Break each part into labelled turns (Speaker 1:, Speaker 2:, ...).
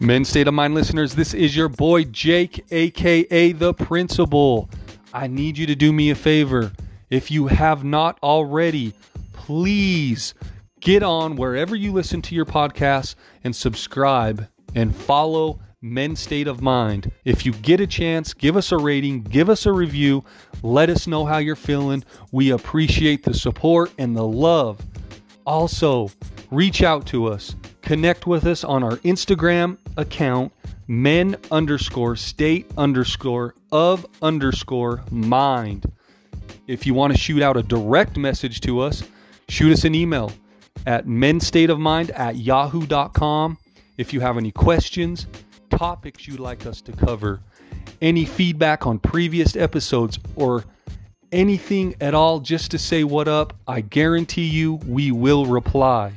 Speaker 1: Men State of Mind listeners, this is your boy Jake, aka The Principal. I need you to do me a favor. If you have not already, please get on wherever you listen to your podcasts and subscribe and follow Men State of Mind. If you get a chance, give us a rating, give us a review, let us know how you're feeling. We appreciate the support and the love. Also, reach out to us connect with us on our Instagram account, men underscore state underscore of underscore mind. If you want to shoot out a direct message to us, shoot us an email at menstateofmind at yahoo.com. If you have any questions, topics you'd like us to cover, any feedback on previous episodes, or anything at all just to say what up, I guarantee you we will reply.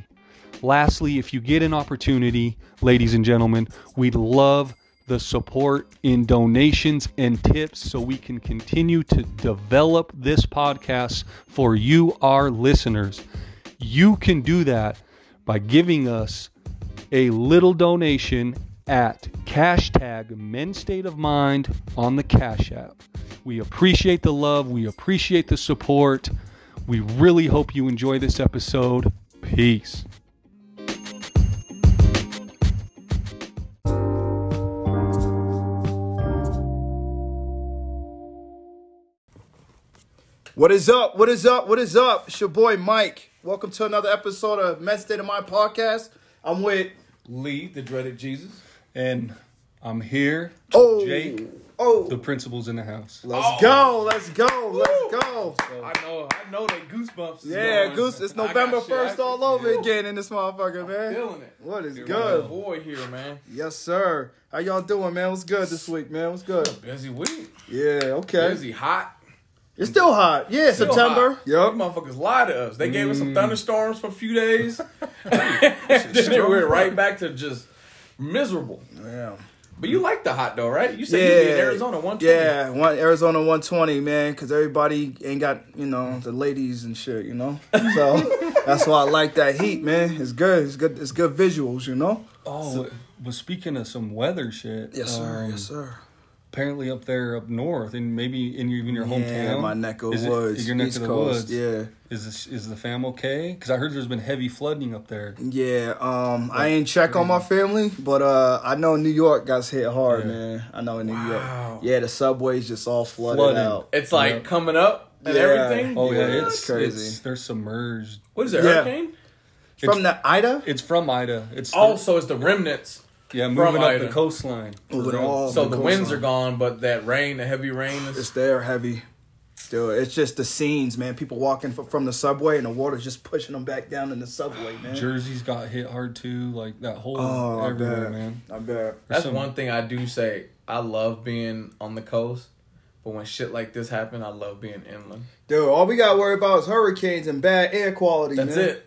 Speaker 1: Lastly, if you get an opportunity, ladies and gentlemen, we love the support in donations and tips so we can continue to develop this podcast for you, our listeners. You can do that by giving us a little donation at cash tag men state of mind on the cash app we appreciate the love we appreciate the support we really hope you enjoy this episode peace
Speaker 2: What is up? What is up? What is up? It's your boy Mike. Welcome to another episode of Men's State of Mind podcast. I'm with
Speaker 1: Lee, the dreaded Jesus. And I'm here.
Speaker 2: Oh,
Speaker 1: Jake,
Speaker 2: Oh,
Speaker 1: the principal's in the house.
Speaker 2: let's go! Let's go! Let's go!
Speaker 3: I know, I know that goosebumps. Is
Speaker 2: Yeah,
Speaker 3: going.
Speaker 2: Goose. It's
Speaker 3: I got
Speaker 2: November
Speaker 3: shit. I
Speaker 2: first all
Speaker 3: feel-
Speaker 2: over again in this motherfucker, man.
Speaker 3: Feeling it.
Speaker 2: What is
Speaker 3: You're my
Speaker 2: good?
Speaker 3: boy here, man.
Speaker 2: Yes, sir. How y'all doing, man? What's good this week, man? What's good?
Speaker 3: Busy week.
Speaker 2: Yeah. Okay.
Speaker 3: Busy, hot.
Speaker 2: It's still hot. Yeah,
Speaker 3: Still
Speaker 2: September.
Speaker 3: hot.
Speaker 2: Yup. Mm.
Speaker 3: These motherfuckers lied to us. They gave us some thunderstorms for a few days. then they went right back to just miserable.
Speaker 2: Yeah.
Speaker 3: But you like the hot though, right? You said
Speaker 2: yeah,
Speaker 3: you did Arizona one.
Speaker 2: Yeah, one Arizona one twenty, man, because everybody ain't got you know the ladies and shit, you know. So that's why I like that heat, man. It's good. It's good. It's good visuals, you know.
Speaker 1: Oh, but speaking of some weather shit.
Speaker 2: Yes, sir.
Speaker 1: um,
Speaker 2: yes, sir.
Speaker 1: Apparently up there up north and maybe in your, even your hometown.
Speaker 2: yeah, my neck of
Speaker 1: is it-
Speaker 2: woods,
Speaker 1: your neck
Speaker 2: East
Speaker 1: of the
Speaker 2: Coast.
Speaker 1: woods.
Speaker 2: Yeah,
Speaker 1: Is, this, is the fam okay? Because I heard there's been heavy flooding up there.
Speaker 2: yeah. Um, I ain't check on my family, but uh, I know New York got hit hard,
Speaker 1: Yeah.
Speaker 2: man. I know in New
Speaker 3: Wow.
Speaker 2: York. Yeah, the subways just all flooded,
Speaker 1: Flooded.
Speaker 2: out.
Speaker 3: It's like
Speaker 1: Yeah.
Speaker 3: coming up and
Speaker 2: Yeah.
Speaker 3: everything.
Speaker 1: Oh, yeah,
Speaker 2: Yeah,
Speaker 1: it's,
Speaker 2: it's crazy.
Speaker 1: it's- they're submerged.
Speaker 3: What is it?
Speaker 2: Yeah.
Speaker 3: Hurricane.
Speaker 1: It's-
Speaker 2: From the Ida,
Speaker 1: It's from Ida. It's
Speaker 3: Also, it's the remnants.
Speaker 1: yeah, moving up
Speaker 3: Oh, Ida.
Speaker 1: the coastline.
Speaker 2: Moving
Speaker 1: Oh,
Speaker 2: all
Speaker 3: so
Speaker 2: the
Speaker 3: the winds
Speaker 2: coastline.
Speaker 3: are gone, but that rain, the heavy rain, is
Speaker 2: It's there heavy. Still, it's just the scenes, man. People walking fr- from the subway and the water's just pushing them back down in the subway, man.
Speaker 1: Jersey's got hit hard too. Like that whole
Speaker 2: oh, I
Speaker 1: everywhere,
Speaker 2: bet.
Speaker 1: man.
Speaker 2: I bet.
Speaker 3: That's
Speaker 1: some-
Speaker 3: one thing I do say. I love being on the coast, but when shit like this happen, I love being inland.
Speaker 2: Dude, all we gotta worry about is hurricanes and bad air quality,
Speaker 3: That's
Speaker 2: man.
Speaker 3: it.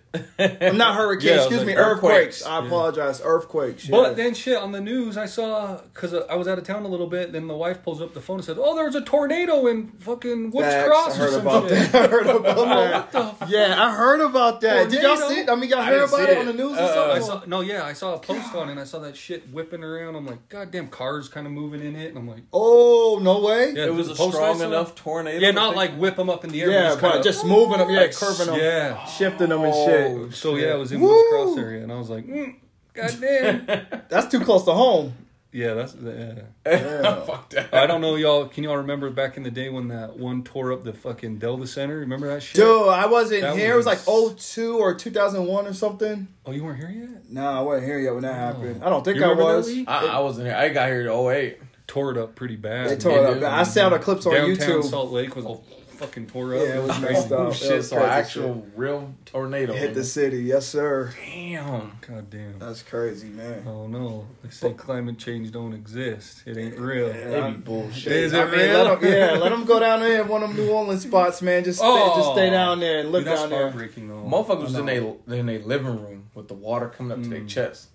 Speaker 2: Not hurricanes,
Speaker 1: Yeah,
Speaker 2: excuse
Speaker 1: like
Speaker 2: me,
Speaker 3: earthquakes.
Speaker 2: earthquakes. I apologize, earthquakes.
Speaker 1: But
Speaker 2: yeah.
Speaker 1: then shit on the news, I saw because I was out of town a little bit. Then the wife pulls up the phone and says, "Oh, there was a tornado in fucking Woods
Speaker 2: Facts. I
Speaker 1: Cross or
Speaker 2: heard
Speaker 1: some
Speaker 2: about
Speaker 1: shit."
Speaker 2: that. I heard about that. Yeah, I heard about that. Did y'all
Speaker 1: Tornado?
Speaker 2: see it? I mean, y'all
Speaker 3: I
Speaker 2: heard
Speaker 3: didn't
Speaker 2: about
Speaker 3: see
Speaker 2: it on the
Speaker 3: it.
Speaker 2: news
Speaker 3: Uh,
Speaker 1: I
Speaker 2: or something?
Speaker 1: saw, no, yeah, I saw a post on it. and I saw that shit whipping around. I'm like, goddamn, cars kind of moving in it, and I'm like,
Speaker 2: Oh, no way.
Speaker 1: yeah,
Speaker 3: it was a
Speaker 1: the post I
Speaker 3: strong
Speaker 1: saw-
Speaker 3: enough tornado.
Speaker 1: Yeah,
Speaker 3: to
Speaker 1: not
Speaker 3: think-
Speaker 1: like whip them up in the air.
Speaker 2: Yeah,
Speaker 1: but
Speaker 2: but
Speaker 1: kinda-
Speaker 2: just moving them, yeah,
Speaker 1: like,
Speaker 2: curving them,
Speaker 1: Yeah.
Speaker 2: shifting them and
Speaker 3: Oh,
Speaker 2: shit.
Speaker 1: So yeah, it was in
Speaker 2: Woo!
Speaker 1: Woods Cross area, and I was like, mm, goddamn.
Speaker 2: That's too close to home.
Speaker 1: yeah, that's. Yeah.
Speaker 2: Yeah.
Speaker 3: fuck that.
Speaker 1: I don't know, y'all. Can y'all remember back in the day when that one tore up the fucking Delta Center? Remember that shit?
Speaker 2: Dude, I wasn't
Speaker 1: That
Speaker 2: here.
Speaker 1: was-
Speaker 2: It was like 02 or 2001 or something.
Speaker 1: Oh, you weren't here yet?
Speaker 2: Nah, I wasn't here yet when that happened. I don't think
Speaker 1: Oh. You
Speaker 2: I
Speaker 1: remember that,
Speaker 2: was.
Speaker 1: Lee?
Speaker 3: I, I wasn't here. I got here oh to 08.
Speaker 1: Tore it up pretty bad.
Speaker 2: They tore it
Speaker 3: dude.
Speaker 2: up. I saw the clips on
Speaker 1: Downtown
Speaker 2: YouTube.
Speaker 1: Salt Lake was all fucking tore
Speaker 2: yeah,
Speaker 1: up.
Speaker 2: it was messed
Speaker 3: Oh,
Speaker 2: up. It
Speaker 3: shit,
Speaker 2: was
Speaker 3: so
Speaker 2: crazy
Speaker 3: actual real tornado.
Speaker 2: shit. hit the city. Yes, sir.
Speaker 3: Damn.
Speaker 1: God damn.
Speaker 2: That's crazy, man.
Speaker 1: Oh no! They say climate change don't exist. It ain't real.
Speaker 3: That'd be bullshit.
Speaker 1: Is it
Speaker 2: Oh, I mean,
Speaker 1: real?
Speaker 2: let 'em- yeah, let them go down there in one of them New Orleans spots, man. Just stay,
Speaker 1: Oh.
Speaker 2: just stay down there and live
Speaker 1: Dude, that's
Speaker 2: down there.
Speaker 1: heartbreaking though.
Speaker 3: Motherfuckers was in their in their living room with the water coming up to their chest.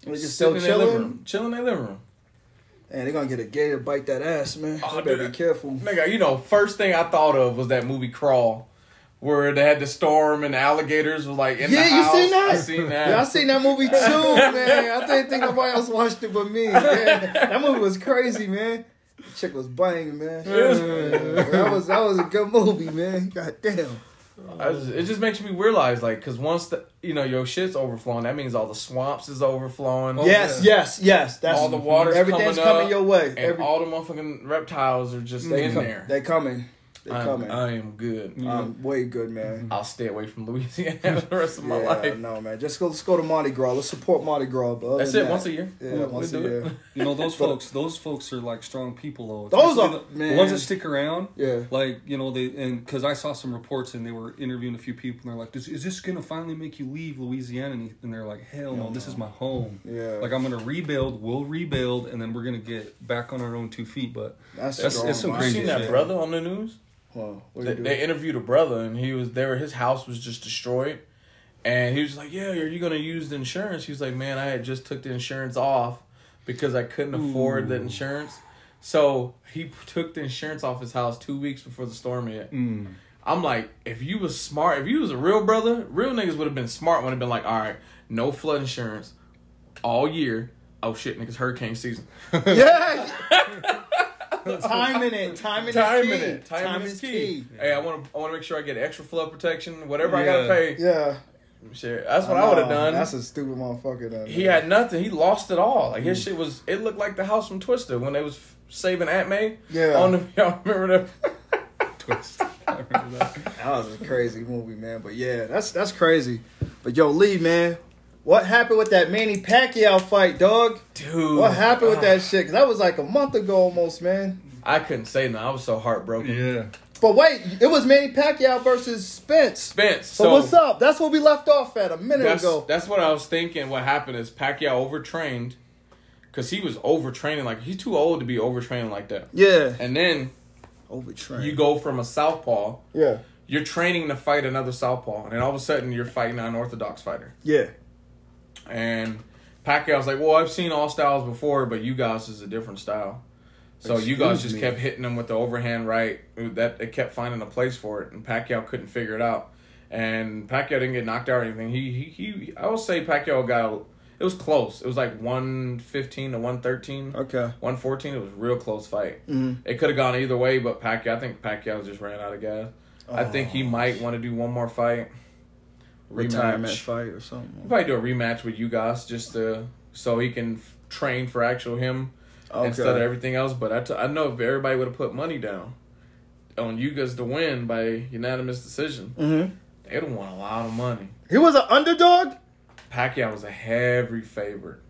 Speaker 2: Mm. They just
Speaker 3: Sitting
Speaker 2: still
Speaker 3: in their living
Speaker 2: chilling.
Speaker 3: room. Chilling in their living room.
Speaker 2: And they're gonna get a gator bite that ass, man.
Speaker 3: Oh,
Speaker 2: You better
Speaker 3: dude.
Speaker 2: be careful.
Speaker 3: Nigga, you know, first thing I thought of was that movie Crawl where they had the storm and the alligators were like in the
Speaker 2: Yeah, you
Speaker 3: house.
Speaker 2: seen that?
Speaker 3: I seen that.
Speaker 2: Yeah, I seen that movie too, man. I didn't think nobody else watched it but me. Man. That movie was crazy, man. The chick was banging, man. that was that was a good movie, man. God damn.
Speaker 3: I just, it just makes me realize, like, because once the you know your shit's overflowing, that means all the swamps is overflowing.
Speaker 2: Oh, yes, yes, yes. That's
Speaker 3: all the water's
Speaker 2: Everything's
Speaker 3: coming, up,
Speaker 2: coming your way.
Speaker 3: and
Speaker 2: Every-
Speaker 3: all the motherfucking reptiles are just
Speaker 2: they
Speaker 3: in
Speaker 2: come-
Speaker 3: there.
Speaker 2: They coming. They
Speaker 3: I'm-
Speaker 2: coming. I'm,
Speaker 3: I am good.
Speaker 2: way good, man.
Speaker 3: I'll stay away from Louisiana the rest of my
Speaker 2: yeah,
Speaker 3: life.
Speaker 2: no, man. Just go, let's go to Mardi Gras. Let's support Mardi Gras, but other
Speaker 3: That's
Speaker 2: than
Speaker 3: it.
Speaker 2: that-
Speaker 3: Once a year.
Speaker 2: Yeah,
Speaker 1: We'll-
Speaker 2: once a
Speaker 3: we'll do it.
Speaker 2: year.
Speaker 1: You know those folks. Those folks are like strong people though.
Speaker 2: Those
Speaker 1: Especially
Speaker 2: are-
Speaker 1: the,
Speaker 2: man.
Speaker 1: the ones that stick around.
Speaker 2: Yeah.
Speaker 1: Like you know they and because I saw some reports and they were interviewing a few people and they're like, is, is this gonna finally make you leave Louisiana? And, he- and they're like, hell no, this is my home.
Speaker 2: Yeah.
Speaker 1: Like I'm gonna rebuild. We'll rebuild and then we're gonna get back on our own two feet. But
Speaker 2: That's,
Speaker 1: That's-
Speaker 2: strong,
Speaker 1: it's some
Speaker 2: man.
Speaker 3: You
Speaker 1: crazy
Speaker 3: seen that
Speaker 1: shit.
Speaker 3: brother on the news?
Speaker 2: Wow, what
Speaker 3: They,
Speaker 2: you do?
Speaker 3: they interviewed a brother, and he was there. His house was just destroyed, and he was like, "Yeah, are you gonna use the insurance?" He was like, "Man, I had just took the insurance off because I couldn't afford the insurance." So he p- took the insurance off his house two weeks before the storm hit. I'm like, if you was smart, if you was a real brother, real niggas would have been smart. Would have been like, all right, no flood insurance all year. Oh shit, niggas, hurricane season.
Speaker 2: Yeah. timing it. Timing is
Speaker 3: Time
Speaker 2: key.
Speaker 3: in it. Time, is, key. Hey, I want to. I want to make sure I get extra flood protection. Whatever I gotta
Speaker 1: Yeah.
Speaker 3: pay.
Speaker 2: Yeah.
Speaker 3: Shit, that's what I would have
Speaker 2: Nah,
Speaker 3: done.
Speaker 2: That's a stupid uh, motherfucker. Though,
Speaker 3: he
Speaker 2: man.
Speaker 3: had nothing. He lost it all. Like
Speaker 2: Mm.
Speaker 3: his shit was. It looked like the house from Twister when they was f- saving Aunt May.
Speaker 2: Yeah.
Speaker 3: On the, y'all remember that?
Speaker 1: twist. I remember that.
Speaker 2: That was a crazy movie, man. But yeah, that's that's crazy. But yo, Lee, man, what happened with that Manny Pacquiao fight, dog?
Speaker 3: Dude.
Speaker 2: What happened with
Speaker 3: ah,
Speaker 2: that shit? 'Cause that was like a month ago almost, man.
Speaker 3: I couldn't say no. I was so heartbroken.
Speaker 1: Yeah.
Speaker 2: But wait, it was Manny Pacquiao versus Spence.
Speaker 3: Spence.
Speaker 2: So,
Speaker 3: So,
Speaker 2: what's up? That's what we left off at a minute
Speaker 3: That's,
Speaker 2: ago.
Speaker 3: that's what I was thinking. What happened is Pacquiao overtrained, cause he was overtraining. Like he's too old to be overtraining like that.
Speaker 2: yeah.
Speaker 3: And then
Speaker 2: Overtrained.
Speaker 3: you go from a southpaw.
Speaker 2: Yeah.
Speaker 3: You're training to fight another southpaw, and then all of a sudden you're fighting an orthodox fighter.
Speaker 2: Yeah.
Speaker 3: And Pacquiao's like, well, I've seen all styles before, but you guys is a different style. So you guys
Speaker 2: Excuse
Speaker 3: just
Speaker 2: me.
Speaker 3: kept hitting them with the overhand right. That they kept finding a place for it, and Pacquiao couldn't figure it out. And Pacquiao didn't get knocked out or anything. He he, he I would say Pacquiao got it was close. It was like one fifteen to one thirteen.
Speaker 2: Okay. Mm-hmm.
Speaker 3: One fourteen. It was a real close fight. It could have gone either way, but Pacquiao. I think Pacquiao just ran out of gas. I think
Speaker 2: Oh.
Speaker 3: he might want to do one more fight.
Speaker 2: Retirement
Speaker 3: Rematch.
Speaker 2: fight or something.
Speaker 3: We'll probably do a rematch with you guys just to so he can f- train for actual him
Speaker 2: Okay.
Speaker 3: instead of everything else. But I, t- I know if everybody would have put money down on you guys to win by unanimous decision,
Speaker 2: Mhm.
Speaker 3: they'd have won a lot of money.
Speaker 2: He was an underdog.
Speaker 3: Pacquiao was a heavy favorite,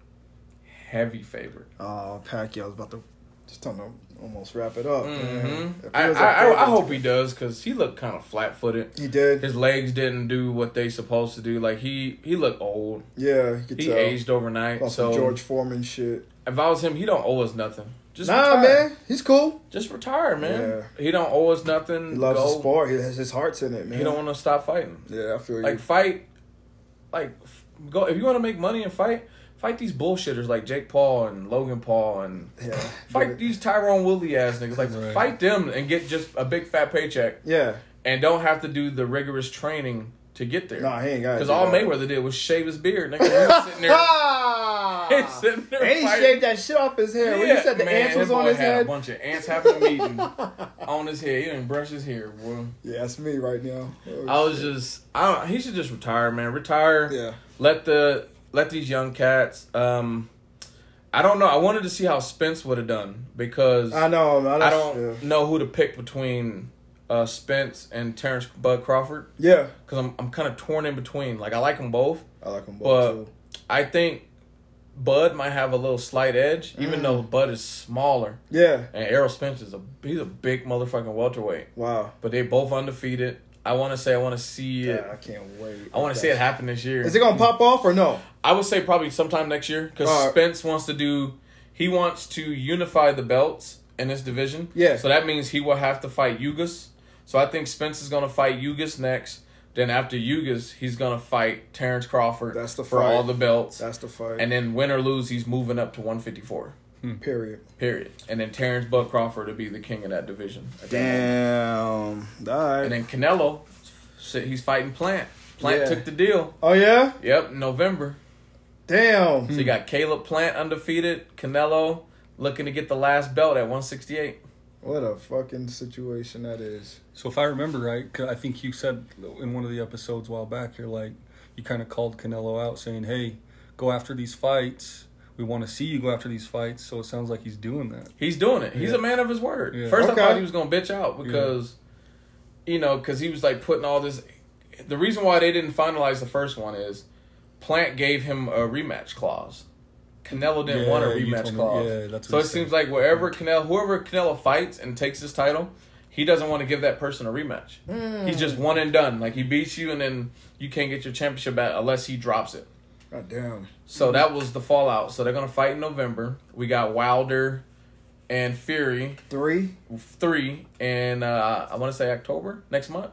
Speaker 3: heavy favorite.
Speaker 2: Oh, Pacquiao was about to just trying to almost wrap it up. man.
Speaker 3: Mm-hmm.
Speaker 2: If he
Speaker 3: I,
Speaker 2: was a
Speaker 3: I, I, I
Speaker 2: favorite-
Speaker 3: hope he does because he looked kind of flat footed.
Speaker 2: he did.
Speaker 3: His legs didn't do what they supposed to do. Like he he looked old.
Speaker 2: Yeah, you could
Speaker 3: He
Speaker 2: tell.
Speaker 3: aged overnight.
Speaker 2: About
Speaker 3: So
Speaker 2: some George Foreman shit.
Speaker 3: if I was him, he don't owe us nothing. Just
Speaker 2: Nah,
Speaker 3: retire.
Speaker 2: man, he's cool.
Speaker 3: Just retire, man. He don't owe us nothing.
Speaker 2: He loves
Speaker 3: Go.
Speaker 2: the sport. He has his heart's in it, man.
Speaker 3: He don't want to stop fighting.
Speaker 2: yeah, I feel you.
Speaker 3: Like fight, like f- go. If you want to make money and fight, fight these bullshitters like Jake Paul and Logan Paul and
Speaker 2: yeah,
Speaker 3: fight these Tyrone Woodley ass niggas. Like
Speaker 1: Right.
Speaker 3: fight them and get just a big fat paycheck
Speaker 2: yeah.
Speaker 3: and don't have to do the rigorous training to get there.
Speaker 2: Nah, he ain't got.
Speaker 3: Because all Mayweather did was shave his beard. Nigga, he was sitting there.
Speaker 2: Ah!
Speaker 3: he was sitting there
Speaker 2: And he
Speaker 3: fighting.
Speaker 2: shaved that shit off his hair. when you
Speaker 3: Yeah,
Speaker 2: said the
Speaker 3: man,
Speaker 2: ants
Speaker 3: that
Speaker 2: was on
Speaker 3: boy
Speaker 2: his
Speaker 3: had
Speaker 2: head.
Speaker 3: a bunch of ants having a meeting on his head. He didn't brush his hair, boy.
Speaker 2: Yeah, that's me right now. Oh,
Speaker 3: I was just, I don't, he should just retire, man. Retire.
Speaker 2: Yeah.
Speaker 3: Let the let these young cats. Um, I don't know. I wanted to see how Spence would have done because
Speaker 2: I know. Man,
Speaker 3: I
Speaker 2: that's-
Speaker 3: don't know who to pick between uh, Spence and Terrence Bud Crawford
Speaker 2: Yeah. yeah,
Speaker 3: because I'm I'm kind of torn in between. Like I like them both,
Speaker 2: I like them
Speaker 3: but
Speaker 2: both too.
Speaker 3: I think Bud might have a little slight edge, even
Speaker 2: Mm.
Speaker 3: though Bud is smaller
Speaker 2: Yeah.
Speaker 3: and Errol Spence is a he's a big motherfucking welterweight.
Speaker 2: Wow.
Speaker 3: But they both undefeated. I want to say I want to see it.
Speaker 2: Yeah, I can't wait.
Speaker 3: I want to see it happen this year.
Speaker 2: Is it gonna pop off or no?
Speaker 3: I would say probably sometime next year because
Speaker 2: All right.
Speaker 3: Spence wants to do. He wants to unify the belts in this division.
Speaker 2: Yeah.
Speaker 3: So that means he will have to fight Yugas. So I think Spence is going to fight Yugas next. Then after Yugas, he's going to fight Terrence Crawford
Speaker 2: That's the
Speaker 3: for
Speaker 2: fight.
Speaker 3: all the belts.
Speaker 2: That's the fight.
Speaker 3: and then win or lose, he's moving up to 154.
Speaker 2: period.
Speaker 3: Period. And then Terrence Bud Crawford to be the king of that division. at that moment.
Speaker 2: Damn. All right.
Speaker 3: And then Canelo Shit, he's fighting Plant. Plant
Speaker 2: Yeah.
Speaker 3: took the deal.
Speaker 2: Oh yeah.
Speaker 3: Yep, November.
Speaker 2: Damn.
Speaker 3: So you got Caleb Plant undefeated, Canelo looking to get the last belt at 168.
Speaker 2: What a fucking situation that is.
Speaker 4: So if I remember right, 'cause I think you said in one of the episodes a while back, you're like, you kind of called Canelo out saying, "Hey, go after these fights. We want to see you go after these fights." So it sounds like he's doing that.
Speaker 3: He's doing it. He's
Speaker 4: Yeah.
Speaker 3: a man of his word.
Speaker 4: Yeah.
Speaker 3: First,
Speaker 2: Okay.
Speaker 3: I thought he was gonna bitch out because, you know, because he was like putting all this. The reason why they didn't finalize the first one is Plant gave him a rematch clause. Canelo didn't
Speaker 4: Yeah,
Speaker 3: want a
Speaker 4: you told
Speaker 3: rematch
Speaker 4: me-
Speaker 3: clause.
Speaker 4: yeah, that's what
Speaker 3: so
Speaker 4: he
Speaker 3: it
Speaker 4: said.
Speaker 3: seems like wherever Canelo, whoever Canelo fights and takes his title, he doesn't want to give that person a rematch. He's just
Speaker 4: Hmm.
Speaker 3: one and done. Like he beats you and then you can't get your championship back unless he drops it.
Speaker 2: God damn.
Speaker 3: So that was the fallout. So they're gonna fight in November. We got Wilder and Fury
Speaker 2: Three.
Speaker 3: three in uh, I want to say October next month.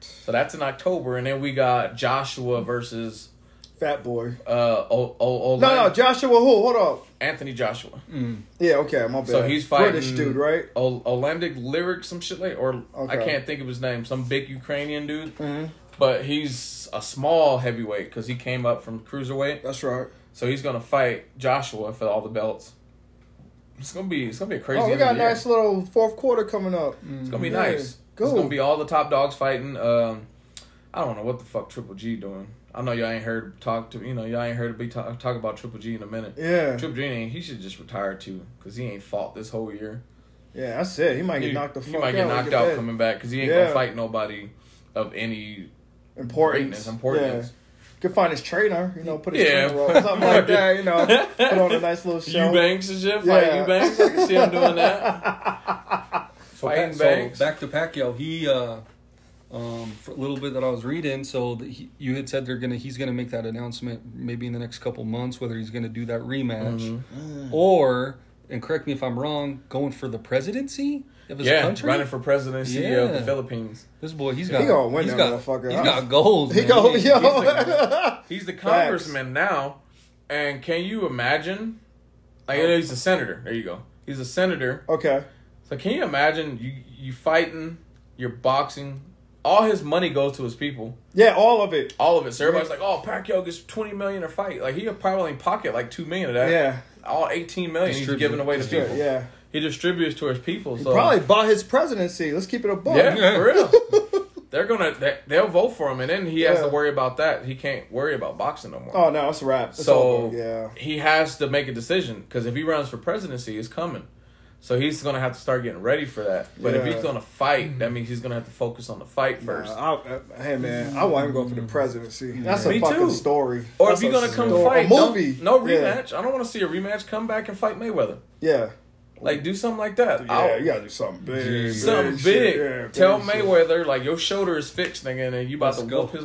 Speaker 3: So that's in October, and then we got Joshua versus
Speaker 2: Fat boy.
Speaker 3: uh o- o- Olay-
Speaker 2: No, Mm. no, Joshua. Who? Hold up.
Speaker 3: Anthony Joshua.
Speaker 2: Yeah. Okay. My bad.
Speaker 3: So he's fighting
Speaker 2: British dude, right?
Speaker 3: O- Olandic lyric, some shit like, or I
Speaker 2: Okay.
Speaker 3: can't think of his name, some big Ukrainian dude.
Speaker 2: Mhm.
Speaker 3: But he's a small heavyweight because he came up from cruiserweight.
Speaker 2: That's right.
Speaker 3: So he's gonna fight Joshua for all the belts. It's gonna be it's gonna be a crazy.
Speaker 2: Oh, we
Speaker 3: end of
Speaker 2: got a
Speaker 3: the year.
Speaker 2: nice little fourth quarter coming up. Mm.
Speaker 3: It's gonna be
Speaker 2: Yeah,
Speaker 3: nice.
Speaker 2: cool.
Speaker 3: It's gonna be all the top dogs fighting. Um, I don't know what the fuck Triple G doing. I know y'all ain't heard talk to you know y'all ain't heard be talk, talk about Triple G in a minute.
Speaker 2: Yeah.
Speaker 3: Triple G ain't, he should just retire too because he ain't fought this whole year.
Speaker 2: Yeah, that's it. He might
Speaker 3: He,
Speaker 2: get knocked the
Speaker 3: he
Speaker 2: fuck out.
Speaker 3: might get
Speaker 2: when he
Speaker 3: knocked
Speaker 2: get
Speaker 3: out
Speaker 2: back.
Speaker 3: coming back because he ain't
Speaker 2: Yeah.
Speaker 3: gonna fight nobody of any
Speaker 2: Importance.
Speaker 3: greatness importance.
Speaker 2: Could find his trainer, you know, put his
Speaker 3: Yeah.
Speaker 2: trainer on, something like that, you know, put on a nice little show.
Speaker 3: Eubanks and shit, fight
Speaker 2: Yeah.
Speaker 3: Eubanks. I can see him doing that.
Speaker 4: So
Speaker 3: Fighting
Speaker 4: back,
Speaker 3: Banks.
Speaker 4: so back to Pacquiao, he uh, um, for a little bit that I was reading, so that he, you had said they're gonna he's gonna make that announcement maybe in the next couple months whether he's gonna do that rematch
Speaker 2: Mm-hmm.
Speaker 3: Mm.
Speaker 4: or and correct me if I'm wrong, going for the presidency of his
Speaker 3: yeah,
Speaker 4: country.
Speaker 3: running for presidency of the
Speaker 4: Yeah.
Speaker 3: Philippines.
Speaker 4: this boy, he's got
Speaker 2: gonna win
Speaker 4: he's
Speaker 2: that
Speaker 4: got,
Speaker 2: motherfucker.
Speaker 4: He's got goals.
Speaker 2: He
Speaker 4: man.
Speaker 2: go,
Speaker 3: He's
Speaker 2: yo.
Speaker 3: He's the congressman now, and can you imagine? Like he's a senator. There you go. He's a senator.
Speaker 2: okay.
Speaker 3: So can you imagine you you fighting, you're boxing. All his money goes to his people.
Speaker 2: Yeah, all of it.
Speaker 3: All of it. So everybody's like, "Oh, Pacquiao gets twenty million a fight." Like he'll probably pocket like two million of that.
Speaker 2: Yeah.
Speaker 3: All eighteen million he's
Speaker 4: Distribute-
Speaker 3: giving away to
Speaker 2: Yeah,
Speaker 3: people.
Speaker 2: yeah.
Speaker 3: He distributes to his people. So
Speaker 2: Probably bought his presidency. Let's keep it a book.
Speaker 3: yeah,
Speaker 4: Yeah.
Speaker 3: for real. They're gonna they, they'll vote for him, and then he has to
Speaker 2: Yeah.
Speaker 3: worry about that. He can't worry about boxing no more.
Speaker 2: Oh, no, it's a wrap. It's
Speaker 3: So
Speaker 2: over. yeah.
Speaker 3: he has to make a decision because if he runs for presidency, it's coming. So he's gonna have to start getting ready for that. But if
Speaker 2: Yeah.
Speaker 3: he's gonna fight, that means he's gonna have to focus on the fight first.
Speaker 2: Nah, Uh, I- I- hey, man, I want him to go for
Speaker 3: Mm.
Speaker 2: the presidency. That's a
Speaker 3: Me
Speaker 2: fucking
Speaker 3: too.
Speaker 2: story.
Speaker 3: or
Speaker 2: That's
Speaker 3: if you're
Speaker 2: a
Speaker 3: gonna come
Speaker 2: story.
Speaker 3: fight,
Speaker 2: A
Speaker 3: no-
Speaker 2: movie.
Speaker 3: no,
Speaker 2: Yeah.
Speaker 3: rematch. I don't want to see a rematch. Come back and fight Mayweather.
Speaker 2: Yeah.
Speaker 3: Like do something like that.
Speaker 2: Yeah,
Speaker 3: I'll-
Speaker 2: you gotta do something big.
Speaker 3: Something
Speaker 2: shit.
Speaker 3: big.
Speaker 2: Yeah,
Speaker 3: Tell
Speaker 2: big shit.
Speaker 3: Mayweather like your shoulder is fixed, nigga, and you about to
Speaker 4: go.
Speaker 3: whoop his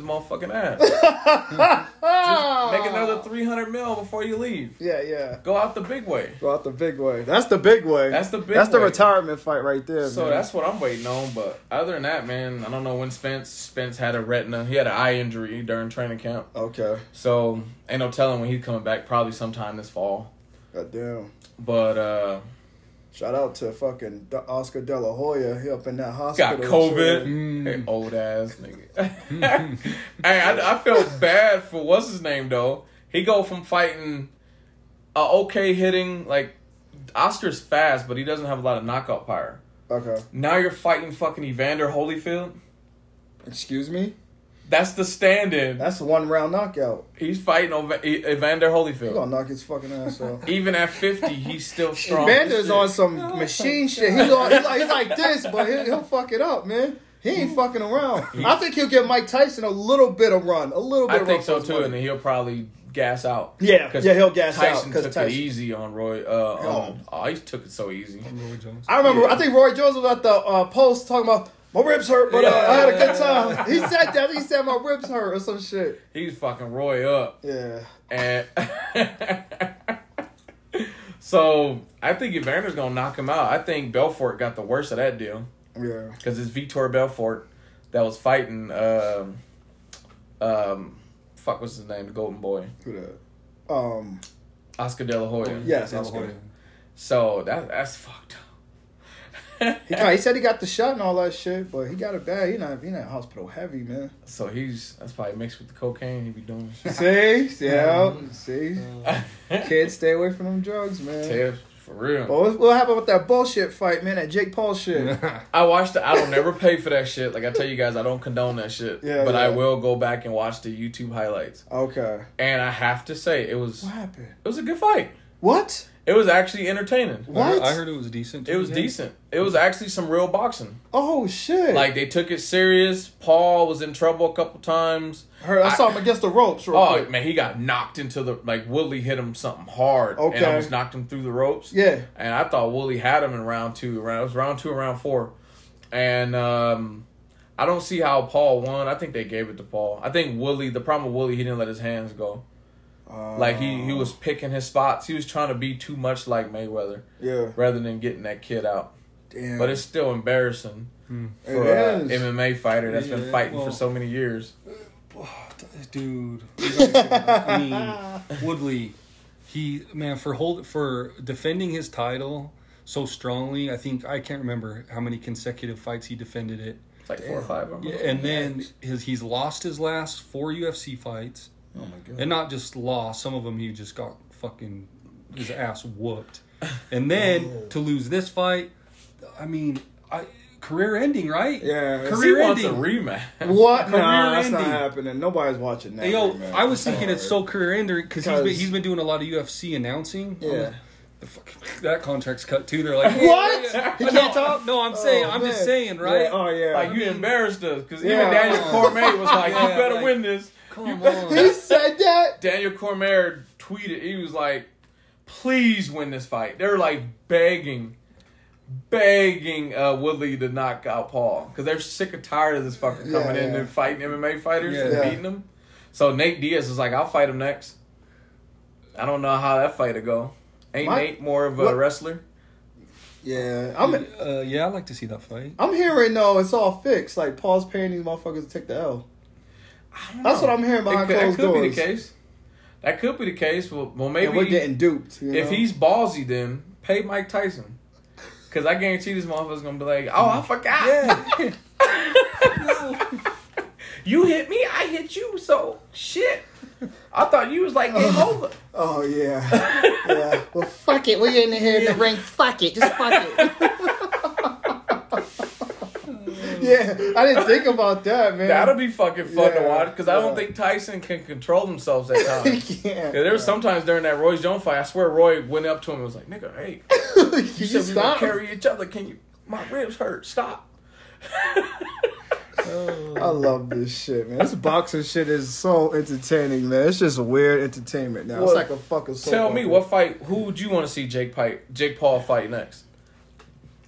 Speaker 3: motherfucking ass. Just make another three hundred mil before you leave.
Speaker 2: Yeah, yeah.
Speaker 3: Go out the big way.
Speaker 2: Go out the big way. That's the big way.
Speaker 3: That's the big
Speaker 2: That's the
Speaker 3: way.
Speaker 2: retirement fight right there.
Speaker 3: So
Speaker 2: man.
Speaker 3: that's what I'm waiting on. But other than that, man, I don't know when Spence Spence had a retina. He had an eye injury during training camp.
Speaker 2: okay.
Speaker 3: So ain't no telling when he's coming back. Probably sometime this fall.
Speaker 2: Goddamn.
Speaker 3: But uh
Speaker 2: Shout out to fucking D- Oscar De La Hoya. He up in that hospital.
Speaker 3: got COVID.
Speaker 2: Shit.
Speaker 3: Hey, old ass nigga. hey, I, I felt bad for what's his name though. He go from fighting a okay hitting like Oscar's fast, but he doesn't have a lot of knockout power.
Speaker 2: Okay.
Speaker 3: Now you're fighting fucking Evander Holyfield.
Speaker 2: Excuse me.
Speaker 3: That's the stand-in.
Speaker 2: That's a one round knockout.
Speaker 3: He's fighting over E- Evander
Speaker 2: He
Speaker 3: Holyfield.
Speaker 2: gonna knock his fucking ass off.
Speaker 3: Even at fifty, he's still strong.
Speaker 2: Vander's on some
Speaker 3: Oh
Speaker 2: machine shit. He's on. He's like, he's like this, but he'll, he'll fuck it up, man. He ain't fucking around. I think he'll give Mike Tyson a little bit of run, a little bit.
Speaker 3: I
Speaker 2: of
Speaker 3: think
Speaker 2: run for
Speaker 3: so
Speaker 2: his
Speaker 3: too,
Speaker 2: money.
Speaker 3: and he'll probably gas out.
Speaker 2: Yeah,
Speaker 3: 'Cause
Speaker 2: yeah, he'll gas out,
Speaker 3: Tyson
Speaker 2: 'cause
Speaker 3: took
Speaker 2: Tyson-
Speaker 3: it easy on Roy. Uh, on, oh, he took it so easy.
Speaker 4: Roy Jones.
Speaker 2: I remember. I think Roy Jones was at the uh, post talking about my ribs hurt, but uh, I had a good time. He said that. He said my ribs hurt or some shit.
Speaker 3: He's fucking Roy up,
Speaker 2: Yeah.
Speaker 3: and so I think Evander's gonna knock him out. I think Belfort got the worst of that deal
Speaker 2: Yeah.
Speaker 3: because it's Vitor Belfort that was fighting. Um, um, fuck, what's his name? The Golden Boy,
Speaker 2: Who that? Um.
Speaker 3: Oscar De La Hoya.
Speaker 2: Yes.
Speaker 4: De La
Speaker 2: Oscar.
Speaker 4: Hoya.
Speaker 3: So that that's fucked up.
Speaker 2: He, kinda- he said he got the shot and all that shit, but he got it bad. He not he not hospital heavy, man.
Speaker 3: So he's that's probably mixed with the cocaine he be doing.
Speaker 2: See, see, how, see,
Speaker 3: shit.
Speaker 2: kids stay away from them drugs, man.
Speaker 3: Tiff, for real.
Speaker 2: But what, what happened with that bullshit fight, man? That Jake Paul shit.
Speaker 3: I watched. The, I don't never pay for that shit. Like I tell you guys, I don't condone that shit.
Speaker 2: Yeah,
Speaker 3: but I
Speaker 2: yeah.
Speaker 3: will go back and watch the YouTube highlights.
Speaker 2: Okay,
Speaker 3: And I have to say, it was
Speaker 2: what happened?
Speaker 3: it was a good fight.
Speaker 2: What?
Speaker 3: It was actually entertaining.
Speaker 4: I heard-
Speaker 2: What?
Speaker 4: I heard it was decent.
Speaker 3: It was
Speaker 4: Yeah.
Speaker 3: decent. It was actually some real boxing.
Speaker 2: Oh shit!
Speaker 3: Like they took it serious. Paul was in trouble a couple times.
Speaker 2: Heard- I,
Speaker 3: I-
Speaker 2: saw him against the ropes. Real
Speaker 3: Oh
Speaker 2: quick.
Speaker 3: man, he got knocked into the like Willie hit him something hard and
Speaker 2: Okay.
Speaker 3: almost knocked him through the ropes.
Speaker 2: yeah.
Speaker 3: And I thought Wooly had him in round two. Round it was round two, or round four, and um, I don't see how Paul won. I think they gave it to Paul. I think Wooly. The problem with Wooly, he didn't let his hands go. Like he he
Speaker 2: Oh.
Speaker 3: was picking his spots. He was trying to be too much like Mayweather
Speaker 2: Yeah.
Speaker 3: rather than getting that kid out.
Speaker 2: Damn.
Speaker 3: But it's still embarrassing
Speaker 2: It
Speaker 3: for uh, an
Speaker 2: is.
Speaker 3: MMA fighter that's been
Speaker 4: Yeah,
Speaker 3: fighting
Speaker 4: well-
Speaker 3: for so many years.
Speaker 4: dude. I mean, Woodley, he man for hold for defending his title so strongly. I think I can't remember how many consecutive fights he defended it.
Speaker 3: It's like four or five of them.
Speaker 4: Yeah, and then his he's lost his last four UFC fights,
Speaker 2: oh my god.
Speaker 4: and not just lost. Some of them he just got fucking his ass whooped, and then to lose this fight, I mean, I, career ending, right?
Speaker 2: Yeah.
Speaker 3: He
Speaker 4: career
Speaker 3: wants a
Speaker 4: ending.
Speaker 3: rematch.
Speaker 2: What?
Speaker 4: Career
Speaker 2: Nah, that's not
Speaker 4: ending.
Speaker 2: happening. Nobody's watching that.
Speaker 4: Hey, yo,
Speaker 2: man.
Speaker 4: I was thinking it's so career ending because he's been,
Speaker 2: 'Cause-
Speaker 4: he's been doing a lot of UFC announcing. I'm
Speaker 2: Yeah.
Speaker 4: like, the fuck, that contract's cut too. They're like,
Speaker 2: What?
Speaker 4: He can't talk. No, I'm saying,
Speaker 2: Oh,
Speaker 4: I'm just
Speaker 2: man.
Speaker 4: saying, right?
Speaker 2: Yeah, oh yeah.
Speaker 3: Like you embarrassed us because
Speaker 2: Yeah.
Speaker 3: even Daniel Cormier was like,
Speaker 4: Yeah,
Speaker 3: "You better
Speaker 4: like-
Speaker 3: win this."
Speaker 4: Come
Speaker 2: he
Speaker 4: on.
Speaker 2: said that.
Speaker 3: Daniel Cormier tweeted, he was like, please win this fight. They're like begging, begging uh, Woodley to knock out Paul because they're sick and tired of this fucker
Speaker 2: Yeah,
Speaker 3: coming in
Speaker 2: yeah.
Speaker 3: and fighting MMA fighters and
Speaker 2: Yeah.
Speaker 3: beating them. So Nate Diaz is like, I'll fight him next. I don't know how that fight'll go. Ain't
Speaker 2: My-
Speaker 3: Nate more of a
Speaker 2: what-
Speaker 3: wrestler?
Speaker 2: Yeah, I'm.
Speaker 4: Uh, yeah, I like to see that fight.
Speaker 2: I'm hearing though it's all fixed. Like Paul's paying these motherfuckers to take the L. That's what I'm hearing
Speaker 3: It
Speaker 2: behind
Speaker 3: could- that
Speaker 2: closed
Speaker 3: could be
Speaker 2: doors.
Speaker 3: the case. That could be the case. Well, well
Speaker 2: And
Speaker 3: maybe
Speaker 2: we're getting duped. you
Speaker 3: If
Speaker 2: know?
Speaker 3: he's ballsy, then pay Mike Tyson. Cause I guarantee this motherfucker's gonna be like, "Oh, I forgot. you hit me, I hit you. So shit. I thought you was like game over.
Speaker 2: oh yeah, yeah. Well, fuck it. We in here in the ring. Fuck it. Just fuck it. yeah, I didn't think about that, man.
Speaker 3: That'll be fucking fun to
Speaker 2: Yeah,
Speaker 3: watch. Cause I don't
Speaker 2: yeah.
Speaker 3: think Tyson can control themselves at times.
Speaker 2: yeah.
Speaker 3: Yeah, there was sometimes during that Roy's Jones fight, I swear Roy went up to him and was like, "Nigga, hey,
Speaker 2: you
Speaker 3: you said
Speaker 2: just
Speaker 3: we gonna
Speaker 2: stop.
Speaker 3: carry each other. Can you? My ribs hurt. Stop."
Speaker 2: I love this shit, man. This boxing shit is so entertaining, man. It's just weird entertainment now.
Speaker 3: Well,
Speaker 2: it's like a fucking. soap
Speaker 3: Tell me
Speaker 2: opera.
Speaker 3: what fight? Who would you want to see Jake fight? Jake Paul fight next?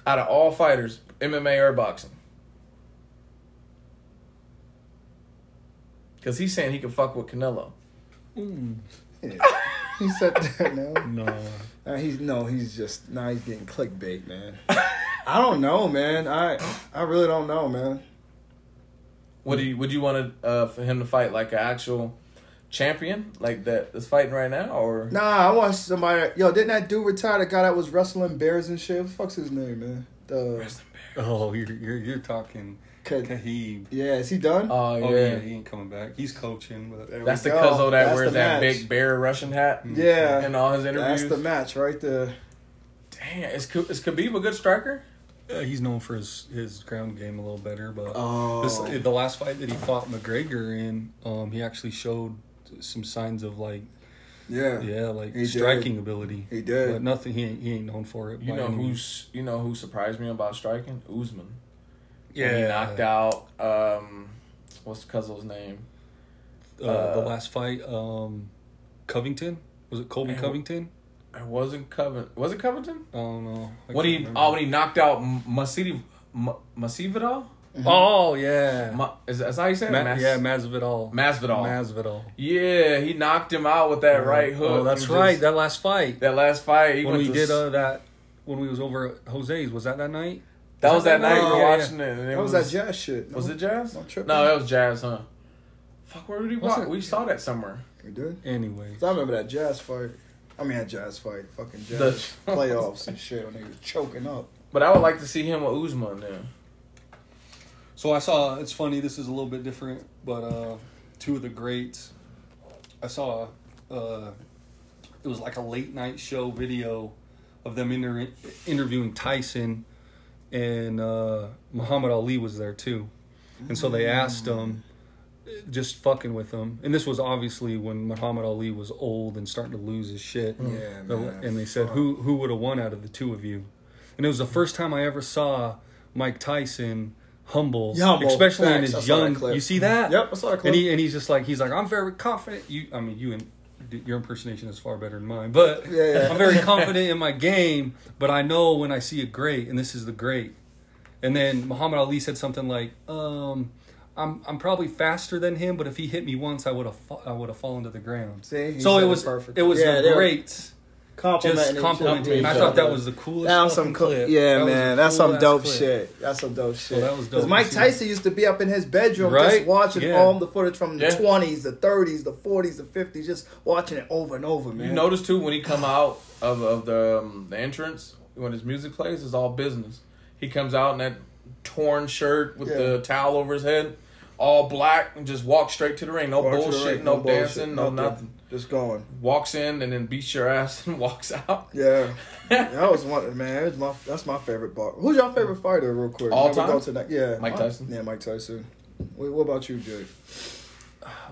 Speaker 3: Out of all fighters, MMA or boxing? Because he's saying he can fuck with Canelo.
Speaker 2: he said that now.
Speaker 4: No.
Speaker 2: Nah, he's no, he's just now he's getting clickbait, man. I don't know, man. I I really don't know, man.
Speaker 3: Would you Would you want to, uh, for him to fight like an actual champion, like that is fighting right now, or
Speaker 2: Nah, I want somebody. Yo, didn't that dude retire? The guy that was wrestling bears and shit. What the fuck's his name, man? The
Speaker 4: Oh, you're you're, you're talking
Speaker 2: Ka-
Speaker 4: Kahib.
Speaker 2: yeah, is he done?
Speaker 3: Oh yeah,
Speaker 4: Oh yeah, he ain't coming back. He's coaching, but
Speaker 2: There
Speaker 3: that's the
Speaker 2: we go.
Speaker 3: cuzzo that
Speaker 2: That's
Speaker 3: wears
Speaker 2: the
Speaker 3: that
Speaker 2: match.
Speaker 3: big bear Russian hat.
Speaker 2: Yeah.
Speaker 3: in all his interviews.
Speaker 2: That's the match right there.
Speaker 3: Damn, is K- is Khabib a good striker?
Speaker 4: uh, he's known for his his ground game a little better. But
Speaker 2: Oh.
Speaker 4: this, the last fight that he fought McGregor in, um, he actually showed some signs of like
Speaker 2: Yeah.
Speaker 4: Yeah, like
Speaker 2: He did.
Speaker 4: striking ability.
Speaker 2: He did.
Speaker 4: But nothing. He ain't, he ain't known for it.
Speaker 3: You
Speaker 4: by
Speaker 3: know
Speaker 4: any means.
Speaker 3: who's you know who surprised me about striking? Usman.
Speaker 4: Yeah,
Speaker 3: When he knocked out um what's Cuzzo's name?
Speaker 4: uh, the last fight. Um, Covington was it Colby
Speaker 3: Man, wh-
Speaker 4: Covington?
Speaker 3: It wasn't Covington. Was it Covington?
Speaker 4: I don't know. I
Speaker 3: What
Speaker 4: can't
Speaker 3: he
Speaker 4: remember.
Speaker 3: oh when he knocked out M- Masidi M- Masvidal?
Speaker 2: Mm-hmm.
Speaker 4: Oh yeah,
Speaker 3: Ma- is, is that how you say it?
Speaker 4: Ma-
Speaker 3: Mas-
Speaker 4: yeah Masvidal.
Speaker 3: Masvidal.
Speaker 4: Masvidal.
Speaker 3: yeah, he knocked him out with that right hook.
Speaker 4: Oh, that's
Speaker 3: He
Speaker 4: right.
Speaker 3: just-
Speaker 4: that last fight
Speaker 3: that last fight, he
Speaker 4: when
Speaker 3: went to
Speaker 4: we did
Speaker 3: s-
Speaker 4: uh, that when we was over at Jose's. Was that that night?
Speaker 3: that was that night we
Speaker 4: Oh,
Speaker 3: were
Speaker 4: yeah, yeah.
Speaker 3: watching it. And it
Speaker 2: That was that jazz shit.
Speaker 3: Was it jazz?
Speaker 2: No, tripping.
Speaker 3: No, that was jazz, huh? Fuck, where did we
Speaker 4: Was
Speaker 3: watch?
Speaker 4: it?
Speaker 3: We saw that somewhere.
Speaker 2: We did.
Speaker 4: Anyway,
Speaker 2: 'Cause I remember that jazz fight. I mean, that jazz fight, fucking jazz
Speaker 3: The-
Speaker 2: playoffs and shit when they was choking up.
Speaker 3: But I would like to see him with Usman now.
Speaker 4: So I saw it's funny. This is a little bit different, but uh, two of the greats. I saw uh, it was like a late night show video of them inter- interviewing Tyson, and uh, Muhammad Ali was there too, and so they asked him, just fucking with him. And this was obviously when Muhammad Ali was old and starting to lose his shit.
Speaker 5: Yeah,
Speaker 4: The-
Speaker 5: man,
Speaker 4: And they said,
Speaker 5: fuck.
Speaker 4: "Who who would have won out of the two of you?" And it was the first time I ever saw Mike Tyson humble,
Speaker 2: Yeah, humble.
Speaker 4: especially
Speaker 2: Facts.
Speaker 4: in
Speaker 2: I
Speaker 4: his
Speaker 2: saw that
Speaker 4: young.
Speaker 2: clip.
Speaker 4: You see that?
Speaker 2: Yep, I saw that clip.
Speaker 4: And he and he's just like he's like, I'm very confident. You, I mean, you and your impersonation is far better than mine, but
Speaker 2: Yeah, yeah.
Speaker 4: I'm very confident in my game. But I know when I see a great, and this is the great. And then Muhammad Ali said something like, um, "I'm I'm probably faster than him, but if he hit me once, I would have fa- I would have fallen to the ground."
Speaker 2: See, he
Speaker 4: so
Speaker 2: said
Speaker 4: it
Speaker 2: it
Speaker 4: was
Speaker 2: perfect.
Speaker 4: it was
Speaker 2: Yeah, they
Speaker 4: the
Speaker 2: were
Speaker 4: greats just
Speaker 2: Complimenting
Speaker 4: complimenting. And I
Speaker 3: each
Speaker 4: thought that
Speaker 3: other.
Speaker 4: was the coolest.
Speaker 2: That was some
Speaker 4: fucking
Speaker 2: cool,
Speaker 4: clip.
Speaker 2: yeah,
Speaker 4: That was
Speaker 2: man.
Speaker 4: a
Speaker 2: That's some
Speaker 4: cool-ass
Speaker 2: dope
Speaker 4: clip.
Speaker 2: shit. That's some
Speaker 3: Oh,
Speaker 2: dope shit.
Speaker 4: that was dope.
Speaker 2: 'Cause Mike
Speaker 4: You see that?
Speaker 2: Tyson used to be up in his bedroom just
Speaker 4: Right?
Speaker 2: watching
Speaker 4: Yeah.
Speaker 2: all the footage from the
Speaker 3: Yeah.
Speaker 2: twenties, the thirties, the forties, the fifties, just watching it over and over, man.
Speaker 3: You notice too when he come out of of the um, the entrance when his music plays it's all business. He comes out in that torn shirt with
Speaker 2: Yeah.
Speaker 3: the towel over his head, all black, and just walks straight to the ring. No
Speaker 2: Watching it,
Speaker 3: bullshit,
Speaker 2: right?
Speaker 3: no, dancing, no
Speaker 2: bullshit,
Speaker 3: nothing.
Speaker 2: Just going.
Speaker 3: Walks in and then beats your ass and walks out.
Speaker 2: Yeah, that was one man. That was my, that's my favorite bar. Who's your favorite fighter, real quick?
Speaker 3: All
Speaker 2: Now we
Speaker 3: time?
Speaker 2: Go to that. Yeah,
Speaker 3: Mike
Speaker 2: Huh?
Speaker 3: Tyson?
Speaker 2: Yeah, Mike Tyson. Wait, what about you, Jake?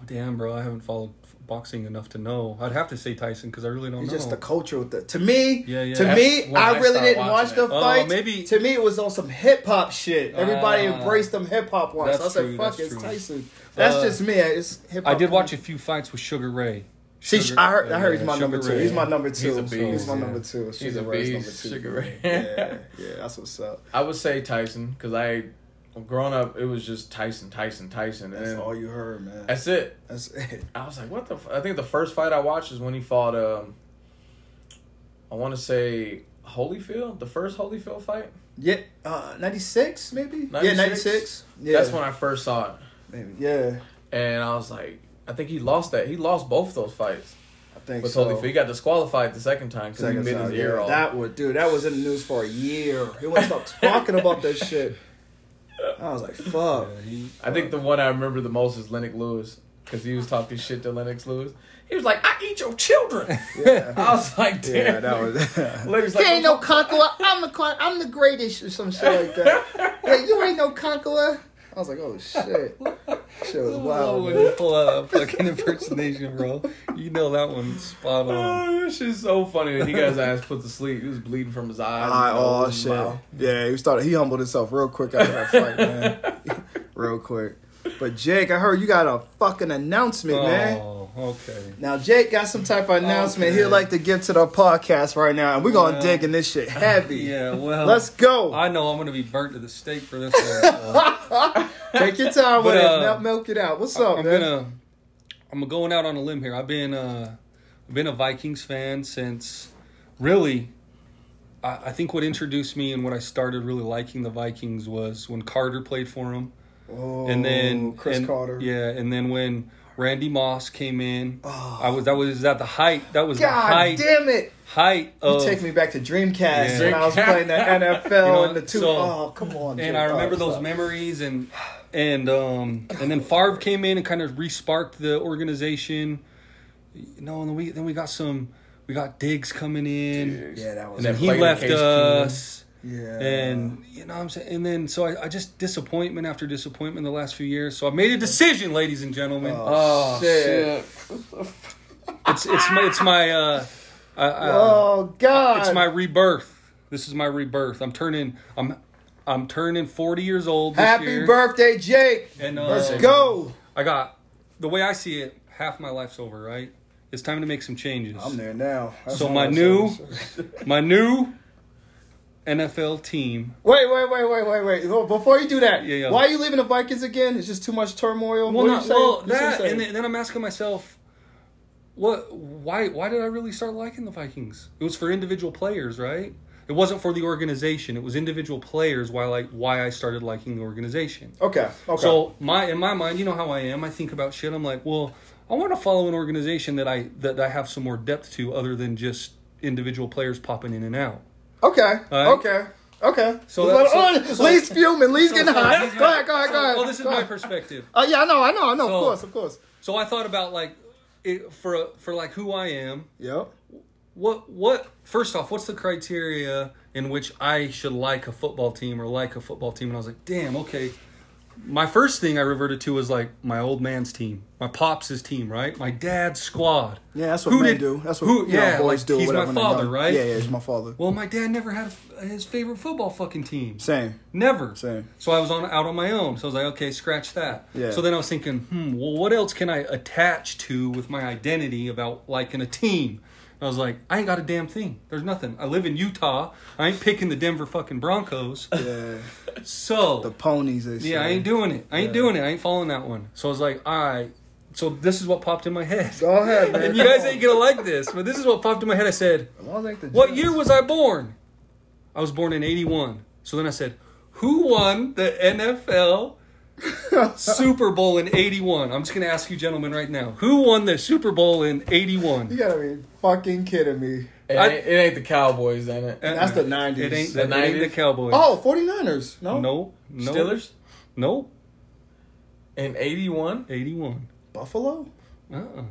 Speaker 4: Damn, bro, I haven't followed f- boxing enough to know. I'd have to say Tyson because I really don't
Speaker 2: It's
Speaker 4: know.
Speaker 2: just the culture with the. To me,
Speaker 4: Oh, Yeah, yeah.
Speaker 2: to
Speaker 4: That's
Speaker 2: me,
Speaker 3: when
Speaker 2: I
Speaker 3: I
Speaker 2: really
Speaker 3: started
Speaker 2: didn't watch
Speaker 3: watching
Speaker 2: the
Speaker 3: it.
Speaker 4: Oh,
Speaker 2: fight.
Speaker 4: maybe-
Speaker 2: to me, it was on some hip hop shit. Everybody
Speaker 4: Ah.
Speaker 2: embraced them hip hop ones. So I
Speaker 4: That's
Speaker 2: said,
Speaker 4: true,
Speaker 2: "Fuck,
Speaker 4: that's
Speaker 2: it's
Speaker 4: true.
Speaker 2: Tyson." That's
Speaker 4: Uh,
Speaker 2: just me. It's hip hop.
Speaker 4: I did watch a few fights with Sugar Ray.
Speaker 2: See,
Speaker 4: Sugar-
Speaker 2: I heard. I heard
Speaker 4: yeah,
Speaker 2: he's my
Speaker 4: Sugar
Speaker 2: number two.
Speaker 4: Ray.
Speaker 2: He's my number two.
Speaker 3: He's a beast.
Speaker 2: He's my
Speaker 4: Yeah.
Speaker 2: number two.
Speaker 3: He's a
Speaker 2: Sugar Ray's
Speaker 3: beast. Sugar Ray.
Speaker 2: Yeah, yeah, that's what's up.
Speaker 3: I would say Tyson because I, growing up, it was just Tyson, Tyson, Tyson, and
Speaker 2: That's
Speaker 3: that's,
Speaker 2: all you heard, man.
Speaker 3: that's it.
Speaker 2: That's it.
Speaker 3: I was like, what the? F-? I think the first fight I watched is when he fought. Um, I want to say Holyfield, the first Holyfield fight.
Speaker 2: Yeah, uh, ninety six maybe. Yeah,
Speaker 3: 96?
Speaker 2: ninety six. Yeah,
Speaker 3: That's when I first saw it,
Speaker 2: Maybe. Yeah,
Speaker 3: and I was like, I think he lost that. He lost both those fights
Speaker 2: I think
Speaker 3: with
Speaker 2: so.
Speaker 3: Holyfield. He got disqualified the second time because he
Speaker 2: Second
Speaker 3: bit his
Speaker 2: time,
Speaker 3: ear
Speaker 2: yeah.
Speaker 3: off.
Speaker 2: That was dude. That was in the news for a year. He wouldn't stop talking about that shit. I was like, fuck.
Speaker 4: Yeah, he-
Speaker 3: I think the one I remember the most is Lennox Lewis because he was talking shit to Lennox Lewis. He was like, "I eat your children."
Speaker 2: Yeah,
Speaker 3: I was like, "Damn."
Speaker 2: yeah that was.
Speaker 3: Lennox
Speaker 2: He ain't
Speaker 3: like,
Speaker 2: no conqueror. I'm the con- I'm the greatest or some shit like that. Like, you ain't no conqueror. I was like, oh shit, shit was
Speaker 4: Oh,
Speaker 2: wild.
Speaker 4: when
Speaker 2: man.
Speaker 4: you pull out a fucking impersonation, bro, you know that one's spot on.
Speaker 3: Oh, this shit's so funny. When he got his ass put to sleep. He was bleeding from his eyes.
Speaker 2: Eye,
Speaker 3: his
Speaker 2: oh
Speaker 3: nose, his
Speaker 2: shit.
Speaker 3: mouth.
Speaker 2: Yeah, he started. He humbled himself real quick after that fight, man. real quick. But Jake, I heard you got a fucking announcement, man.
Speaker 4: Oh, okay.
Speaker 2: Now Jake got some type of announcement
Speaker 4: Okay.
Speaker 2: he'd like to give to the podcast right now, and we're gonna
Speaker 4: Well,
Speaker 2: dig in this shit heavy.
Speaker 4: Yeah, well,
Speaker 2: Let's go.
Speaker 4: I know I'm gonna be burnt to the stake for this. One, so
Speaker 2: Take your time with
Speaker 4: But,
Speaker 2: it.
Speaker 4: uh,
Speaker 2: Mel- Milk it out. What's up,
Speaker 4: I'm
Speaker 2: man?
Speaker 4: gonna, I'm going out on a limb here. I've been, uh, I've been a Vikings fan since, really. I, I think what introduced me and what I started really liking the Vikings was when Carter played for them.
Speaker 2: Oh,
Speaker 4: and then
Speaker 2: Chris
Speaker 4: and-
Speaker 2: Carter.
Speaker 4: Yeah, and then when Randy Moss came in,
Speaker 2: Oh.
Speaker 4: I was that was at the height. That was the
Speaker 2: God
Speaker 4: height
Speaker 2: damn it!
Speaker 4: height
Speaker 2: You
Speaker 4: of.
Speaker 2: take me back to Dreamcast
Speaker 4: Yeah.
Speaker 2: when I was
Speaker 3: Dreamcast.
Speaker 2: playing the NFL
Speaker 4: know,
Speaker 2: and the two
Speaker 4: so-
Speaker 2: oh, come on. Jake.
Speaker 4: and I remember
Speaker 2: Oh,
Speaker 4: those
Speaker 2: stop.
Speaker 4: memories and and um and then Favre came in and kind of resparked the organization. You know, and then we then we got some we got Diggs coming in.
Speaker 2: Yeah, that was.
Speaker 3: And then
Speaker 4: He
Speaker 3: Played in
Speaker 4: left
Speaker 3: Case Keenum.
Speaker 4: us.
Speaker 2: yeah.
Speaker 4: And you know what I'm saying? And then so I, I just disappointment after disappointment the last few years. So I made a decision, ladies and gentlemen.
Speaker 3: Oh
Speaker 2: Shit.
Speaker 3: shit.
Speaker 4: It's it's my it's my uh I, I,
Speaker 2: oh God!
Speaker 4: it's my rebirth. This is my rebirth. I'm turning I'm I'm turning 40 years old this
Speaker 2: happy
Speaker 4: year.
Speaker 2: birthday, Jake.
Speaker 4: And, uh,
Speaker 2: Let's go.
Speaker 4: I got the way I see it, half my life's over, right? It's time to make some changes.
Speaker 2: I'm there now. That's
Speaker 4: So
Speaker 2: all
Speaker 4: my
Speaker 2: I'm
Speaker 4: new
Speaker 2: saying.
Speaker 4: my new NFL team.
Speaker 2: Wait, wait, wait, wait, wait, wait. Well, Before you do that,
Speaker 4: Yeah, yeah.
Speaker 2: why are you leaving the Vikings again? It's just too much turmoil.
Speaker 4: Well,
Speaker 2: What
Speaker 4: not,
Speaker 2: you saying?
Speaker 4: well
Speaker 2: That's what
Speaker 4: that
Speaker 2: you're
Speaker 4: and
Speaker 2: saying.
Speaker 4: then, then I'm asking myself what why why did I really start liking the Vikings? It was for individual players, right? It wasn't for the organization. It was individual players why like why I started liking the organization.
Speaker 2: okay, okay.
Speaker 4: So my in my mind, you know how I am. I think about shit. I'm like, well, I want to follow an organization that I that I have some more depth to, other than just individual players popping in and out.
Speaker 2: okay,
Speaker 4: All right.
Speaker 2: okay. Okay.
Speaker 4: So
Speaker 2: So,
Speaker 4: that- so-
Speaker 2: Lee's fuming. Lee's getting
Speaker 4: so-
Speaker 2: hot.
Speaker 4: he's
Speaker 2: Go ahead. Go ahead.
Speaker 4: so-
Speaker 2: Go ahead.
Speaker 4: Well, this is
Speaker 2: Go
Speaker 4: my
Speaker 2: ahead.
Speaker 4: perspective.
Speaker 2: Oh yeah, I know. I know. I know.
Speaker 4: So-
Speaker 2: of course. Of course.
Speaker 4: So I thought about like it, for a, for like who I am.
Speaker 2: Yep.
Speaker 4: What what first off, what's the criteria in which I should like a football team or like a football team? And I was like, damn, okay. My first thing I reverted to was like my old man's team, my pops' team, right? My dad's squad.
Speaker 2: Yeah, that's what
Speaker 4: Who
Speaker 2: men
Speaker 4: did-
Speaker 2: do. That's what
Speaker 4: who-
Speaker 2: you know,
Speaker 4: yeah,
Speaker 2: boys
Speaker 4: like,
Speaker 2: do.
Speaker 4: he's my
Speaker 2: whatever when they're
Speaker 4: father,
Speaker 2: young.
Speaker 4: right?
Speaker 2: Yeah, yeah, he's my father.
Speaker 4: Well, my dad never had a, his favorite football fucking team.
Speaker 2: Same.
Speaker 4: Never.
Speaker 2: Same.
Speaker 4: So I was on out on my own. So I was like, okay, scratch that.
Speaker 2: Yeah.
Speaker 4: So then I was thinking, hmm, well, what else can I attach to with my identity about liking a team? And I was like, I ain't got a damn thing. There's nothing. I live in Utah. I ain't picking the Denver fucking Broncos.
Speaker 2: Yeah.
Speaker 4: So
Speaker 2: The ponies. They say.
Speaker 4: yeah, I ain't doing it. I ain't doing it. I ain't following that one. So I was like, all right. So this is what popped in my head.
Speaker 2: Go ahead, man.
Speaker 4: And you guys ain't gonna like this, but this is what popped in my head. I said,
Speaker 2: I don't like the
Speaker 4: what
Speaker 2: Jets.
Speaker 4: year was I born? I was born in 81. So then I said, Who won the NFL Super Bowl in 81? I'm just going to ask you, gentlemen, right now. Who won the Super Bowl in 81?
Speaker 2: You gotta be fucking kidding me.
Speaker 3: It
Speaker 4: I-
Speaker 3: ain't, it ain't the Cowboys, ain't it?
Speaker 2: That's the 90s.
Speaker 4: It ain't
Speaker 3: The
Speaker 4: the, it ain't the
Speaker 3: 90s?
Speaker 4: Cowboys.
Speaker 2: Oh, 49ers. No.
Speaker 4: No. No.
Speaker 3: Steelers
Speaker 4: No.
Speaker 3: in '81.
Speaker 4: 81.
Speaker 2: Buffalo?
Speaker 4: Uh-uh.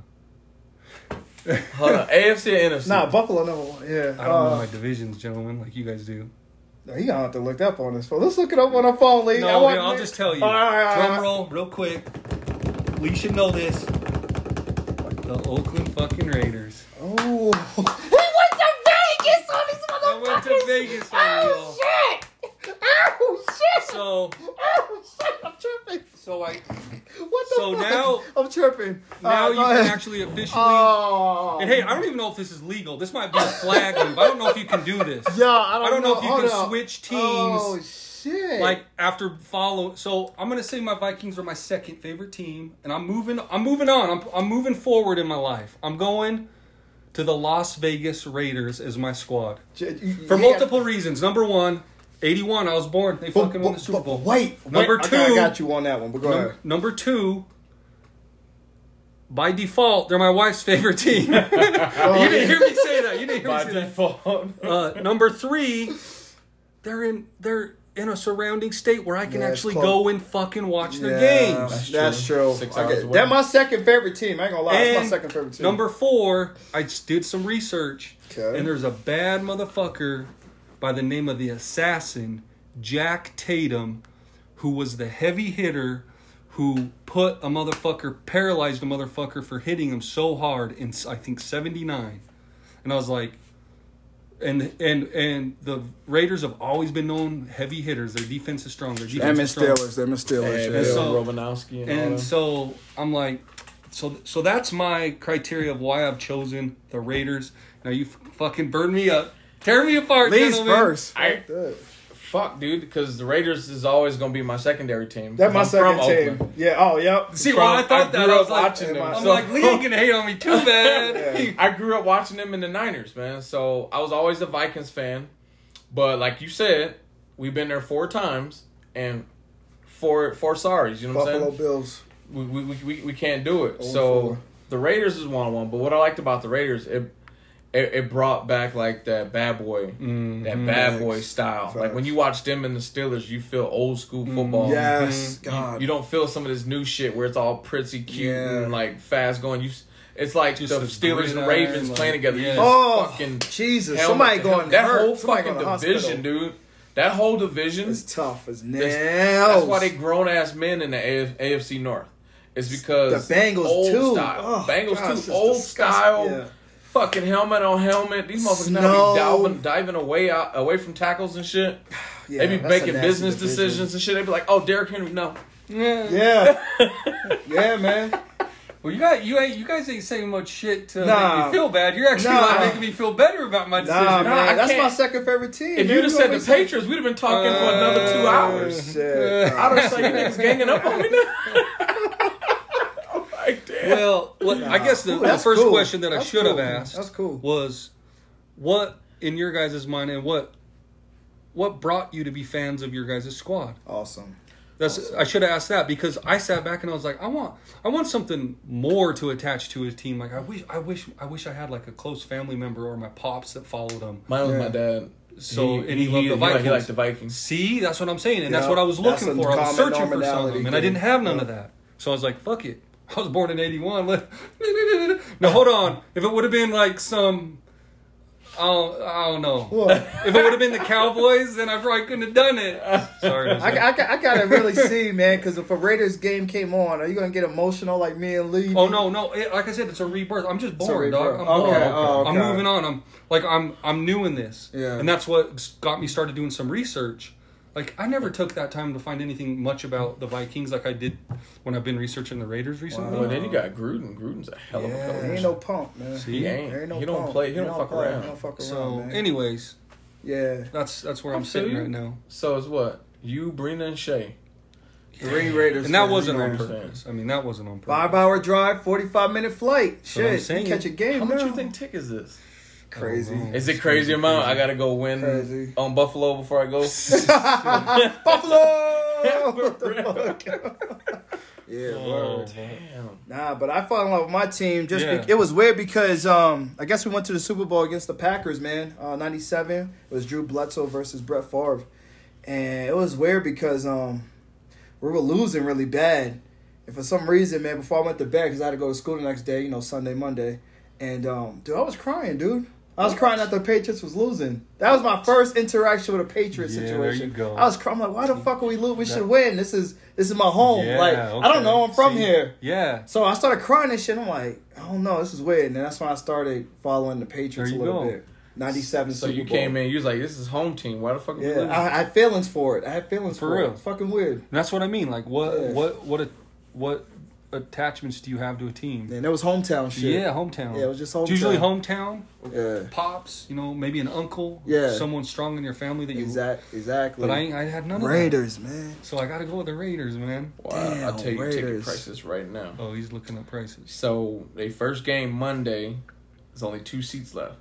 Speaker 3: Hold on, AFC or NFC?
Speaker 2: Nah, Buffalo number one. Yeah.
Speaker 4: I don't know my divisions, gentlemen, like you guys do.
Speaker 2: know. He gonna have to look that up on his phone. Let's look it up on our phone, Lee. I
Speaker 4: No,
Speaker 2: want-
Speaker 4: yeah, I'll just tell you.
Speaker 2: All right, all right, all
Speaker 4: Drum
Speaker 2: right.
Speaker 4: roll, real quick. We should know this. The Oakland fucking Raiders.
Speaker 2: Oh. He went to Vegas on his
Speaker 4: I went to Vegas on y'all.
Speaker 2: shit! Oh shit!
Speaker 4: So,
Speaker 2: oh shit! I'm tripping.
Speaker 4: so I
Speaker 2: What the
Speaker 4: So
Speaker 2: fuck?
Speaker 4: now-
Speaker 2: I'm tripping.
Speaker 4: now
Speaker 2: All right,
Speaker 4: you
Speaker 2: Oh, go
Speaker 4: can
Speaker 2: ahead.
Speaker 4: actually officially.
Speaker 2: Oh.
Speaker 4: and hey, I don't even know if this is legal. This might be a flag move. I don't know if you can do this.
Speaker 2: Yeah, I don't,
Speaker 4: I don't know if you
Speaker 2: Hold
Speaker 4: can
Speaker 2: up.
Speaker 4: switch teams.
Speaker 2: Oh shit!
Speaker 4: Like after follow, so I'm gonna say my Vikings are my second favorite team, and I'm moving. I'm moving on. I'm I'm moving forward in my life. I'm going to the Las Vegas Raiders as my squad
Speaker 2: J- you-
Speaker 4: for
Speaker 2: you-
Speaker 4: multiple reasons. Number one, 81. I was born. They
Speaker 2: But-
Speaker 4: fucking won the
Speaker 2: but-
Speaker 4: Super
Speaker 2: but
Speaker 4: Bowl.
Speaker 2: Wait, wait,
Speaker 4: Number
Speaker 2: okay,
Speaker 4: two-
Speaker 2: I got you on that one. But go
Speaker 4: Number,
Speaker 2: ahead.
Speaker 4: number two, by default, they're my wife's favorite team. you didn't hear me say that. You didn't hear
Speaker 3: by
Speaker 4: me say
Speaker 3: default.
Speaker 4: that. Uh, number three, they're in they're in a surrounding state where I can
Speaker 2: Yeah, it's
Speaker 4: actually
Speaker 2: close.
Speaker 4: go and fucking watch their
Speaker 2: Yeah,
Speaker 4: games.
Speaker 2: That's
Speaker 3: true.
Speaker 2: true.
Speaker 3: Six hours
Speaker 2: Okay,
Speaker 3: away.
Speaker 2: That's my second favorite team. I ain't gonna lie. That's my
Speaker 4: And
Speaker 2: second favorite team.
Speaker 4: Number four, I just did some research,
Speaker 2: Okay.
Speaker 4: and there's a bad motherfucker by the name of the assassin Jack Tatum, who was the heavy hitter who put a motherfucker paralyzed a motherfucker for hitting him so hard in I think '79, and I was like. And and and the Raiders have always been known heavy hitters. Their defense is strong. Their
Speaker 2: Them
Speaker 4: defense
Speaker 2: and
Speaker 4: is strong.
Speaker 2: Steelers. Them and Steelers.
Speaker 3: And
Speaker 2: yeah.
Speaker 4: so-
Speaker 3: Romanowski and, all them.
Speaker 4: And so I'm like, so so that's my criteria of why I've chosen the Raiders. Now you f- fucking burn me up, tear me apart,
Speaker 2: Lee's
Speaker 4: gentlemen.
Speaker 2: first.
Speaker 3: I-
Speaker 2: Fuck that.
Speaker 3: Fuck, dude, because the Raiders is always gonna be my secondary team.
Speaker 2: That's my
Speaker 3: I'm from
Speaker 2: second team.
Speaker 3: Oakland.
Speaker 2: Yeah. Oh, yep.
Speaker 4: See,
Speaker 3: From-
Speaker 4: why I thought that
Speaker 3: grew
Speaker 4: I
Speaker 3: up
Speaker 4: was like,
Speaker 3: watching them.
Speaker 4: I'm
Speaker 3: so-
Speaker 4: like, Lee ain't gonna hate on me too bad.
Speaker 3: I grew up watching them in the Niners, man. So I was always a Vikings fan. But like you said, we've been there four times and four four sorries. You know what I'm
Speaker 2: Buffalo
Speaker 3: saying?
Speaker 2: Bills.
Speaker 3: We, we, we, we- we can't do it.
Speaker 2: and
Speaker 3: So
Speaker 2: four.
Speaker 3: the Raiders is one on one. But what I liked about the Raiders, it it, it brought back like that bad boy, that bad
Speaker 2: Mm-hmm.
Speaker 3: boy
Speaker 2: Facts.
Speaker 3: style. Like when
Speaker 2: Facts. Mm-hmm.
Speaker 3: you watch them and the Steelers, you feel old school football.
Speaker 2: Yes.
Speaker 3: You-
Speaker 2: God.
Speaker 3: You, don't feel some of this new shit where it's all pretty cute
Speaker 2: Yeah.
Speaker 3: and like fast going. You, s- it's like
Speaker 4: Just
Speaker 3: the
Speaker 4: the
Speaker 3: Steelers and
Speaker 4: gridiron,
Speaker 3: Ravens
Speaker 4: like-
Speaker 3: playing together. You
Speaker 4: yeah.
Speaker 3: just
Speaker 2: Oh,
Speaker 3: fucking
Speaker 2: Jesus!
Speaker 3: hell
Speaker 2: Somebody
Speaker 3: what the hell-
Speaker 2: going
Speaker 3: that
Speaker 2: hurt.
Speaker 3: whole
Speaker 2: Somebody
Speaker 3: fucking
Speaker 2: going to
Speaker 3: division,
Speaker 2: hospital.
Speaker 3: dude. That whole division.
Speaker 2: It's tough as nails.
Speaker 3: That's- That's why they grown ass men in the AF, AFC North. It's because
Speaker 2: The Bengals too.
Speaker 3: Style.
Speaker 2: Oh,
Speaker 3: Bengals
Speaker 2: gosh, it's
Speaker 3: too. Old
Speaker 2: disgusting.
Speaker 3: style.
Speaker 2: Yeah.
Speaker 3: Fucking helmet on helmet. These motherfuckers now
Speaker 2: Snow.
Speaker 3: be diving, diving away out, away from tackles and shit.
Speaker 2: Yeah,
Speaker 3: they be
Speaker 2: that's a
Speaker 3: making
Speaker 2: nasty
Speaker 3: business
Speaker 2: division.
Speaker 3: decisions and shit. They be like, "Oh, Derrick Henry, no."
Speaker 4: Yeah.
Speaker 2: Yeah. yeah, man.
Speaker 4: Well, you got you ain't you guys ain't saying much shit to
Speaker 2: Nah.
Speaker 4: make me feel bad. You're actually
Speaker 2: Nah.
Speaker 4: like making me feel better about my decision.
Speaker 2: Nah,
Speaker 3: Nah, I
Speaker 2: man. That's my
Speaker 3: can't-
Speaker 2: second favorite team. man.
Speaker 3: If you'd have
Speaker 2: You
Speaker 3: said the
Speaker 2: always say-
Speaker 3: Patriots, we'd have been talking for
Speaker 4: Uh,
Speaker 3: another two
Speaker 2: Oh,
Speaker 3: hours.
Speaker 2: shit.
Speaker 3: I don't see you niggas ganging up on me now. I'm like, damn.
Speaker 4: Well, what, I guess the,
Speaker 2: Ooh,
Speaker 4: the
Speaker 2: that's
Speaker 4: first
Speaker 2: cool.
Speaker 4: question that I
Speaker 2: That's
Speaker 4: should have
Speaker 2: cool.
Speaker 4: asked
Speaker 2: That's cool.
Speaker 4: was what in your guys' mind and what what brought you to be fans of your guys' squad?
Speaker 2: Awesome.
Speaker 4: That's I should have asked that because I sat back and I was like, I want I want something more to attach to a team. Like I wish I wish I wish I had like a close family member or my pops that followed them.
Speaker 3: Mine was
Speaker 2: Yeah.
Speaker 3: my dad.
Speaker 4: So and he, loved the Vikings.
Speaker 3: He liked the Vikings.
Speaker 4: See, that's what I'm saying, and that's
Speaker 2: Yeah,
Speaker 4: what I was
Speaker 2: that's
Speaker 4: looking
Speaker 2: a
Speaker 4: for. I
Speaker 2: common
Speaker 4: was searching for
Speaker 2: nominality
Speaker 4: something, and I
Speaker 2: thing.
Speaker 4: didn't have none of that. So I was like, "Fuck it." I was born in '81. Let now hold on. If it would have been like some, I don't, I don't know.
Speaker 2: What?
Speaker 4: If it would have been the Cowboys, then I probably couldn't have done it. Sorry, Jose.
Speaker 2: I, I, I gotta really see, man, because if a Raiders game came on, are you gonna get emotional like me and Lee?
Speaker 4: Oh no, no! It, like I said, it's a rebirth. I'm just
Speaker 2: a
Speaker 4: bored, dog. I'm
Speaker 2: rebirth. Okay,
Speaker 4: bored.
Speaker 2: oh,
Speaker 4: I'm
Speaker 2: okay.
Speaker 4: moving on. I'm like I'm I'm new in this,
Speaker 2: Yeah.
Speaker 4: and that's what got me started doing some research. Like I never took that time to find anything much about the Vikings, like I did when I've been researching the Raiders recently.
Speaker 3: Well, then you got Gruden. Gruden's a hell of a
Speaker 2: Oh. Yeah,
Speaker 3: coach.
Speaker 2: he ain't no punk, man.
Speaker 4: See?
Speaker 3: he ain't.
Speaker 2: There ain't no
Speaker 3: he don't
Speaker 2: punk.
Speaker 3: play. He, don't, fuck
Speaker 2: play.
Speaker 3: around.
Speaker 2: He don't fuck around,
Speaker 4: So,
Speaker 2: man.
Speaker 4: anyways,
Speaker 2: yeah,
Speaker 4: that's that's where I'm,
Speaker 3: I feel
Speaker 4: sitting
Speaker 3: you.
Speaker 4: right now,
Speaker 3: So it's what you, Brina, and Shay.
Speaker 2: three Raiders.
Speaker 4: and that
Speaker 2: fans,
Speaker 4: wasn't
Speaker 2: man.
Speaker 4: on
Speaker 3: understand.
Speaker 4: purpose. I mean, that wasn't on purpose.
Speaker 2: Five hour drive, forty five minute flight.
Speaker 4: what I'm
Speaker 2: Shit, you
Speaker 4: saying.
Speaker 2: catch a game.
Speaker 3: How much
Speaker 2: now.
Speaker 3: you think tick is this?
Speaker 2: Crazy.
Speaker 3: Is it crazy amount? I gotta go win
Speaker 2: Crazy.
Speaker 3: on Buffalo before I go.
Speaker 2: Buffalo. Oh, What the fuck? yeah.
Speaker 4: Oh,
Speaker 2: word.
Speaker 3: Damn.
Speaker 2: Nah, but I fell in love with my team. Just
Speaker 4: Yeah.
Speaker 2: be- it was weird because um, I guess we went to the Super Bowl against the Packers, man. Uh, Ninety-seven. It was Drew Bledsoe versus Brett Favre, and it was weird because um, we were losing really bad. And for some reason, man, before I went to bed, because I had to go to school the next day, you know, Sunday, Monday, and um, dude, I was crying, dude. I was crying that the Patriots was losing. That was my first interaction with a Patriots
Speaker 4: Yeah, there
Speaker 2: situation.
Speaker 4: you go.
Speaker 2: I was crying. I'm like, why the fuck are we losing? We should win. This is this is my home.
Speaker 4: Yeah,
Speaker 2: like I
Speaker 4: okay.
Speaker 2: don't know. I'm from
Speaker 4: See?
Speaker 2: here.
Speaker 4: Yeah.
Speaker 2: So I started crying and shit. I'm like, I don't know, this is weird. And then that's when I started following the
Speaker 4: There
Speaker 2: Patriots a
Speaker 4: you
Speaker 2: little
Speaker 4: go.
Speaker 2: bit. 97
Speaker 3: So
Speaker 2: Super
Speaker 3: you
Speaker 2: Bowl.
Speaker 3: came in. You was like, "This is home team. Why the fuck?" Are we
Speaker 2: Yeah,
Speaker 3: losing?
Speaker 2: I, I had feelings for it. I had feelings for,
Speaker 4: For real.
Speaker 2: it. It's fucking weird.
Speaker 4: And that's what I mean. Like what
Speaker 2: Yeah.
Speaker 4: what what a, what attachments do you have to a team?
Speaker 2: And it was hometown shit.
Speaker 4: Yeah, hometown.
Speaker 2: Yeah, it was just
Speaker 4: It's
Speaker 2: hometown.
Speaker 4: usually hometown.
Speaker 2: Yeah.
Speaker 4: pops, you know, maybe an uncle,
Speaker 2: Yeah.
Speaker 4: someone strong in your family that you.
Speaker 2: Exact, exactly.
Speaker 4: But I, ain't- I had none of
Speaker 2: Raiders, man.
Speaker 4: that, so I got to go with the Raiders, man.
Speaker 3: Wow, I'll
Speaker 2: Damn,
Speaker 3: tell you ticket
Speaker 2: Raiders.
Speaker 3: prices right now.
Speaker 4: Oh, he's looking up prices.
Speaker 3: So they first game Monday. There's only two seats left.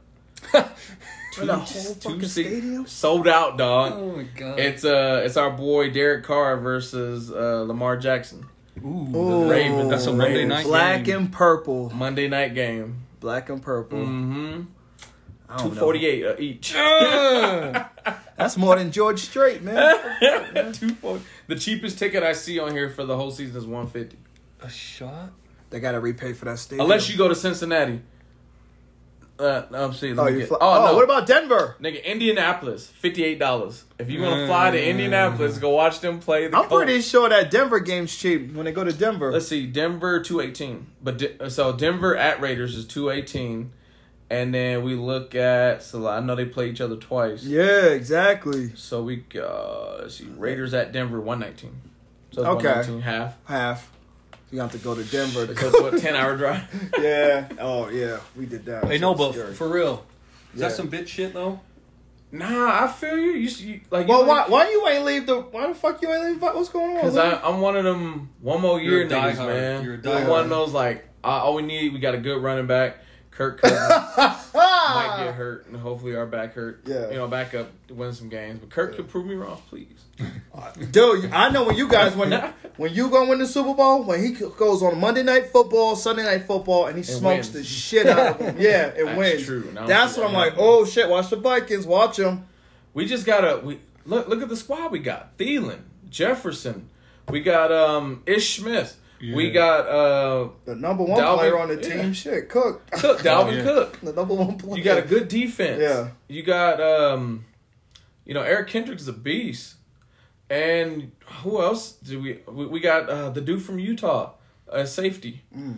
Speaker 2: For the whole fucking
Speaker 3: seat-
Speaker 2: stadium?
Speaker 3: sold out, dog.
Speaker 4: Oh my god!
Speaker 3: It's uh, it's our boy Derek Carr versus uh, Lamar Jackson.
Speaker 4: Ooh,
Speaker 2: Ooh,
Speaker 3: Raven, that's a Monday
Speaker 2: Oh, Raiders.
Speaker 4: night
Speaker 2: Black
Speaker 4: game.
Speaker 2: and purple.
Speaker 3: Monday night game.
Speaker 2: Black and purple.
Speaker 3: Mm-hmm.
Speaker 2: I don't
Speaker 3: Two
Speaker 2: know.
Speaker 3: forty-eight uh, each.
Speaker 2: That's more than George Strait, man.
Speaker 3: Two forty. The cheapest ticket I see on here for the whole season is one fifty.
Speaker 4: a shot.
Speaker 2: they got to repay for that stadium.
Speaker 3: Unless you go to Cincinnati. Uh, I'm seeing.
Speaker 2: Oh,
Speaker 3: let me
Speaker 2: you
Speaker 3: get-
Speaker 2: fly-
Speaker 3: oh,
Speaker 2: oh
Speaker 3: no.
Speaker 2: what about Denver?
Speaker 3: Nigga, Indianapolis, fifty-eight dollars. If you want to fly to
Speaker 4: Mm.
Speaker 3: Indianapolis, go watch them play. The
Speaker 2: I'm
Speaker 3: Colts.
Speaker 2: pretty sure that Denver game's cheap when they go to Denver.
Speaker 3: Oh. Let's see, Denver two eighteen. But De- so Denver at Raiders is two eighteen, and then we look at. So I know they play each other twice.
Speaker 2: Yeah, exactly.
Speaker 3: So we uh, let's see, Raiders at Denver one nineteen. So it's
Speaker 2: Okay.
Speaker 3: 119 half.
Speaker 2: Half. You have to go to Denver to
Speaker 3: So
Speaker 2: go.
Speaker 3: it's what ten hour drive.
Speaker 2: yeah. Oh yeah, we did that.
Speaker 4: Hey, no, but for real, is
Speaker 2: Yeah.
Speaker 4: that some bitch shit though?
Speaker 3: nah, I feel you. You, s- you like
Speaker 2: well,
Speaker 3: you
Speaker 2: why why you ain't leave the? Why the fuck you ain't leave? What's going on?
Speaker 3: Because
Speaker 2: Lou?
Speaker 3: I'm one of them one more
Speaker 4: You're
Speaker 3: year
Speaker 4: a diehard.
Speaker 3: niggas, man.
Speaker 4: You're a
Speaker 3: I'm one
Speaker 2: diehard.
Speaker 3: of those like uh, all we need. We got a good running back. Kirk Cousins
Speaker 2: Ah!
Speaker 3: might get hurt, and hopefully our back hurt.
Speaker 2: Yeah.
Speaker 3: you know, back up to win some games. But Kirk could prove me wrong, please.
Speaker 2: Dude, I know when you guys when when you gonna win the Super Bowl when he goes on Monday Night Football, Sunday Night Football, and he smokes
Speaker 3: wins.
Speaker 2: the shit out of him. Yeah, it
Speaker 3: That's
Speaker 2: wins.
Speaker 3: true. And I don't
Speaker 2: That's
Speaker 3: see
Speaker 2: what
Speaker 3: that
Speaker 2: I'm like.
Speaker 3: happening.
Speaker 2: Oh shit! Watch the Vikings. Watch them.
Speaker 3: We just gotta we look look at the squad we got. Thielen, Jefferson, we got um Ish Smith, we
Speaker 4: Yeah.
Speaker 3: got uh
Speaker 2: The number one
Speaker 3: Dalvin-
Speaker 2: player on the
Speaker 3: yeah.
Speaker 2: team. Shit, Cook.
Speaker 3: Cook, Dalvin
Speaker 4: yeah.
Speaker 3: Cook.
Speaker 2: the number one player.
Speaker 3: You got a good defense.
Speaker 2: Yeah.
Speaker 3: You got um you know, Eric Kendricks is a beast. And who else do we we, we got uh the dude from Utah, uh safety.
Speaker 2: Mm.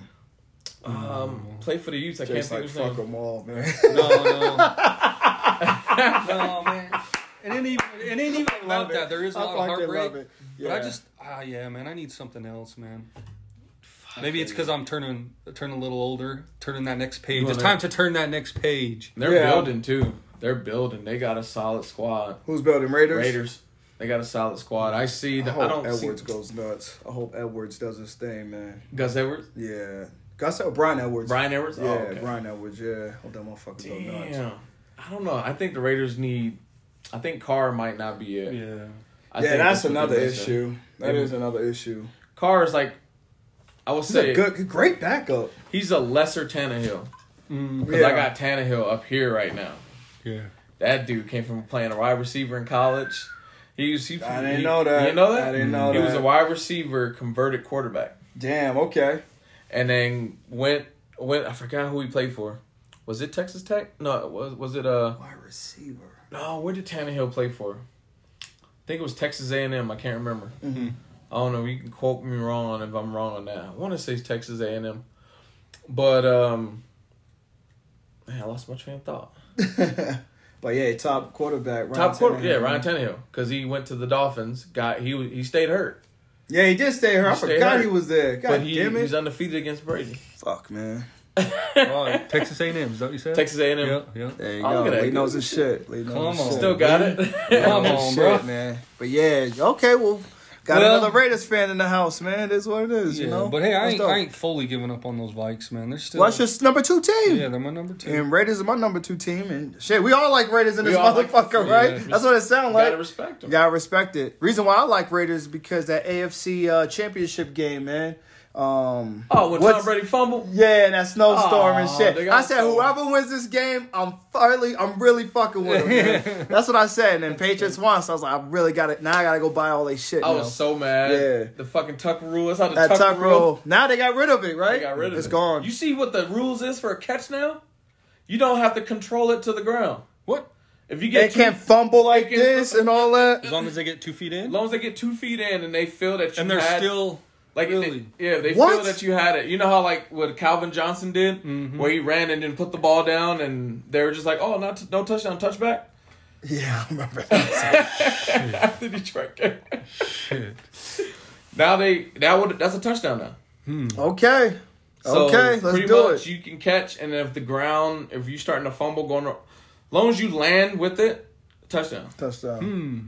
Speaker 3: Um play for the Utes. I
Speaker 2: Just
Speaker 3: can't
Speaker 2: like
Speaker 3: think
Speaker 2: fuck
Speaker 3: of his name.
Speaker 2: them all, man.
Speaker 4: No, no, no, man. It ain't even. It ain't even I love that. There is a
Speaker 2: I
Speaker 4: lot of
Speaker 2: fucking
Speaker 4: heartbreak.
Speaker 2: love it.
Speaker 4: But I
Speaker 2: Yeah.
Speaker 4: just ah yeah, man, I need something else, man. Maybe it's because I'm turning turning a little older, turning that next page. It's
Speaker 3: wanna-
Speaker 4: time to turn that next page.
Speaker 3: They're
Speaker 2: Yeah.
Speaker 3: building too. They're building. They got a solid squad.
Speaker 2: Who's building Raiders?
Speaker 3: Raiders. They got a solid squad. I see.
Speaker 2: I
Speaker 3: The, I,
Speaker 2: hope
Speaker 3: don't
Speaker 2: Edwards
Speaker 3: see
Speaker 2: goes nuts. I hope Edwards does his thing, man.
Speaker 3: Gus Edwards,
Speaker 2: Yeah. Gus oh, Brian Edwards.
Speaker 3: Brian Edwards.
Speaker 2: Yeah,
Speaker 3: oh, okay.
Speaker 2: Brian Edwards. Yeah. Hope that motherfucker go nuts.
Speaker 3: Damn. I don't know. I think the Raiders need. I think Carr might not be it.
Speaker 4: Yeah.
Speaker 3: I
Speaker 2: yeah,
Speaker 3: think
Speaker 2: that's
Speaker 3: what they're
Speaker 2: another
Speaker 3: missing.
Speaker 2: issue. That
Speaker 3: Yeah.
Speaker 2: is another issue.
Speaker 3: Carr is like, I will
Speaker 2: He's a
Speaker 3: say,
Speaker 2: good, great backup.
Speaker 3: he's a lesser Tannehill because
Speaker 2: Yeah.
Speaker 3: I got Tannehill up here right now.
Speaker 4: Yeah.
Speaker 3: That dude came from playing a wide receiver in college. He was. He,
Speaker 2: I didn't
Speaker 3: he-
Speaker 2: know that.
Speaker 3: You didn't know that.
Speaker 2: I didn't know
Speaker 3: He was
Speaker 2: that.
Speaker 3: a wide receiver converted quarterback,
Speaker 2: Damn. Okay.
Speaker 3: and then went went. I forgot who he played for. Was it Texas Tech? No, was was it uh
Speaker 2: Wide receiver.
Speaker 3: no? Where did Tannehill play for? I think it was Texas A and M. I can't remember.
Speaker 2: Mm-hmm.
Speaker 3: I don't know. You can quote me wrong on if I'm wrong on that. I want to say it's Texas A and M, but um, man, I lost my train of thought.
Speaker 2: But yeah, top quarterback. Ryan
Speaker 3: Top quarter,
Speaker 2: Tannehill.
Speaker 3: yeah, Ryan Tannehill, because he went to the Dolphins. Got he was- he stayed hurt,
Speaker 2: Yeah, he did stay here. I
Speaker 3: He stayed
Speaker 2: forgot
Speaker 3: hurt.
Speaker 2: he was there. God
Speaker 3: but he,
Speaker 2: damn it.
Speaker 3: he's undefeated against Brady.
Speaker 2: Fuck man.
Speaker 4: Oh, Texas A&M, is that what you said?
Speaker 3: Texas A and
Speaker 4: Yeah,
Speaker 3: M
Speaker 4: yeah.
Speaker 2: There you
Speaker 3: Oh,
Speaker 2: go.
Speaker 3: look at that.
Speaker 2: Lee knows his shit. Lee knows
Speaker 4: Come
Speaker 2: his
Speaker 4: on.
Speaker 3: still got it.
Speaker 4: Come
Speaker 2: shit.
Speaker 4: on,
Speaker 2: Shit,
Speaker 4: bro.
Speaker 2: man. But yeah, okay. Well, got
Speaker 4: Well-
Speaker 2: another Raiders fan in the house, man. That's what it is.
Speaker 4: Yeah,
Speaker 2: you know.
Speaker 4: but hey, I
Speaker 2: That's
Speaker 4: ain't,
Speaker 2: dope.
Speaker 4: I ain't fully giving up on those Vikes, man. They're still.
Speaker 2: Well, that's just number two team.
Speaker 4: Yeah, they're my number two.
Speaker 2: And Raiders are my number two team, and shit, we all like Raiders in
Speaker 3: We
Speaker 2: this
Speaker 3: all like-
Speaker 2: motherfucker,
Speaker 3: yeah,
Speaker 2: right?
Speaker 3: res-
Speaker 2: That's what it sounds like.
Speaker 3: Gotta respect him.
Speaker 2: Gotta respect it. Reason why I like Raiders is because that AFC uh, championship game, man. Um,
Speaker 3: Oh, when
Speaker 2: what's-
Speaker 3: Tom Brady fumbled,
Speaker 2: Yeah, that snowstorm and
Speaker 3: Aw, they
Speaker 2: shit.
Speaker 3: got
Speaker 2: I said,
Speaker 3: so-
Speaker 2: whoever wins this game, I'm finally, I'm really fucking with them. man. That's what I said. And then Patriots won, so I was like, I really got it. Now I gotta go buy all they shit.
Speaker 3: I
Speaker 2: now.
Speaker 3: was so mad.
Speaker 2: Yeah.
Speaker 3: the fucking Tuck rule. That's how the
Speaker 2: that
Speaker 3: Tuck,
Speaker 2: tuck
Speaker 3: rule.
Speaker 2: roll. Now they got rid of it, right?
Speaker 3: They got rid of
Speaker 2: It's
Speaker 3: it.
Speaker 2: gone.
Speaker 3: You see what the rules is for a catch now? You don't have to control it to the ground.
Speaker 4: what?
Speaker 3: If you
Speaker 2: they
Speaker 3: get two,
Speaker 2: can't fumble like
Speaker 3: can-
Speaker 2: this and all that.
Speaker 4: As long as they get two feet
Speaker 3: as
Speaker 4: in,
Speaker 3: long as they get two feet in and they feel that you
Speaker 4: and they're
Speaker 3: had,
Speaker 4: still
Speaker 3: like they-
Speaker 4: really-
Speaker 3: yeah they feel
Speaker 2: What?
Speaker 3: that you had it. You know how like what Calvin Johnson did,
Speaker 4: Mm-hmm.
Speaker 3: where he ran and then put the ball down, and they were just like, oh, not t- no touchdown, touchback.
Speaker 2: Yeah, I remember. that.
Speaker 3: After Detroit game. Now they that would that's a touchdown now.
Speaker 2: okay.
Speaker 3: So
Speaker 2: okay, let's
Speaker 3: pretty
Speaker 2: do
Speaker 3: much
Speaker 2: it.
Speaker 3: you can catch, and if the ground, if you're starting to fumble, going, as long as you land with it, touchdown.
Speaker 2: Touchdown.
Speaker 3: Hmm.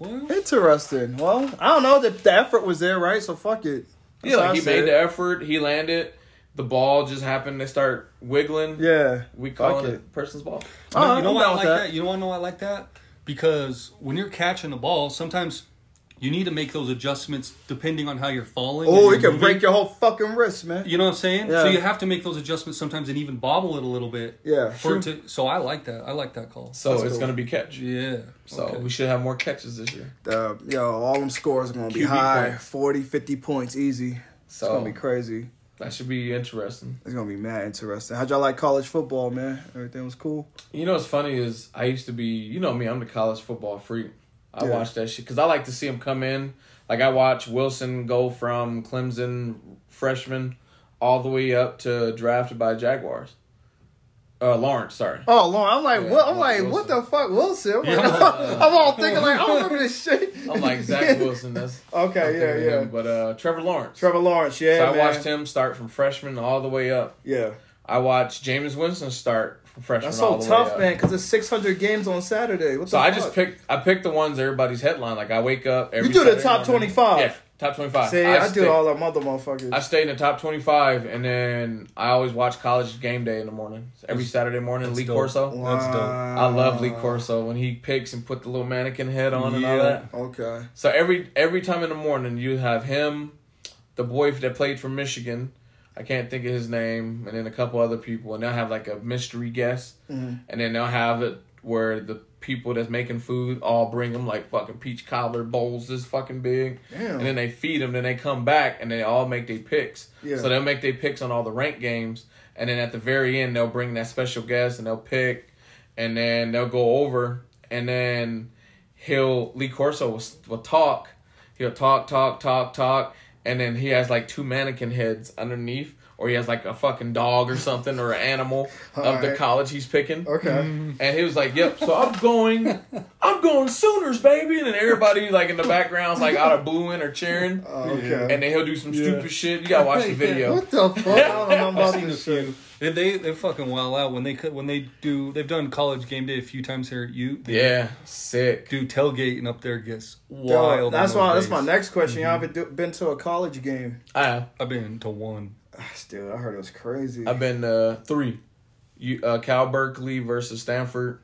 Speaker 4: Well,
Speaker 2: Interesting. Well, I don't know. The, the effort was there, right? So fuck it. That's
Speaker 3: yeah,
Speaker 2: how I
Speaker 3: like he
Speaker 2: said
Speaker 3: made
Speaker 2: it.
Speaker 3: the effort. He landed. The ball just happened to start wiggling.
Speaker 2: Yeah.
Speaker 3: we call
Speaker 2: Fuck
Speaker 3: it, a
Speaker 2: it.
Speaker 3: person's ball.
Speaker 2: All
Speaker 4: No,
Speaker 2: right,
Speaker 4: you know
Speaker 2: I'm
Speaker 4: why I
Speaker 2: down
Speaker 4: like
Speaker 2: with
Speaker 4: that?
Speaker 2: that.
Speaker 4: You know why I know I like that? Because when you're catching the ball, sometimes you need to make those adjustments depending on how you're falling. and
Speaker 2: Oh,
Speaker 4: you're
Speaker 2: it can
Speaker 4: moving.
Speaker 2: break your whole fucking wrist, man.
Speaker 4: You know what I'm saying?
Speaker 2: Yeah.
Speaker 4: So you have to make those adjustments sometimes and even bobble it a little bit.
Speaker 2: Yeah,
Speaker 4: For it to, so I like that. I like that call.
Speaker 3: So
Speaker 2: That's
Speaker 3: it's
Speaker 2: cool.
Speaker 3: gonna be catch.
Speaker 4: Yeah.
Speaker 3: So
Speaker 4: Okay.
Speaker 3: we should have more catches this year.
Speaker 2: Uh, yo, all them scores are going to be
Speaker 3: QB
Speaker 2: high.
Speaker 3: points.
Speaker 2: 40, 50 points easy.
Speaker 3: So
Speaker 2: It's going to be crazy.
Speaker 3: that should be interesting.
Speaker 2: It's going to be mad interesting. How'd y'all like college football, man? Everything was cool?
Speaker 3: You know what's funny is I used to be. You know me. I'm the college football freak. I
Speaker 2: Yeah.
Speaker 3: watch that shit because I like to see him come in. Like I watch Wilson go from Clemson freshman all the way up to drafted by Jaguars. Uh, Lawrence, sorry.
Speaker 2: Oh, Lord. I'm like,
Speaker 3: Yeah,
Speaker 2: what? I'm
Speaker 3: Wil-
Speaker 2: like, what the
Speaker 3: Wilson.
Speaker 2: fuck, Wilson? I'm, like,
Speaker 4: Yeah.
Speaker 2: I'm all thinking, like, I don't remember this shit.
Speaker 3: I'm like Zach Wilson. That's I'm
Speaker 2: okay,
Speaker 3: thinking of
Speaker 2: yeah, yeah.
Speaker 3: him, but uh, Trevor Lawrence.
Speaker 2: Trevor Lawrence, yeah.
Speaker 3: so I
Speaker 2: man.
Speaker 3: watched him start from freshman all the way up.
Speaker 2: Yeah.
Speaker 3: I watched Jameis Winston start from freshman.
Speaker 2: That's
Speaker 3: all
Speaker 2: so
Speaker 3: the way
Speaker 2: tough,
Speaker 3: up.
Speaker 2: man, because it's 600 games on Saturday. What the
Speaker 3: So I
Speaker 2: fuck?
Speaker 3: just picked. I picked the ones everybody's headline. Like I wake up. Every
Speaker 2: You do the
Speaker 3: Saturday
Speaker 2: top
Speaker 3: morning.
Speaker 2: 25.
Speaker 3: Yeah, top twenty-five.
Speaker 2: See, I,
Speaker 3: stay,
Speaker 2: do all them other motherfuckers.
Speaker 3: I stay in the top twenty-five, and then I always watch college game day in the morning. Every Saturday morning, Lee
Speaker 4: dope.
Speaker 3: Corso.
Speaker 4: That's dope.
Speaker 3: I love
Speaker 2: Uh,
Speaker 3: Lee Corso when he picks and put the little mannequin head on and all
Speaker 4: Yeah.
Speaker 3: that.
Speaker 2: Okay.
Speaker 3: So every every time in the morning, you have him, the boy that played for Michigan. I can't think of his name, and then a couple other people, and they'll have like a mystery guest,
Speaker 2: Mm-hmm.
Speaker 3: and then they'll have it where the people that's making food all bring them like fucking peach cobbler bowls this fucking big,
Speaker 2: Damn.
Speaker 3: and then they feed them. Then they come back and they all make their picks.
Speaker 2: Yeah.
Speaker 3: So they'll make their picks on all the ranked games, and then at the very end they'll bring that special guest and they'll pick, and then they'll go over, and then he'll Lee Corso will, will talk. He'll talk, talk, talk, talk, and then he has like two mannequin heads underneath, or he has like a fucking dog or something or an animal of the
Speaker 2: Alright.
Speaker 3: college he's picking.
Speaker 2: Okay.
Speaker 3: And he was like, "Yep." So I'm going, I'm going Sooners, baby. And then everybody like in the background's like out of booing or cheering,
Speaker 2: Oh, okay.
Speaker 3: and then he'll do some stupid shit. You gotta watch the video.
Speaker 2: What the fuck? I don't know
Speaker 4: I've
Speaker 2: about
Speaker 4: seen a
Speaker 2: this shit.
Speaker 4: few. They, they they fucking wild out when they could when they do. They've done college game day a few times here at U. They
Speaker 3: Yeah, sick.
Speaker 4: Do tailgating up there gets
Speaker 2: Yo,
Speaker 4: wild.
Speaker 2: that's why.
Speaker 4: on those
Speaker 2: That's my
Speaker 4: days.
Speaker 2: next question. Y'all ever do, been to a college game?
Speaker 3: I have.
Speaker 4: I've been to one.
Speaker 2: Dude, I heard it was crazy.
Speaker 3: I've been uh, three. You uh, Cal Berkeley versus Stanford,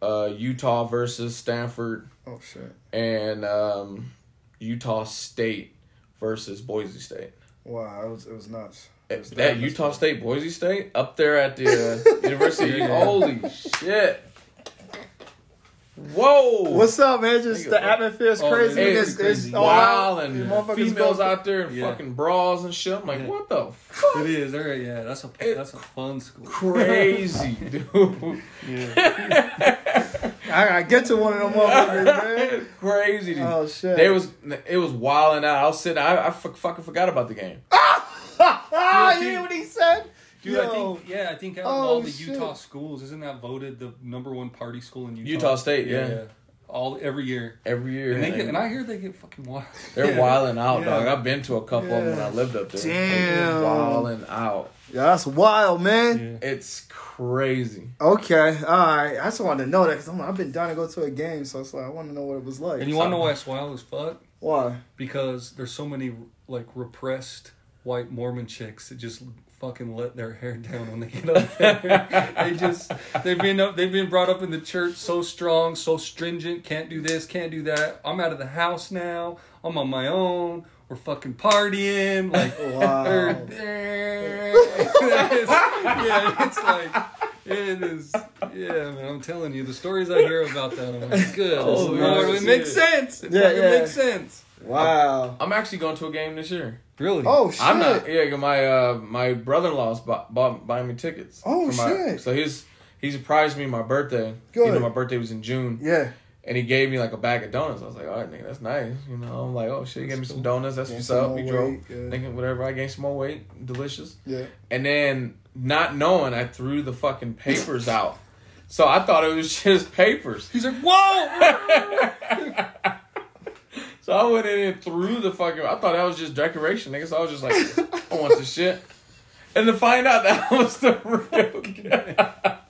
Speaker 3: uh, Utah versus Stanford,
Speaker 2: oh shit!
Speaker 3: and um, Utah State versus Boise State.
Speaker 2: Wow, it was it was nuts. It was
Speaker 3: That
Speaker 2: nuts.
Speaker 3: Utah State, Boise State, up there at the uh, University.
Speaker 4: Yeah.
Speaker 3: Holy shit! Whoa!
Speaker 2: What's up, man? Just the atmosphere is
Speaker 4: Oh,
Speaker 2: crazy.
Speaker 4: it
Speaker 3: hey,
Speaker 4: is
Speaker 2: it's,
Speaker 4: crazy.
Speaker 2: it's all
Speaker 3: wild
Speaker 2: out.
Speaker 3: and
Speaker 2: These motherfuckers
Speaker 3: females
Speaker 2: go-
Speaker 3: out there in
Speaker 4: Yeah.
Speaker 3: fucking bras and shit. I'm like,
Speaker 4: Yeah.
Speaker 3: what the fuck?
Speaker 4: It is. All right. Yeah. That's a that's a fun school.
Speaker 3: Crazy, dude.
Speaker 4: Yeah.
Speaker 2: I gotta get to one of them motherfuckers, man.
Speaker 3: Crazy, dude.
Speaker 2: Oh shit.
Speaker 3: They was it was wilding out. I was sitting. I, I fuck- fucking forgot about the game.
Speaker 2: ah,
Speaker 4: Dude,
Speaker 2: you
Speaker 4: dude.
Speaker 2: hear what he said?
Speaker 4: Dude, I think yeah, I think out of
Speaker 2: Oh,
Speaker 4: all the
Speaker 2: shit.
Speaker 4: Utah schools, isn't that voted the number one party school in Utah?
Speaker 3: Utah State, yeah.
Speaker 4: All every year.
Speaker 3: Every year,
Speaker 4: And they
Speaker 3: like,
Speaker 4: get, and I hear they get fucking wild.
Speaker 3: they're
Speaker 2: Yeah.
Speaker 3: wilding out,
Speaker 2: Yeah.
Speaker 3: dog. I've been to a couple of them when
Speaker 2: Yeah.
Speaker 3: I lived up there.
Speaker 2: Damn.
Speaker 3: wilding out.
Speaker 2: Yeah, that's wild, man.
Speaker 4: Yeah.
Speaker 3: It's crazy.
Speaker 2: Okay, all right. I just wanted to know that because like, I've been dying to go to a game, so it's like I want to know what it was like.
Speaker 4: And you want to know why it's wild as fuck?
Speaker 2: Why?
Speaker 4: Because there's so many like repressed white Mormon chicks that just fucking let their hair down when they get up there. they just they've been up they've been brought up in the church so strong, so stringent. Can't do this, can't do that. I'm out of the house now. I'm on my own. We're fucking partying. Like
Speaker 2: Wow.
Speaker 4: it's, yeah, it's like it is. Yeah, man, I'm telling you, the stories I hear about that, I'm like, good
Speaker 3: Oh,
Speaker 4: lord,
Speaker 3: yeah.
Speaker 4: it makes sense. It
Speaker 2: Yeah,
Speaker 4: fucking
Speaker 2: yeah.
Speaker 4: makes sense.
Speaker 2: wow.
Speaker 3: I'm actually going to a game this year.
Speaker 4: Really?
Speaker 2: Oh shit.
Speaker 3: I'm not. Yeah, my uh, my brother in law's bought, bought buying me tickets.
Speaker 2: Oh,
Speaker 3: for my-
Speaker 2: shit.
Speaker 3: So he's he surprised me my birthday. You know,
Speaker 2: Good.
Speaker 3: my birthday was in June,
Speaker 2: Yeah.
Speaker 3: and he gave me like a bag of donuts. I was like, all right, nigga, that's nice. You know, I'm like, oh shit, he gave me some donuts. That's
Speaker 2: Gained
Speaker 3: what's
Speaker 2: some
Speaker 3: up.
Speaker 2: more
Speaker 3: We drove,
Speaker 2: weight, yeah.
Speaker 3: thinking whatever. I gained some more weight. Delicious.
Speaker 2: Yeah.
Speaker 3: And then not knowing, I threw the fucking papers out. So I thought it was just papers.
Speaker 4: He's like, whoa!
Speaker 3: So I went in and threw the fucking. I thought that was just decoration, nigga. So I was just like, I want this shit. And to find out that was the real gift. that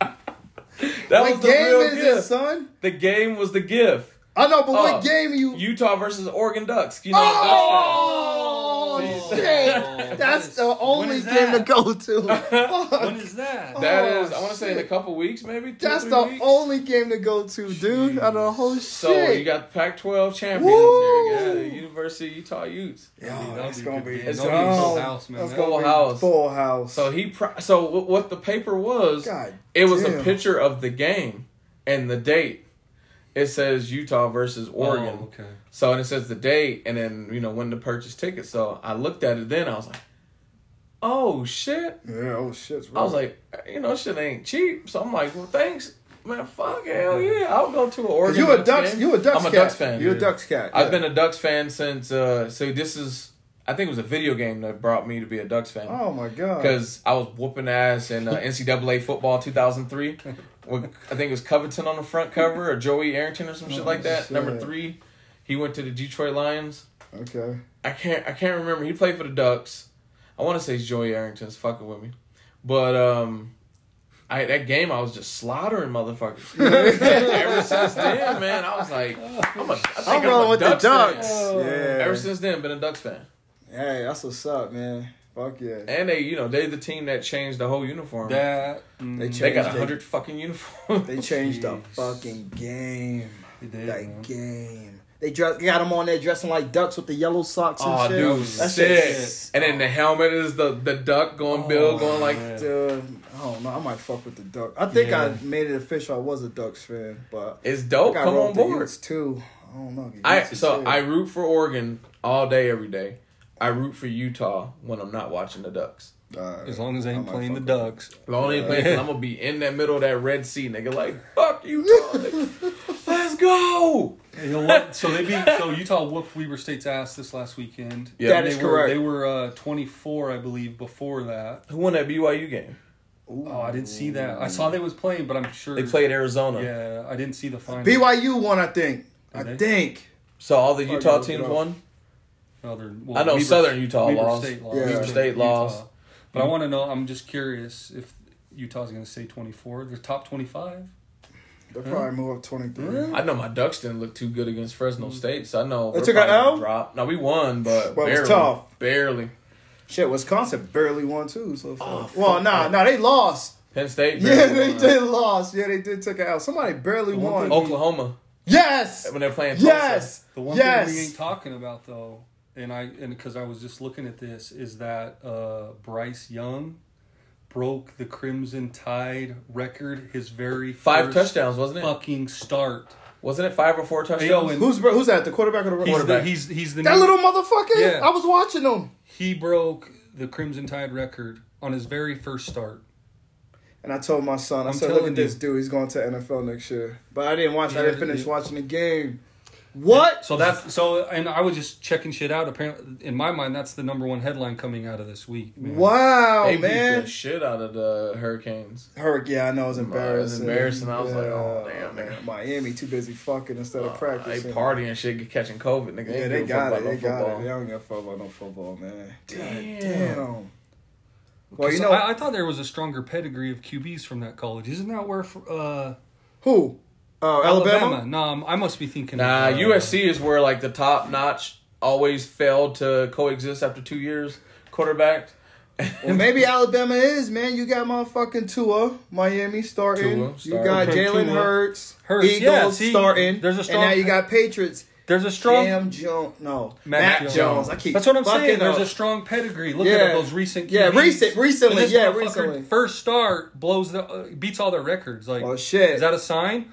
Speaker 3: was
Speaker 2: What
Speaker 3: the
Speaker 2: game
Speaker 3: real
Speaker 2: is
Speaker 3: gift.
Speaker 2: it, son?
Speaker 3: The game was the gift.
Speaker 2: I know, but
Speaker 3: Oh.
Speaker 2: what game you?
Speaker 3: Utah versus Oregon Ducks. You know.
Speaker 2: oh
Speaker 4: Oh,
Speaker 2: shit! That's
Speaker 4: yes.
Speaker 2: the
Speaker 4: When
Speaker 2: only
Speaker 4: is
Speaker 2: game to
Speaker 4: that?
Speaker 2: go to.
Speaker 4: What is that?
Speaker 3: That
Speaker 2: Oh,
Speaker 3: is, I want to say in a
Speaker 2: shit.
Speaker 3: couple weeks, maybe. Two,
Speaker 2: That's
Speaker 3: three
Speaker 2: the
Speaker 3: weeks.
Speaker 2: only game to go to, dude. Out of the whole shit.
Speaker 3: So you got Pac-12 champions
Speaker 2: Woo!
Speaker 3: there. Yeah, the University of Utah Utes.
Speaker 2: Yo,
Speaker 4: That'd
Speaker 2: it's
Speaker 4: be
Speaker 2: gonna
Speaker 4: good
Speaker 2: be
Speaker 4: game.
Speaker 3: it's
Speaker 4: That'd
Speaker 3: gonna
Speaker 4: be
Speaker 3: be-
Speaker 4: full house, man.
Speaker 2: That's
Speaker 4: That'd
Speaker 2: gonna
Speaker 3: Full
Speaker 2: be
Speaker 3: house.
Speaker 2: Full house.
Speaker 3: So he, pro- so wh- what the paper was?
Speaker 2: God,
Speaker 3: It was a
Speaker 2: damn.
Speaker 3: picture of the game and the date. It says Utah versus
Speaker 4: be-
Speaker 3: Oregon.
Speaker 4: Oh, okay.
Speaker 3: So and it says the date and then you know when to purchase tickets. So I looked at it then I was like, oh shit!
Speaker 2: Yeah. Oh shit.
Speaker 3: I was like, you know shit ain't cheap. So I'm like, well thanks, man. Fuck hell yeah! I'll go to an Oregon.
Speaker 2: Mm-hmm. you a Ducks?
Speaker 3: game.
Speaker 2: You a Ducks?
Speaker 3: I'm a
Speaker 2: cat.
Speaker 3: Ducks fan.
Speaker 2: You a
Speaker 3: yeah.
Speaker 2: Ducks cat?
Speaker 3: I've
Speaker 2: yeah.
Speaker 3: been a Ducks fan since. uh So this is I think it was a video game that brought me to be a Ducks fan
Speaker 2: Oh my god.
Speaker 3: because I was whooping ass in uh, NCAA football 2003. With, I think it was Covington on the front cover or Joey Arrington or some shit like that.
Speaker 2: Oh, shit.
Speaker 3: Number three, he went to the Detroit Lions.
Speaker 2: Okay.
Speaker 3: I can't I can't remember. He played for the Ducks. I want to say it's Joey Arrington's fucking with me, but um, I that game I was just slaughtering motherfuckers. Ever since then, man, I was like, I'm a, I think
Speaker 2: I'm
Speaker 3: I'm,
Speaker 2: rolling
Speaker 3: a
Speaker 2: with the
Speaker 3: Ducks fan.
Speaker 2: Ducks. Yeah.
Speaker 3: Ever since then, been a Ducks fan.
Speaker 2: Hey, that's what's up, man. Fuck yeah.
Speaker 3: And they, you know, they the team that changed the whole uniform.
Speaker 4: That
Speaker 2: They
Speaker 4: mm,
Speaker 2: changed
Speaker 3: They got
Speaker 2: it.
Speaker 3: a hundred fucking uniforms.
Speaker 2: They changed
Speaker 4: Jeez.
Speaker 2: the fucking game.
Speaker 4: they did,
Speaker 2: That
Speaker 4: man.
Speaker 2: game. They dress. They got them on there dressing like ducks with the yellow socks and
Speaker 3: oh,
Speaker 2: shit. Oh,
Speaker 3: dude,
Speaker 2: That
Speaker 3: sick.
Speaker 2: shit's-
Speaker 3: And then the helmet is the the duck going Bill going like.
Speaker 4: man.
Speaker 2: Dude, I don't know. I might fuck with the duck. I think I
Speaker 4: Yeah.
Speaker 2: made it official. I was a Ducks fan, but
Speaker 3: It's
Speaker 2: I
Speaker 3: dope.
Speaker 2: got
Speaker 3: Come
Speaker 2: rolled
Speaker 3: on
Speaker 2: the
Speaker 3: board.
Speaker 2: Utes, too. I don't know. the
Speaker 3: I
Speaker 2: Utes is
Speaker 3: so
Speaker 2: shit.
Speaker 3: I root for Oregon all day every day. I root for Utah when I'm not watching the Ducks.
Speaker 2: Alright.
Speaker 4: As long as they
Speaker 2: I
Speaker 4: ain't
Speaker 2: might
Speaker 4: playing the
Speaker 2: fuck with
Speaker 4: Ducks.
Speaker 3: The only place I'm gonna be in that middle of that Red Sea, nigga. Like fuck Utah. nigga. Let's go.
Speaker 4: You know what? So they beat so Utah whooped Weber State's ass this last weekend.
Speaker 3: Yeah. That
Speaker 4: they
Speaker 2: is
Speaker 4: were,
Speaker 2: correct.
Speaker 4: They were uh, 24, I believe, before that.
Speaker 3: Who won that BYU game?
Speaker 2: Ooh.
Speaker 4: Oh, I didn't see that. I saw they was playing, but I'm sure
Speaker 3: They played Arizona.
Speaker 4: Yeah, I didn't see the final.
Speaker 2: BYU won, I think.
Speaker 4: Did
Speaker 2: I
Speaker 4: they?
Speaker 2: think.
Speaker 3: So all the
Speaker 2: Fuck,
Speaker 3: Utah
Speaker 2: it was
Speaker 3: teams
Speaker 2: rough.
Speaker 3: won.
Speaker 4: No, they're- well,
Speaker 3: I know
Speaker 4: Weber-
Speaker 3: Southern Utah
Speaker 4: Weber
Speaker 3: lost.
Speaker 4: State lost.
Speaker 2: Yeah. Weber
Speaker 3: State
Speaker 4: Utah.
Speaker 3: lost.
Speaker 4: But I want to know. I'm just curious if Utah's going to say 24. They're top 25.
Speaker 2: They'll probably move up 23.
Speaker 3: I know my Ducks didn't look too good against Fresno State, so I know
Speaker 2: Mm-hmm. They
Speaker 3: we're
Speaker 2: took a
Speaker 3: probably gonna
Speaker 2: L?
Speaker 3: Drop. No, we won, but
Speaker 2: Well, it was
Speaker 3: barely.
Speaker 2: tough.
Speaker 3: Barely.
Speaker 2: Shit, Wisconsin barely won too. So fuck.
Speaker 3: Oh,
Speaker 2: well,
Speaker 3: fuck
Speaker 2: nah,
Speaker 3: that.
Speaker 2: nah, they lost.
Speaker 3: Penn State.
Speaker 2: Yeah,
Speaker 3: Barely
Speaker 2: they
Speaker 3: won.
Speaker 2: did lost. Yeah, they did took it out. Somebody barely
Speaker 4: one
Speaker 2: won.
Speaker 4: thing- Oh.
Speaker 3: Oklahoma
Speaker 2: Yes,
Speaker 3: when they're playing. Tulsa.
Speaker 2: yes,
Speaker 4: The one
Speaker 2: yes.
Speaker 4: thing we ain't talking about though, and I and because I was just looking at this, is that uh, Bryce Young broke the Crimson Tide record. His very
Speaker 3: Five
Speaker 4: first
Speaker 3: touchdowns, wasn't it?
Speaker 4: fucking start.
Speaker 3: Wasn't it five or four
Speaker 4: Hey,
Speaker 3: touchdowns?
Speaker 4: Owen,
Speaker 2: Who's who's that? The quarterback or the
Speaker 4: he's
Speaker 2: running
Speaker 4: the,
Speaker 2: back?
Speaker 4: he's, he's the
Speaker 2: That
Speaker 4: new-
Speaker 2: little motherfucker.
Speaker 4: Yeah.
Speaker 2: I was watching him,
Speaker 4: he broke the Crimson Tide record on his very first start.
Speaker 2: and I told my son. I
Speaker 4: I'm
Speaker 2: said, "Look
Speaker 4: telling
Speaker 2: at this dude. He's going to NFL next year." But I didn't watch. I
Speaker 4: Yeah,
Speaker 2: didn't finish
Speaker 4: yeah.
Speaker 2: watching the game. What?
Speaker 4: So that's so, and I was just checking shit out. Apparently, in my mind, that's the number one headline coming out of this week. man.
Speaker 2: Wow,
Speaker 3: they beat
Speaker 2: Oh, man.
Speaker 3: the shit out of the Hurricanes.
Speaker 2: Her, yeah, I know it was
Speaker 3: Uh, it was
Speaker 2: embarrassing.
Speaker 3: embarrassing. I was like, oh, damn, nigga.
Speaker 2: Miami too busy fucking instead
Speaker 3: Uh,
Speaker 2: of practicing.
Speaker 3: They partying shit, catching COVID. Nigga,
Speaker 2: Yeah,
Speaker 3: ain't
Speaker 2: they
Speaker 3: give a
Speaker 2: got
Speaker 3: fuck
Speaker 2: it. They
Speaker 3: about no
Speaker 2: got it.
Speaker 3: football.
Speaker 2: They don't give a fuck about no football, man. God
Speaker 3: Damn.
Speaker 2: damn. Well, you
Speaker 4: So
Speaker 2: know
Speaker 4: I, I thought there was a stronger pedigree of QBs from that college. Isn't that where uh,
Speaker 2: who? Oh, Alabama.
Speaker 4: No, I'm- i must be thinking.
Speaker 3: Nah,
Speaker 4: of, uh,
Speaker 3: USC is where like the top notch always failed to coexist after two years quarterback.
Speaker 2: Well, maybe Alabama is man. You got motherfucking Tua, Miami starting.
Speaker 3: Tua,
Speaker 2: You
Speaker 3: starting.
Speaker 2: got
Speaker 4: Okay,
Speaker 2: Jalen
Speaker 4: Tua.
Speaker 2: Hurts,
Speaker 4: Hurts,
Speaker 2: Eagles
Speaker 4: yeah, see,
Speaker 2: starting.
Speaker 4: there's a strong-
Speaker 2: and now you got Patriots.
Speaker 4: There's a strong.
Speaker 2: Cam Jones, no, Mac,
Speaker 4: Mac Jones.
Speaker 2: Jones. I keep.
Speaker 4: That's what I'm
Speaker 2: fucking
Speaker 4: saying. There's
Speaker 2: up.
Speaker 4: a strong pedigree. Look
Speaker 2: Yeah.
Speaker 4: at all those recent.
Speaker 2: Yeah,
Speaker 4: QBs.
Speaker 2: recent- recently,
Speaker 4: And this
Speaker 2: yeah,
Speaker 4: motherfucker
Speaker 2: recently.
Speaker 4: First start blows the uh, beats all their records. Like,
Speaker 2: Oh, shit.
Speaker 4: Is that a sign?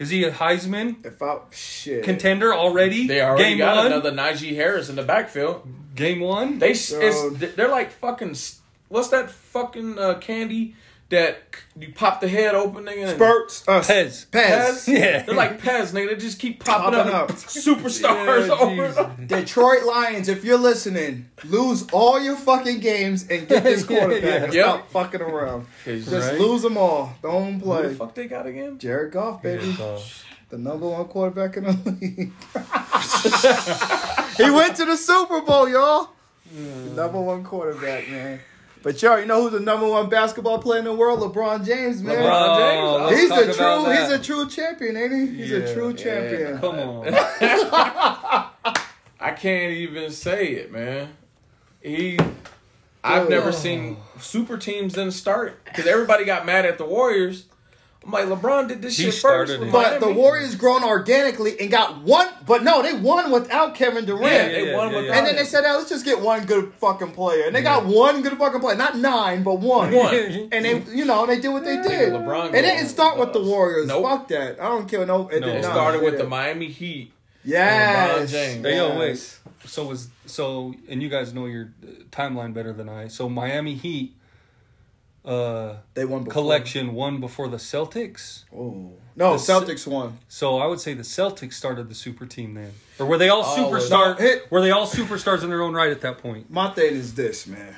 Speaker 4: Is he a Heisman
Speaker 2: If I shit.
Speaker 4: contender already?
Speaker 3: They already
Speaker 4: game
Speaker 3: got
Speaker 4: one.
Speaker 3: another Najee Harris in the backfield.
Speaker 4: Game one.
Speaker 3: They s
Speaker 2: Dude.
Speaker 3: it's, they're like fucking. s- What's that fucking uh, candy that c- you pop the head open, nigga? and-
Speaker 2: Spurts. Uh,
Speaker 4: Pez.
Speaker 2: Pez.
Speaker 3: Pez?
Speaker 4: Yeah.
Speaker 3: They're like Pez, nigga. They just keep popping,
Speaker 2: Popping
Speaker 3: up,
Speaker 2: up.
Speaker 3: superstars
Speaker 4: Yeah,
Speaker 3: over and
Speaker 4: Jesus.
Speaker 3: over.
Speaker 2: Detroit Lions, if you're listening, lose all your fucking games and get this
Speaker 4: Yeah,
Speaker 2: quarterback and
Speaker 3: yeah.
Speaker 2: stop fucking around.
Speaker 3: Just
Speaker 2: Just
Speaker 4: Right.
Speaker 2: lose them all. Don't
Speaker 3: Who the
Speaker 2: play.
Speaker 3: fuck they got again?
Speaker 2: Jared Goff, baby.
Speaker 4: Oh.
Speaker 2: The number one quarterback in the league. he went to the Super Bowl, y'all. The number one quarterback, man. But y'all, you know who's the number one basketball player in the world? LeBron James, man.
Speaker 3: LeBron James.
Speaker 4: Oh,
Speaker 3: let's
Speaker 2: He's
Speaker 4: talk
Speaker 2: a
Speaker 4: about
Speaker 2: true, he's
Speaker 4: that.
Speaker 2: a true champion, ain't he? He's
Speaker 4: Yeah.
Speaker 2: a true champion.
Speaker 4: Come on.
Speaker 3: I can't even say it, man. He, I've
Speaker 2: Oh.
Speaker 3: never seen super teams then start because everybody got mad at the Warriors. I'm like, LeBron did this
Speaker 4: He
Speaker 3: shit
Speaker 4: started
Speaker 3: first. with
Speaker 4: it.
Speaker 2: But the
Speaker 3: Miami.
Speaker 2: Warriors grown organically and got one. But no, they won without Kevin Durant.
Speaker 3: yeah, they
Speaker 4: Yeah, yeah,
Speaker 3: won
Speaker 4: yeah,
Speaker 3: without
Speaker 4: yeah.
Speaker 2: And then
Speaker 3: him.
Speaker 2: they said, "Oh, let's just get one good fucking player." And they got one good fucking player, not nine, but one.
Speaker 3: One.
Speaker 2: And they, you know, they did what they did.
Speaker 3: LeBron
Speaker 2: it
Speaker 3: go
Speaker 2: didn't
Speaker 3: on
Speaker 2: start
Speaker 3: with
Speaker 2: with the
Speaker 3: us.
Speaker 2: Warriors.
Speaker 3: Nope.
Speaker 2: Fuck that. I don't care. No, it
Speaker 4: No.
Speaker 2: did
Speaker 3: It
Speaker 2: not.
Speaker 3: started with
Speaker 2: Yeah.
Speaker 3: the Miami Heat.
Speaker 2: Yes.
Speaker 3: LeBron James.
Speaker 4: Hey, yo,
Speaker 2: Yes.
Speaker 4: wait. So was so, and you guys know your uh, timeline better than I. So Miami Heat uh,
Speaker 2: They won. Before.
Speaker 4: collection won before the Celtics.
Speaker 2: Ooh. No,
Speaker 4: The
Speaker 2: Celtics won.
Speaker 4: So I would say the Celtics started the super team then, or were they all
Speaker 3: Oh, it-
Speaker 4: superstars?
Speaker 2: No, it-
Speaker 4: were they all superstars in their own right at that point?
Speaker 2: My thing is this, man.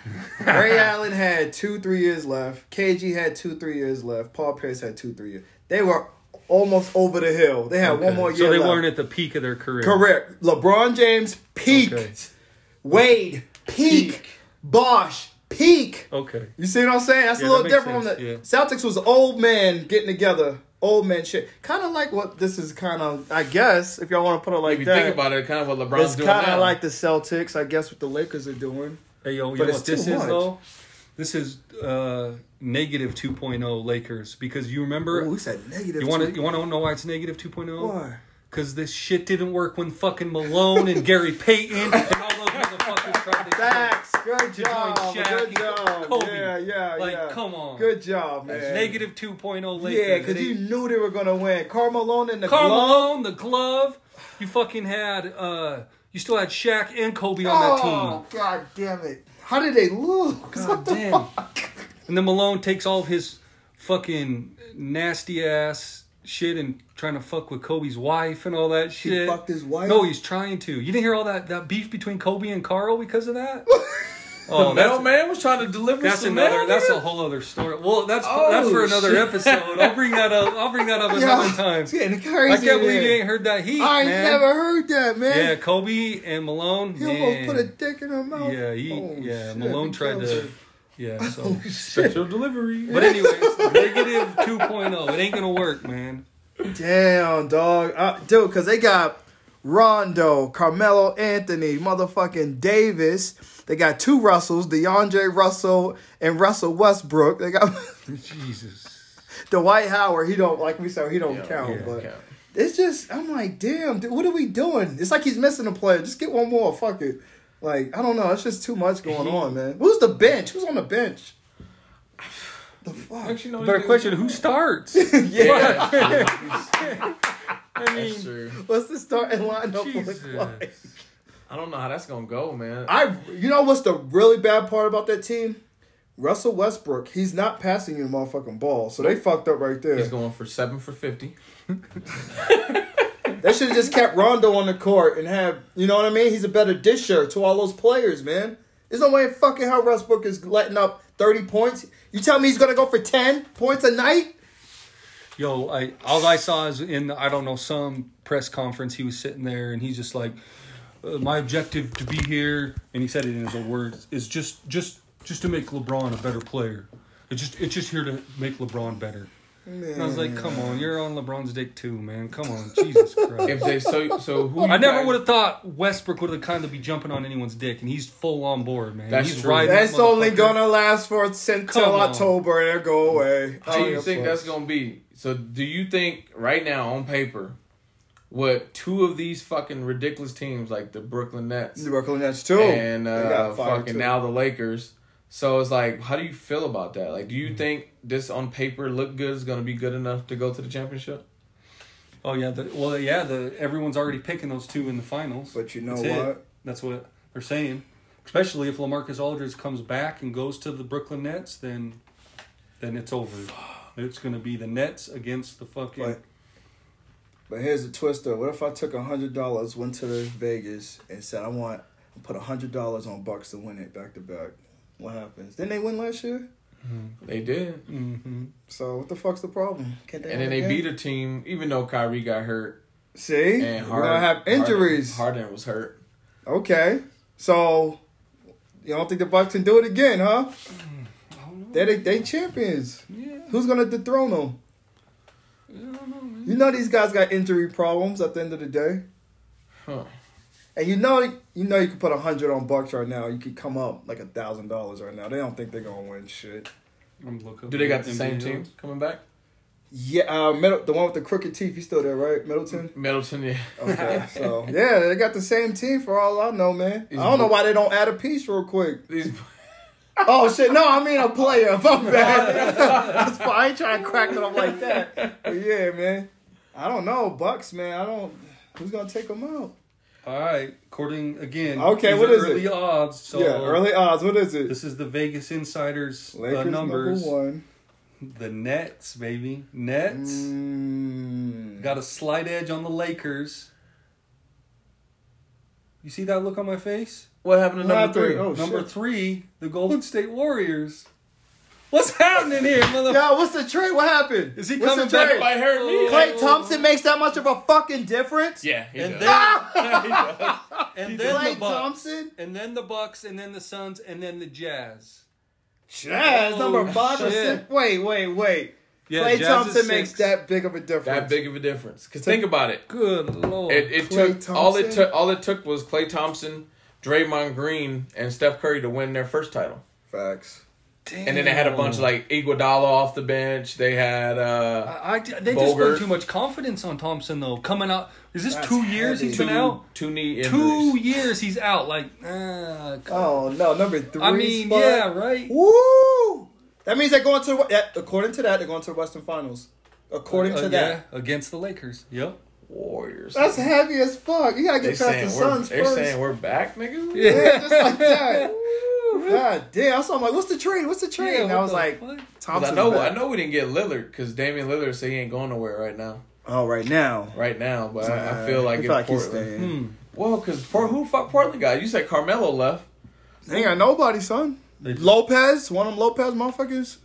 Speaker 2: Ray Allen had two, three years left. KG had two, three years left. Paul Pierce had two, three years. They were almost over the hill. They had one more year.
Speaker 4: so they
Speaker 2: left.
Speaker 4: weren't at the peak of their career.
Speaker 2: Correct. LeBron James peaked.
Speaker 4: Okay.
Speaker 2: Wade peak.
Speaker 3: Peak.
Speaker 2: Bosh peak.
Speaker 4: Okay.
Speaker 2: You see what I'm saying? That's
Speaker 4: Yeah,
Speaker 2: a
Speaker 4: that
Speaker 2: little
Speaker 4: makes
Speaker 2: different
Speaker 4: sense,
Speaker 2: from the Celtics was old men getting together. Old man shit. Kind of like what this is kind of, I guess, if y'all want to put it like
Speaker 3: If you
Speaker 2: that.
Speaker 3: think about it, kind of what LeBron's
Speaker 2: it's
Speaker 3: doing
Speaker 2: kind
Speaker 3: now.
Speaker 2: of like the Celtics, I guess, what the Lakers are doing.
Speaker 4: Hey yo, you
Speaker 2: But
Speaker 4: know
Speaker 2: it's
Speaker 4: what this
Speaker 2: too
Speaker 4: is
Speaker 2: much.
Speaker 4: though? This is uh, negative 2.0 Lakers because you remember
Speaker 2: Ooh, we said negative.
Speaker 4: you want to
Speaker 2: two.
Speaker 4: you want to know why it's negative 2.0?
Speaker 2: Why?
Speaker 4: Because this shit didn't work when fucking Malone and Gary Payton and all those motherfuckers tried to.
Speaker 2: Facts. Good
Speaker 4: You're doing
Speaker 2: job.
Speaker 4: Shaq,
Speaker 2: Good
Speaker 4: you're doing
Speaker 2: job.
Speaker 4: Kobe.
Speaker 2: Yeah, yeah,
Speaker 4: Like,
Speaker 2: yeah.
Speaker 4: come on.
Speaker 2: Good job, man.
Speaker 4: Negative 2.0 Lakers.
Speaker 2: Yeah, because you knew they were gonna win. Karl Malone in the
Speaker 4: Karl
Speaker 2: glove.
Speaker 4: Malone, the glove. You fucking had. uh You still had Shaq and Kobe on that team.
Speaker 2: Oh, god damn it! How did they lose?
Speaker 4: God damn. And then Malone takes all of his fucking nasty ass shit and trying to fuck with Kobe's wife and all that shit.
Speaker 2: fucked his wife?
Speaker 4: No, he's trying to. You didn't hear all that that beef between Kobe and Carl because of that? oh, that's,
Speaker 3: Mailman was trying to deliver
Speaker 4: that's
Speaker 3: some
Speaker 4: another
Speaker 3: mail,
Speaker 4: that's a
Speaker 3: nigga.
Speaker 4: whole other story. Well, that's
Speaker 3: Oh,
Speaker 4: that's for another
Speaker 3: shit.
Speaker 4: episode. I'll bring that up. I'll bring that up another time.
Speaker 2: It's getting
Speaker 4: I
Speaker 2: crazy.
Speaker 4: can't believe
Speaker 2: in
Speaker 4: you
Speaker 2: here.
Speaker 4: ain't heard that heat,
Speaker 2: I ain't
Speaker 4: man.
Speaker 2: never heard that,
Speaker 4: Yeah,
Speaker 2: man.
Speaker 4: Kobe and Malone.
Speaker 2: he almost
Speaker 4: man.
Speaker 2: put a dick in her mouth.
Speaker 4: yeah, he,
Speaker 2: Oh,
Speaker 4: yeah.
Speaker 2: shit,
Speaker 4: Malone
Speaker 2: he
Speaker 4: tried
Speaker 2: killed Oh,
Speaker 4: to.
Speaker 2: her.
Speaker 4: Yeah, so.
Speaker 3: Special delivery.
Speaker 4: But anyways, negative 2.0. It ain't gonna work, man.
Speaker 2: Damn, dog, uh, dude, because they got Rondo, Carmelo Anthony, motherfucking Davis. They got two Russells, DeAndre Russell and Russell Westbrook. They got
Speaker 4: Jesus.
Speaker 2: Dwight Howard. He don't like we said he don't count,
Speaker 4: yeah,
Speaker 2: but.
Speaker 3: count.
Speaker 2: It's just I'm like, damn, dude, what are we doing? It's like he's missing a player. Just get one more. Fuck it. Like I don't know. It's just too much going on, man. Who's the bench? Who's on the bench? The fuck.
Speaker 3: Actually, no,
Speaker 4: Better
Speaker 3: he-
Speaker 4: question: Who starts?
Speaker 2: yeah.
Speaker 3: Yeah.
Speaker 1: I
Speaker 3: That's
Speaker 1: mean,
Speaker 3: true.
Speaker 2: What's the starting lineup
Speaker 1: Jesus.
Speaker 2: look like?
Speaker 3: I don't know how that's gonna go, man.
Speaker 2: I, you know what's the really bad part about that team? Russell Westbrook, he's not passing you a motherfucking ball, so they fucked up right there.
Speaker 3: He's going for seven for fifty.
Speaker 2: They should have just kept Rondo on the court and have, you know what I mean? He's a better disher to all those players, man. There's no way in fucking how Westbrook is letting up 30 points. You tell me he's gonna go for 10 points a night?
Speaker 4: Yo, I all I saw is in I don't know some press conference he was sitting there and he's just like, uh, my objective to be here, and he said it in his own words is just just just to make LeBron a better player. It's just it's just here to make LeBron better. And I was like, come on, you're on LeBron's dick too, man. Come on, Jesus Christ.
Speaker 3: If they so so who
Speaker 4: I never would
Speaker 3: have.
Speaker 4: have thought Westbrook would have kind of be jumping on anyone's dick, and he's full on board, man.
Speaker 3: That's
Speaker 4: he's
Speaker 3: true.
Speaker 4: riding that
Speaker 2: That's only
Speaker 4: motherfucker.
Speaker 2: gonna last for until
Speaker 4: Come on.
Speaker 2: October and it'll go away. Oh,
Speaker 3: How do you think that's gonna be? So do you think right now on paper, what two of these fucking ridiculous teams like the Brooklyn Nets
Speaker 2: The Brooklyn Nets too.
Speaker 3: and
Speaker 2: They
Speaker 3: uh,
Speaker 2: got fired,
Speaker 3: fucking
Speaker 2: too.
Speaker 3: now the Lakers? So it's like, how do you feel about that? Like, do you
Speaker 2: Mm.
Speaker 3: think this on paper look good is gonna be good enough to go to the championship?
Speaker 4: Oh yeah, the, well yeah, the everyone's already picking those two in the finals.
Speaker 2: But you know
Speaker 4: That's it.
Speaker 2: what?
Speaker 4: That's what they're saying. Especially if Lamarcus Aldridge comes back and goes to the Brooklyn Nets, then then it's over. It's gonna be the Nets against the fucking.
Speaker 2: But- But here's the twist though. What if I took hundred dollars, went to Vegas, and said I want put hundred dollars on Bucks to win it back to back? What happens? Didn't they win last year?
Speaker 3: They did,
Speaker 2: Mm.
Speaker 4: hmm
Speaker 2: So what the fuck's the problem? Can't
Speaker 3: and then they beat a team, even though Kyrie got hurt
Speaker 2: See,
Speaker 3: and
Speaker 2: we're
Speaker 3: Harden
Speaker 2: gonna have injuries.
Speaker 3: Harden, Harden was hurt.
Speaker 2: Okay, so you don't think the Bucks can do it again, huh?
Speaker 4: I don't know.
Speaker 2: They they, they champions.
Speaker 4: Yeah,
Speaker 2: Who's gonna dethrone them?
Speaker 4: I don't know, man.
Speaker 2: You know these guys got injury problems at the end of the day.
Speaker 3: Huh.
Speaker 2: And you know, you know, you can put a hundred on Bucks right now. You could come up like a thousand dollars right now. They don't think they're gonna win shit.
Speaker 4: I'm looking.
Speaker 3: Do they got the same team coming back?
Speaker 2: Yeah, uh, Middle, the one with the crooked teeth. He's still there, right, Middleton?
Speaker 3: Middleton, yeah.
Speaker 2: Okay, so yeah, they got the same team for all I know, man. I
Speaker 3: Is
Speaker 2: don't know
Speaker 3: Bo-
Speaker 2: why they don't add a piece real quick.
Speaker 3: These
Speaker 2: Oh shit! No, I mean a player. Fuck that. That's why I ain't trying to crack it up like that. But yeah, man. I don't know, Bucks, man. I don't. Who's gonna take them out?
Speaker 4: All right, according again.
Speaker 2: Okay,
Speaker 4: these
Speaker 2: what
Speaker 4: are
Speaker 2: is it?
Speaker 4: early odds? So
Speaker 2: yeah, early odds. What is it?
Speaker 4: This is the Vegas Insiders uh,
Speaker 2: Lakers
Speaker 4: numbers.
Speaker 2: number one.
Speaker 4: The Nets, baby, Nets.
Speaker 2: Mm.
Speaker 4: Got a slight edge on the Lakers. You see that look on my face?
Speaker 3: What happened to
Speaker 2: What
Speaker 3: number
Speaker 2: happened?
Speaker 3: three?
Speaker 2: Oh,
Speaker 4: Number
Speaker 2: shit.
Speaker 4: three, the Golden State Warriors. What's happening here, mother?
Speaker 2: Yo, what's the trade? What happened?
Speaker 4: Is he
Speaker 2: What's
Speaker 4: coming
Speaker 2: the trade?
Speaker 4: back?
Speaker 3: Everybody heard me.
Speaker 2: Oh, Clay Thompson makes that much of a fucking difference?
Speaker 3: Yeah, he
Speaker 4: And
Speaker 3: does.
Speaker 4: then, and then
Speaker 2: Clay
Speaker 4: the Bucks,
Speaker 2: Thompson?
Speaker 4: and then the Bucks, and then the Suns, and then the Jazz.
Speaker 2: Jazz,
Speaker 4: Oh,
Speaker 2: number five or
Speaker 4: shit.
Speaker 2: six? Wait, wait, wait.
Speaker 4: Yeah,
Speaker 2: Clay
Speaker 4: Jazz is
Speaker 2: Thompson
Speaker 4: six.
Speaker 2: makes that big of a difference.
Speaker 3: that big of a difference. Cause think about it.
Speaker 4: Good lord!
Speaker 3: It, it
Speaker 2: Klay
Speaker 3: took all it
Speaker 2: Thompson?
Speaker 3: took all it took was Clay Thompson, Draymond Green, and Steph Curry to win their first title.
Speaker 2: Facts.
Speaker 3: And then they had a bunch of like Iguodala off the bench. They had uh
Speaker 4: I, I- they just
Speaker 3: Bogut.
Speaker 4: put too much confidence on Thompson though. Coming out, is this
Speaker 2: That's
Speaker 4: two years
Speaker 2: heavy.
Speaker 4: he's
Speaker 3: two,
Speaker 4: been out?
Speaker 3: two knee injuries.
Speaker 4: Two years he's out. Like, ah,
Speaker 2: Oh, no, number three.
Speaker 4: I mean,
Speaker 2: spot.
Speaker 4: yeah, right.
Speaker 2: Woo! That means they're going to the, that- according to that, they're going to the Western Finals. According to
Speaker 4: Uh,
Speaker 2: that.
Speaker 4: yeah, against the Lakers. Yep.
Speaker 3: Warriors.
Speaker 2: That's heavy as fuck. You gotta
Speaker 3: they
Speaker 2: get past the
Speaker 3: saying we're,
Speaker 2: Suns
Speaker 3: they're
Speaker 2: first.
Speaker 3: saying we're back, niggas.
Speaker 2: Yeah, just like that. God damn. So I'm like, what's the trade? What's the trade?
Speaker 4: Yeah,
Speaker 2: and
Speaker 4: what
Speaker 2: I was
Speaker 4: the
Speaker 2: like,
Speaker 4: fuck?
Speaker 3: 'Cause
Speaker 2: Thompson.
Speaker 3: I know I know we didn't get Lillard because Damian Lillard said he ain't going nowhere right now.
Speaker 2: Oh, right now.
Speaker 3: Right now, but I, I feel
Speaker 2: I
Speaker 3: like if
Speaker 2: feel like he's
Speaker 3: Portland.
Speaker 2: staying.
Speaker 3: Well, because who fuck Portland guy? You said Carmelo left.
Speaker 2: They ain't got nobody, son.
Speaker 4: They-
Speaker 2: Lopez, one of them Lopez motherfuckers.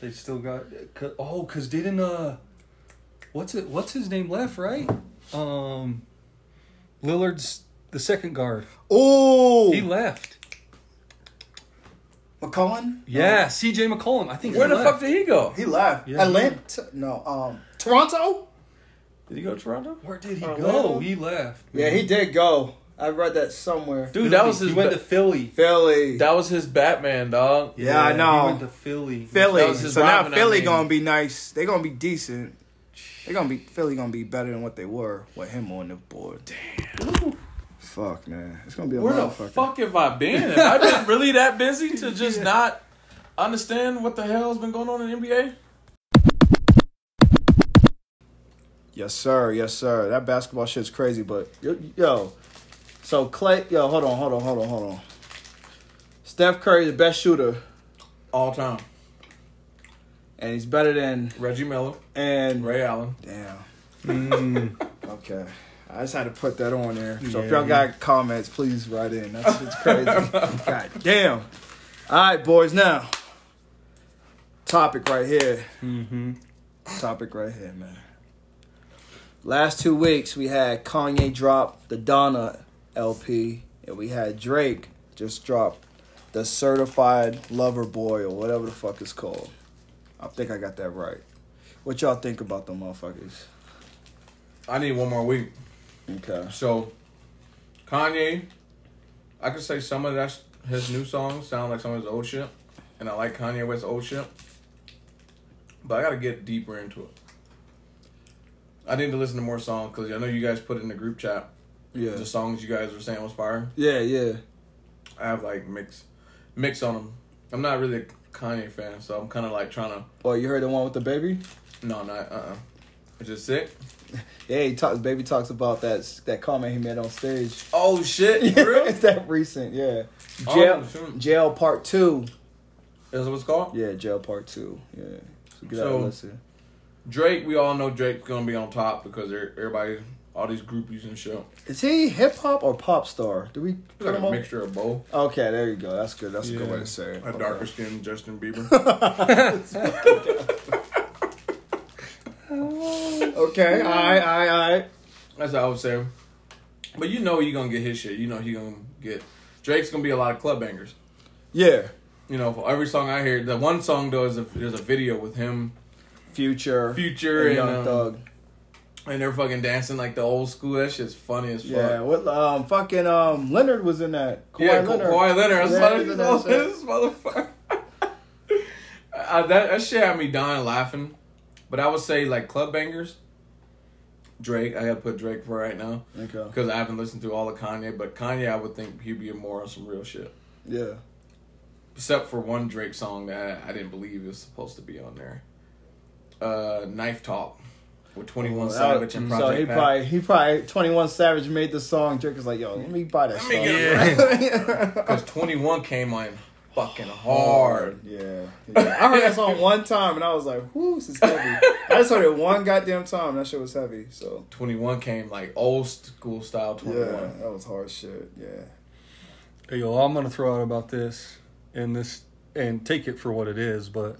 Speaker 4: They still got cause, oh, cause didn't uh, what's it? What's his name left? Right? Um, Lillard's the second guard. He
Speaker 2: Oh,
Speaker 4: left.
Speaker 2: McCullen.
Speaker 4: Yeah, C.J. McCollum. I think.
Speaker 3: Where
Speaker 4: he
Speaker 3: the
Speaker 4: left.
Speaker 3: fuck did he go?
Speaker 2: He left.
Speaker 4: Yeah.
Speaker 2: Atlanta. No, um, Toronto.
Speaker 3: Did he go to Toronto?
Speaker 4: Where did he
Speaker 2: Orlando?
Speaker 4: go? He left.
Speaker 2: Yeah, he did go. I read that somewhere.
Speaker 3: Dude, that was
Speaker 4: He
Speaker 3: his.
Speaker 4: went
Speaker 3: ba-
Speaker 4: to Philly.
Speaker 2: Philly.
Speaker 3: that was his Batman, dog.
Speaker 2: Yeah, I know.
Speaker 4: He went to Philly.
Speaker 2: Philly.
Speaker 3: that was his
Speaker 2: So now
Speaker 3: Robin, I
Speaker 2: Philly
Speaker 3: mean.
Speaker 2: gonna be nice. They gonna be decent. They gonna be Philly gonna be better than what they were with him on the board. Damn. Fuck man, it's gonna be a
Speaker 3: Where the
Speaker 2: motherfucker.
Speaker 3: fuck have I been? Have I been really that busy to just not understand what the hell's been going on in the NBA?
Speaker 2: Yes, sir. Yes, sir. That basketball shit's crazy, but yo, yo. So Clay, yo, hold on, hold on, hold on, hold on. Steph Curry, the best shooter,
Speaker 3: All time.
Speaker 2: and he's better than
Speaker 3: Reggie Miller,
Speaker 2: and
Speaker 3: Ray Allen.
Speaker 2: damn.
Speaker 4: Mm.
Speaker 2: Okay. I just had to put that on there. So if
Speaker 4: Yeah.
Speaker 2: y'all got comments, please write in. That's it's crazy. God damn. All right, boys. Now, topic right here.
Speaker 4: hmm
Speaker 2: Topic right here, man. Last two weeks we had Kanye drop the Donna LP, and we had Drake just drop the Certified Lover Boy or whatever the fuck it's called. I think I got that right. What y'all think about them motherfuckers?
Speaker 3: I need one more week.
Speaker 2: Okay.
Speaker 3: So, Kanye, I could say some of that's his new songs sound like some of his old shit, and I like Kanye West's old shit. But I gotta get deeper into it. I need to listen to more songs because I know you guys put in the group chat
Speaker 2: Yeah.
Speaker 3: the songs you guys were saying was fire.
Speaker 2: yeah. Yeah.
Speaker 3: I have like mix, mix on them. I'm not really a Kanye fan, so I'm kind of like trying to.
Speaker 2: Well, Oh, you heard the one with the baby?
Speaker 3: No, not uh. uh Is it sick?
Speaker 2: Yeah, he talks. Baby talks about that that comment he made on stage.
Speaker 3: Oh shit! for real?
Speaker 2: it's that recent, yeah.
Speaker 3: Oh,
Speaker 2: Jail,
Speaker 3: shoot.
Speaker 2: jail part two.
Speaker 3: That's what it's called.
Speaker 2: Yeah, jail part two. Yeah, so get out
Speaker 3: So-
Speaker 2: and listen.
Speaker 3: Drake. We all know Drake's gonna be on top because they're- everybody, all these groupies and shit.
Speaker 2: Is he hip hop or pop star? Do we?
Speaker 3: It's like a mixture of both.
Speaker 2: Okay, there you go. That's good. That's a good
Speaker 1: Yeah.
Speaker 2: way to say it.
Speaker 3: A darker skinned Justin Bieber.
Speaker 2: Okay, all right, all right, all right.
Speaker 3: That's how I would say. But you know he gonna get his shit. You know he gonna get. Drake's gonna be a lot of club bangers.
Speaker 2: Yeah,
Speaker 3: You know, for every song I hear, the one song though is a, there's a video with him,
Speaker 2: future, and
Speaker 3: Future, and,
Speaker 2: Young
Speaker 3: um,
Speaker 2: Thug.
Speaker 3: and they're fucking dancing like the old school. That shit's funny as fuck.
Speaker 2: Yeah, what? Um, fucking um, Leonard was in that. Kawhi
Speaker 3: yeah, Ka-
Speaker 2: Leonard.
Speaker 3: Kawhi Leonard. I was
Speaker 2: Yeah,
Speaker 3: like,
Speaker 2: he was in
Speaker 3: "Oh,
Speaker 2: that shit.
Speaker 3: this motherfucker. Uh, that, that shit had me dying laughing. But I would say, like, club bangers. Drake. I gotta put Drake for right now.
Speaker 2: Okay.
Speaker 3: Because I haven't listened to all of Kanye. But Kanye, I would think he'd be more on some real shit.
Speaker 2: Yeah.
Speaker 3: Except for one Drake song that I didn't believe was supposed to be on there. Uh, Knife Talk. With 21
Speaker 2: Well, Oh, that-
Speaker 3: Savage and
Speaker 2: so
Speaker 3: Project
Speaker 2: he
Speaker 3: Pat.
Speaker 2: probably he probably Twenty One Savage made the song. Drake is like, yo, let me buy that
Speaker 3: Let
Speaker 2: song.
Speaker 3: me Because 21 came on fucking hard.
Speaker 2: Yeah, yeah. I heard that song one time and I was like, "Whoo, this is heavy." I just heard it one goddamn time. That shit was heavy. So
Speaker 3: 21 came like old school style
Speaker 2: yeah,
Speaker 3: 21.
Speaker 2: that was hard shit. Yeah.
Speaker 4: Hey, yo, I'm gonna throw out about this and this and take it for what it is, but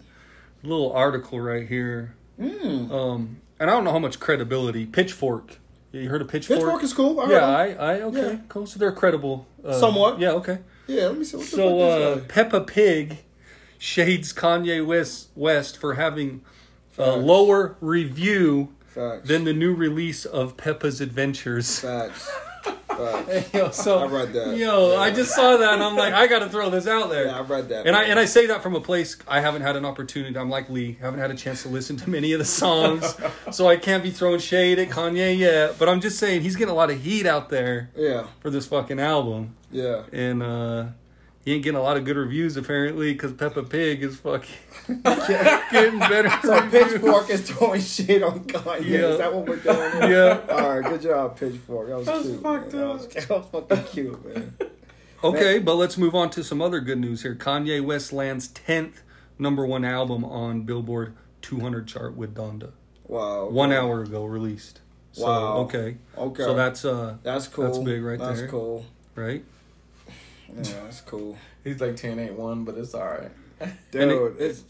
Speaker 4: a little article right here.
Speaker 2: Mm.
Speaker 4: Um, and I don't know how much credibility. Pitchfork. You heard of Pitchfork?
Speaker 2: Pitchfork is cool. I heard
Speaker 4: yeah,
Speaker 2: him.
Speaker 4: I, I, okay,
Speaker 2: Yeah.
Speaker 4: cool. So they're credible. Uh,
Speaker 2: Somewhat.
Speaker 4: Yeah, okay.
Speaker 2: yeah. Let me see what the
Speaker 4: So
Speaker 2: fuck
Speaker 4: uh,
Speaker 2: this guy-
Speaker 4: Peppa Pig shades Kanye West West for having a lower review
Speaker 2: Facts.
Speaker 4: than the new release of Peppa's Adventures.
Speaker 2: Facts. Facts.
Speaker 4: Yo, so
Speaker 2: I read that.
Speaker 4: Yo,
Speaker 2: Yeah.
Speaker 4: I just saw that and I'm like, I gotta throw this out there.
Speaker 2: Yeah, I read that.
Speaker 4: And I and I say that from a place I haven't had an opportunity. I'm like Lee, haven't had a chance to listen to many of the songs, so I can't be throwing shade at Kanye yet. But I'm just saying he's getting a lot of heat out there
Speaker 2: Yeah.
Speaker 4: for this fucking album,
Speaker 2: Yeah.
Speaker 4: and uh, he ain't getting a lot of good reviews apparently because Peppa Pig is fucking getting better.
Speaker 2: So
Speaker 4: reviews.
Speaker 2: Pitchfork is throwing shit on Kanye.
Speaker 4: Yeah.
Speaker 2: Is that what we're doing? here?
Speaker 4: Yeah.
Speaker 2: All right. Good job, Pitchfork. That was,
Speaker 3: That was
Speaker 2: cute.
Speaker 3: fucked
Speaker 2: man.
Speaker 3: up.
Speaker 2: That was, that was fucking cute, man.
Speaker 4: Okay, but let's move on to some other good news here. Kanye West lands tenth number one album on Billboard 200 chart with Donda.
Speaker 2: Wow.
Speaker 4: One hour ago released. So,
Speaker 2: Wow.
Speaker 4: Okay.
Speaker 2: Okay.
Speaker 4: So that's uh
Speaker 2: That's cool.
Speaker 4: That's big right there.
Speaker 2: That's cool.
Speaker 4: right.
Speaker 2: Yeah, that's cool.
Speaker 3: He's like 10 ain't 1, but it's all right.
Speaker 2: Dude,
Speaker 4: And it-
Speaker 2: it's,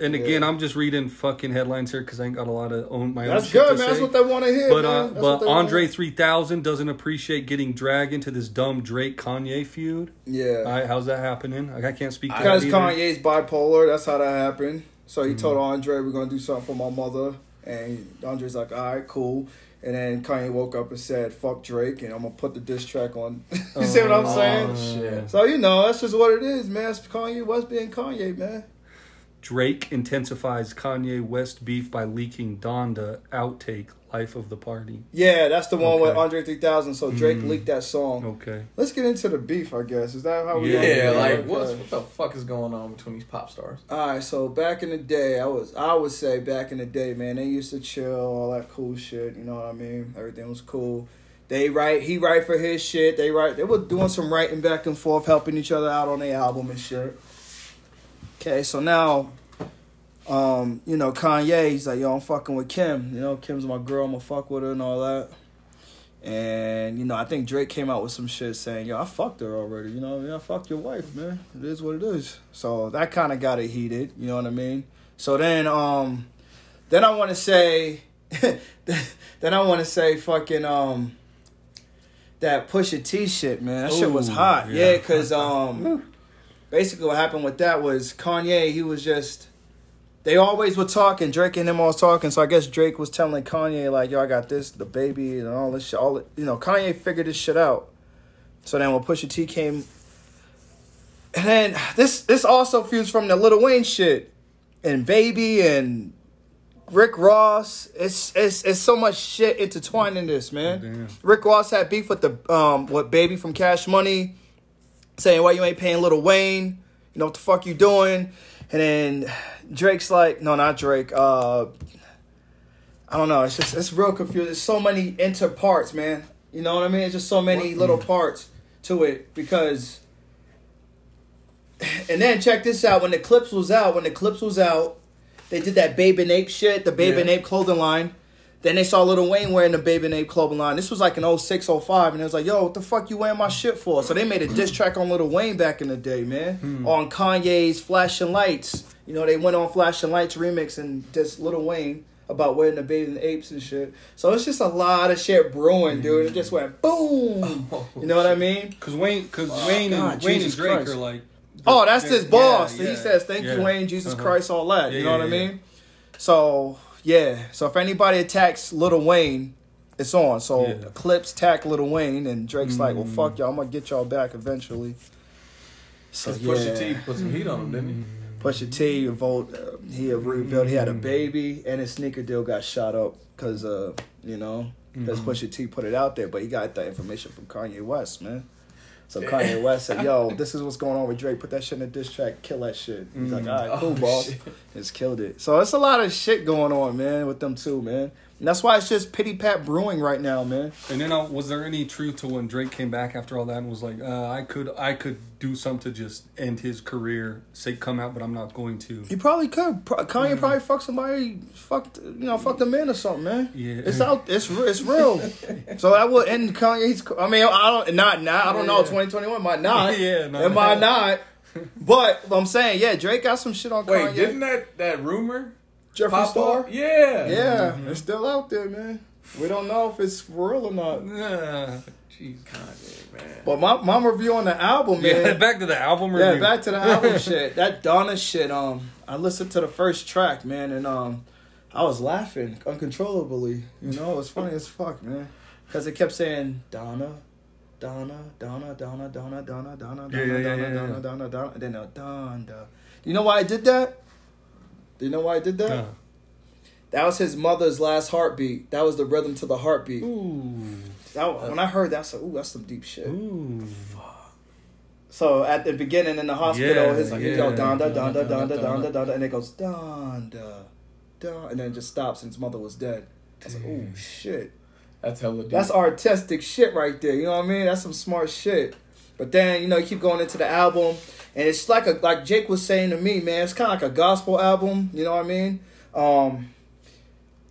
Speaker 4: And again,
Speaker 2: Yeah.
Speaker 4: I'm just reading fucking headlines here because I ain't got a lot of own my own
Speaker 2: that's
Speaker 4: shit
Speaker 2: good,
Speaker 4: to
Speaker 2: man. That's
Speaker 4: say.
Speaker 2: what they want to hear.
Speaker 4: but
Speaker 2: man.
Speaker 4: uh,
Speaker 2: That's what
Speaker 4: but
Speaker 2: they wanna
Speaker 4: Andre
Speaker 2: hear.
Speaker 4: 3000 doesn't appreciate getting dragged into this dumb Drake Kanye feud. All
Speaker 2: yeah,
Speaker 4: right, how's that happening? Like, I can't speak. to
Speaker 2: because
Speaker 4: that either.
Speaker 2: Kanye's bipolar. That's how that happened. So he told Andre, "We're gonna do something for my mother," and Andre's like, "All right, cool." And then Kanye woke up and said, "Fuck Drake," and I'm gonna put the diss track on. you see what I'm
Speaker 3: Oh,
Speaker 2: saying?
Speaker 3: shit.
Speaker 2: So you know, that's just what it is, man. It's Kanye West being Kanye, man.
Speaker 4: Drake intensifies Kanye West beef by leaking Donda outtake Life of the Party.
Speaker 2: Yeah, that's the one with
Speaker 4: Okay.
Speaker 2: Andre 3000. So Drake
Speaker 3: Mm.
Speaker 2: leaked that song.
Speaker 4: Okay.
Speaker 2: Let's get into the beef, I guess. Is that how we?
Speaker 3: Yeah,
Speaker 2: gonna do it?
Speaker 3: like
Speaker 2: Okay.
Speaker 3: what's, what the fuck is going on between these pop stars?
Speaker 2: All right, so back in the day, I was I would say back in the day, man, they used to chill, all that cool shit. You know what I mean? Everything was cool. They write, he write for his shit. They write, they were doing some writing back and forth, helping each other out on their album and shit. Okay, so now, um, you know Kanye, he's like, yo, I'm fucking with Kim. You know, Kim's my girl. I'ma fuck with her and all that. And you know, I think Drake came out with some shit saying, "Yo, I fucked her already." You know, what I mean, I fucked your wife, man. It is what it is. So that kind of got it heated. You know what I mean? So then, um, then I want to say, then I want to say, fucking, um, that Pusha T shit, man. That shit was
Speaker 4: Ooh,
Speaker 2: hot,
Speaker 4: yeah.
Speaker 2: yeah. Cause um, basically what happened with that was Kanye. He was just they always were talking. Drake and them always talking. So I guess Drake was telling Kanye like, "Yo, I got this, the baby, and all this shit." All you know, Kanye figured this shit out. So then when Pusha T came, and then this this also fused from the Little Wayne shit, and Baby and Rick Ross. It's it's it's so much shit intertwined in this man.
Speaker 4: Damn.
Speaker 2: Rick Ross had beef with the um with Baby from Cash Money, saying why you ain't paying Little Wayne. You know what the fuck you doing? And then Drake's like, no, not Drake. Uh, I don't know. It's just it's real confusing. There's so many inter parts, man. You know what I mean? It's just so many little parts to it because. And then check this out. When the clips was out, when the clips was out, they did that Babe and Ape shit, the Babe and
Speaker 3: Yeah.
Speaker 2: Ape clothing line. Then they saw Little Wayne wearing the Babe and Ape clothing line. This was like oh an 06, 05, and it was like, yo, what the fuck you wearing my shit for? So they made a diss track on Little Wayne back in the day, man, on Kanye's Flashing Lights. You know, they went on Flashing Lights remix and dissed Little Wayne about wearing the Babe and Apes and shit. So it's just a lot of shit brewing, dude. It just went boom. you know what I mean?
Speaker 4: Because Wayne, because Wayne and
Speaker 2: God,
Speaker 4: Wayne
Speaker 2: Jesus
Speaker 4: and Drake
Speaker 2: Christ.
Speaker 4: are like.
Speaker 2: Oh, that's his
Speaker 4: Yeah,
Speaker 2: boss.
Speaker 4: yeah,
Speaker 2: he says, "Thank
Speaker 4: yeah.
Speaker 2: you, Wayne, Jesus
Speaker 4: Uh-huh.
Speaker 2: Christ, all that."
Speaker 4: Yeah,
Speaker 2: you know
Speaker 4: yeah,
Speaker 2: what
Speaker 4: yeah.
Speaker 2: I mean? So yeah. So if anybody attacks Little Wayne, it's on. So
Speaker 4: Yeah. Mm.
Speaker 2: Clips tack Little Wayne, and Drake's like, "Well, fuck y'all. I'm gonna get y'all back eventually." So
Speaker 3: Cause
Speaker 2: yeah,
Speaker 3: Pusha T put some heat on him, didn't he?
Speaker 2: Pusha T, revolt. Uh, he had rebuilt. He
Speaker 3: Mm-hmm.
Speaker 2: had a baby, and his sneaker deal got shot up because uh, you know, because
Speaker 3: Mm-hmm.
Speaker 2: Pusha T put it out there, but he got that information from Kanye West, man. So Kanye West said, "Yo, this is what's going on with Drake. Put that shit in a diss track. Kill that shit." He's like, "All right, cool,
Speaker 3: Oh,
Speaker 2: boss."
Speaker 3: shit.
Speaker 2: It's killed it. So it's a lot of shit going on, man, with them two, man. And that's why it's just pity pat brewing right now, man.
Speaker 4: And then, uh, was there any truth to when Drake came back after all that and was like, uh, "I could, I could do something to just end his career, say come out, but I'm not going to."
Speaker 2: He probably could. Pro- Kanye probably fucked somebody, fucked you know, fucked a man or something, man.
Speaker 4: Yeah.
Speaker 2: it's out. It's re- it's real. so that would end Kanye's. I mean, I don't not now. I don't know.
Speaker 4: Yeah.
Speaker 2: Twenty twenty one might not.
Speaker 4: Yeah, not
Speaker 2: it might
Speaker 4: now.
Speaker 2: not. But I'm saying, yeah, Drake got some shit on
Speaker 3: Wait,
Speaker 2: Kanye.
Speaker 3: didn't that that rumor
Speaker 2: Jeffree
Speaker 3: pop
Speaker 2: Star?
Speaker 3: up? Yeah,
Speaker 2: Yeah,
Speaker 4: Mm-hmm.
Speaker 2: it's still out there, man. We don't know if it's real or not.
Speaker 4: Ah, jeez.
Speaker 3: Kanye, man.
Speaker 2: But my my review on the album, man.
Speaker 4: Yeah, back to the album review.
Speaker 2: Yeah, back to the album shit. That Donna shit. Um, I listened to the first track, man, and um, I was laughing uncontrollably. You know, it was funny as fuck, man, because it kept saying Donna, Donna, Donna, Donna, Donna, Donna, Donna, Donna,
Speaker 4: Yeah, yeah, yeah,
Speaker 2: Donna,
Speaker 4: yeah, yeah.
Speaker 2: Donna, Donna, Donna, and then a Donna. You know why I did that? Do you know why I did that?
Speaker 4: Uh,
Speaker 2: That was his mother's last heartbeat. That was the rhythm to the heartbeat.
Speaker 4: ooh,
Speaker 2: That, when I heard that, I said, "Ooh, that's some deep shit."
Speaker 4: ooh.
Speaker 2: So at the beginning in the hospital,
Speaker 4: Yeah,
Speaker 2: his
Speaker 4: like,
Speaker 2: he
Speaker 4: yeah.
Speaker 2: goes donda donda
Speaker 3: Donda,
Speaker 2: donda donda
Speaker 3: donda,
Speaker 2: donda, and it goes donda, donda, and then it just stops, and his mother was dead. I was like, oh
Speaker 4: Mm.
Speaker 2: shit,
Speaker 3: That's hella deep.
Speaker 2: that's artistic shit right there. You know what I mean? That's some smart shit. But then you know you keep going into the album, and it's like a like Jake was saying to me, man, it's kind of like a gospel album. You know what I mean? Um,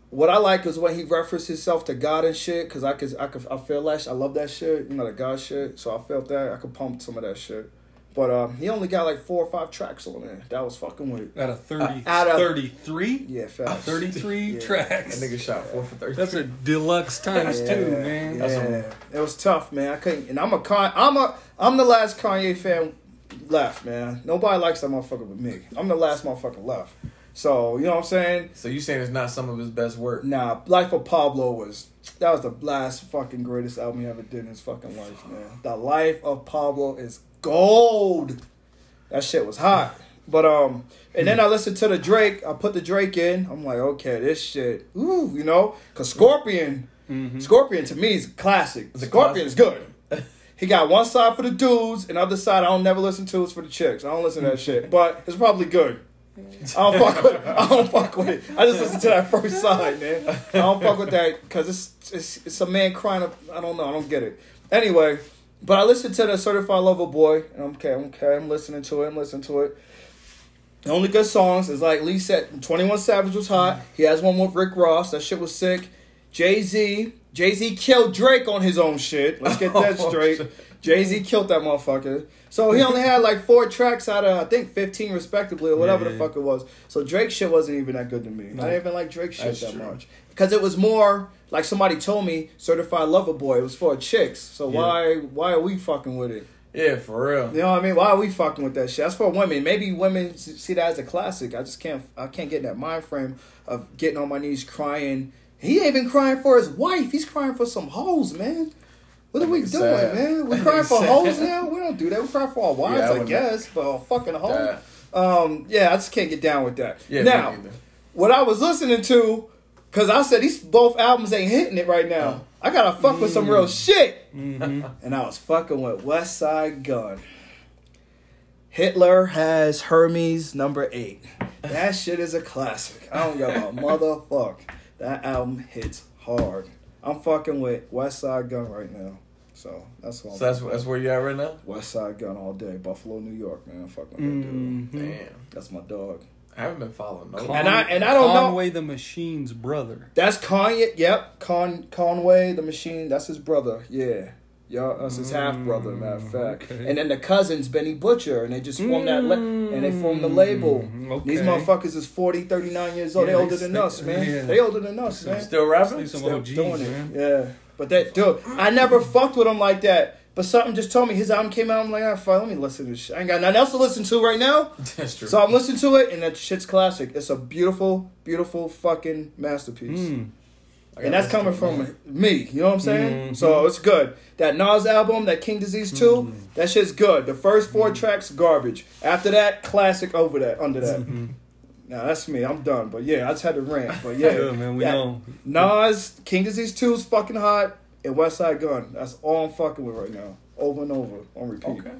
Speaker 2: what I like is when he referenced himself to God and shit, cause I could I could I feel that shit. I love that shit. You know the God shit, so I felt that I could pump some of that shit. But um, he only got like four or five tracks on there. That was fucking weird.
Speaker 4: Out of 30,
Speaker 2: Uh, Out of-
Speaker 4: 33?
Speaker 2: Yeah, fast.
Speaker 4: 33
Speaker 2: Yeah.
Speaker 3: that
Speaker 4: tracks.
Speaker 3: nigga shot four for thirty.
Speaker 4: That's a deluxe times
Speaker 2: Yeah,
Speaker 4: two, man.
Speaker 2: Yeah.
Speaker 4: That's
Speaker 2: it was tough, man. I couldn't, and I'm a con. I'm a. I'm the last Kanye fan left, man. Nobody likes that motherfucker but me. I'm the last motherfucker left. So you know what I'm saying?
Speaker 3: so you saying it's not some of his best work?
Speaker 2: Nah, Life of Pablo was that was the last fucking greatest album he ever did in his fucking life, man. The Life of Pablo is gold. That shit was hot. But um, and then I listened to the Drake. I put the Drake in. I'm like, okay, this shit, ooh, you know, cause Scorpion, Scorpion to me is Mm-hmm. a classic. Scorpion's good. he got one side for the dudes, and other side I don't never listen to is for the chicks. I don't listen to that shit, but it's probably good. I don't fuck with. it. I don't fuck with it. I just listen to that first side, man. I don't fuck with that because it's, it's it's a man crying. Up, I don't know. I don't get it. Anyway, but I listened to the Certified Lover Boy, and I'm okay. I'm okay. I'm listening to it. I'm listening to it. The only good songs is like Lee said, 21 Savage was hot. He has one with Rick Ross. That shit was sick. Jay Z. Jay Z killed Drake on his own shit. Let's get that
Speaker 3: Oh,
Speaker 2: straight.
Speaker 3: shit.
Speaker 2: Jay Z killed that motherfucker. So he only had like four tracks out of, I think, 15 respectively or whatever
Speaker 3: Yeah, yeah,
Speaker 2: the fuck it was. So Drake shit wasn't even that good to me. I didn't even like Drake shit
Speaker 3: That's
Speaker 2: that
Speaker 3: true.
Speaker 2: much. Because it was more, like somebody told me, Certified Lover Boy. It was for chicks. So
Speaker 3: Yeah.
Speaker 2: why why are we fucking with it?
Speaker 3: Yeah, for real.
Speaker 2: You know what I mean? Why are we fucking with that shit? That's for women. Maybe women s- see that as a classic. I just can't. I can't get in that mind frame of getting on my knees crying. He ain't even crying for his wife. He's crying for some hoes, man. What are we doing,
Speaker 3: Sad.
Speaker 2: man? We crying for
Speaker 3: Sad.
Speaker 2: hoes now? We don't do that. We cry for our wives,
Speaker 3: Yeah, I
Speaker 2: I,
Speaker 3: wouldn't-
Speaker 2: guess, but a fucking hoe.
Speaker 3: That-
Speaker 2: Um, yeah, I just can't get down with that.
Speaker 3: Yeah, me
Speaker 2: now,
Speaker 3: neither.
Speaker 2: what I was listening to, because I said these both albums ain't hitting it right now. I gotta fuck with some real shit. and I was fucking with West Side Gun. Hitler has Hermes number eight. That shit is a classic. I don't give a motherfuck. That album hits hard. I'm fucking with West Side Gun right now. So that's what I'm
Speaker 3: So that's that's where you at right now.
Speaker 2: West Side Gun all day. Buffalo, New York, man. Fuck with that dude.
Speaker 4: Mhm.
Speaker 3: Damn,
Speaker 2: That's my dog.
Speaker 3: I haven't been following no.
Speaker 2: And I- and I don't know-
Speaker 4: Conway the Machine's brother.
Speaker 2: That's Kanye. Yep, Con Conway the Machine. That's his brother. Yeah, y'all. That's his half brother. Matter of fact.
Speaker 4: Mm, okay.
Speaker 2: And then the cousins, Benny Butcher, and they just formed that. La- and they formed the label.
Speaker 4: Mm, okay.
Speaker 2: These motherfuckers is 40, 39 years old.
Speaker 4: Yeah,
Speaker 2: they
Speaker 4: they
Speaker 2: older than
Speaker 4: stay-
Speaker 2: us, man.
Speaker 4: yeah.
Speaker 2: They older than us, man.
Speaker 3: Still rapping?
Speaker 4: Some
Speaker 2: Still
Speaker 4: OGs,
Speaker 2: doing it.
Speaker 4: man.
Speaker 2: Yeah. But that dude, I never fucked with him like that. But something just told me his album came out. I'm like, ah, fine, let me listen to this shit. I ain't got nothing else to listen to right now.
Speaker 3: That's true.
Speaker 2: So I'm listening to it, and that shit's classic. It's a beautiful, beautiful fucking masterpiece.
Speaker 3: I
Speaker 4: Mm.
Speaker 2: And
Speaker 3: gotta
Speaker 2: that's coming
Speaker 3: listen to it.
Speaker 2: from me, you know what I'm saying?
Speaker 4: Mm-hmm.
Speaker 2: So it's good. That Nas album, that King Disease 2,
Speaker 4: Mm-hmm.
Speaker 2: that shit's good. The first four tracks, garbage. After that, classic over that, under that.
Speaker 4: Mm-hmm.
Speaker 2: Now that's me, I'm done. But yeah, I just had to rant. But yeah,
Speaker 4: Yeah, man, we
Speaker 2: that-
Speaker 4: know.
Speaker 2: Nas, King Disease 2 is fucking hot, and West Side Gun. That's all I'm fucking with right now. Over and over, on repeat.
Speaker 3: Okay.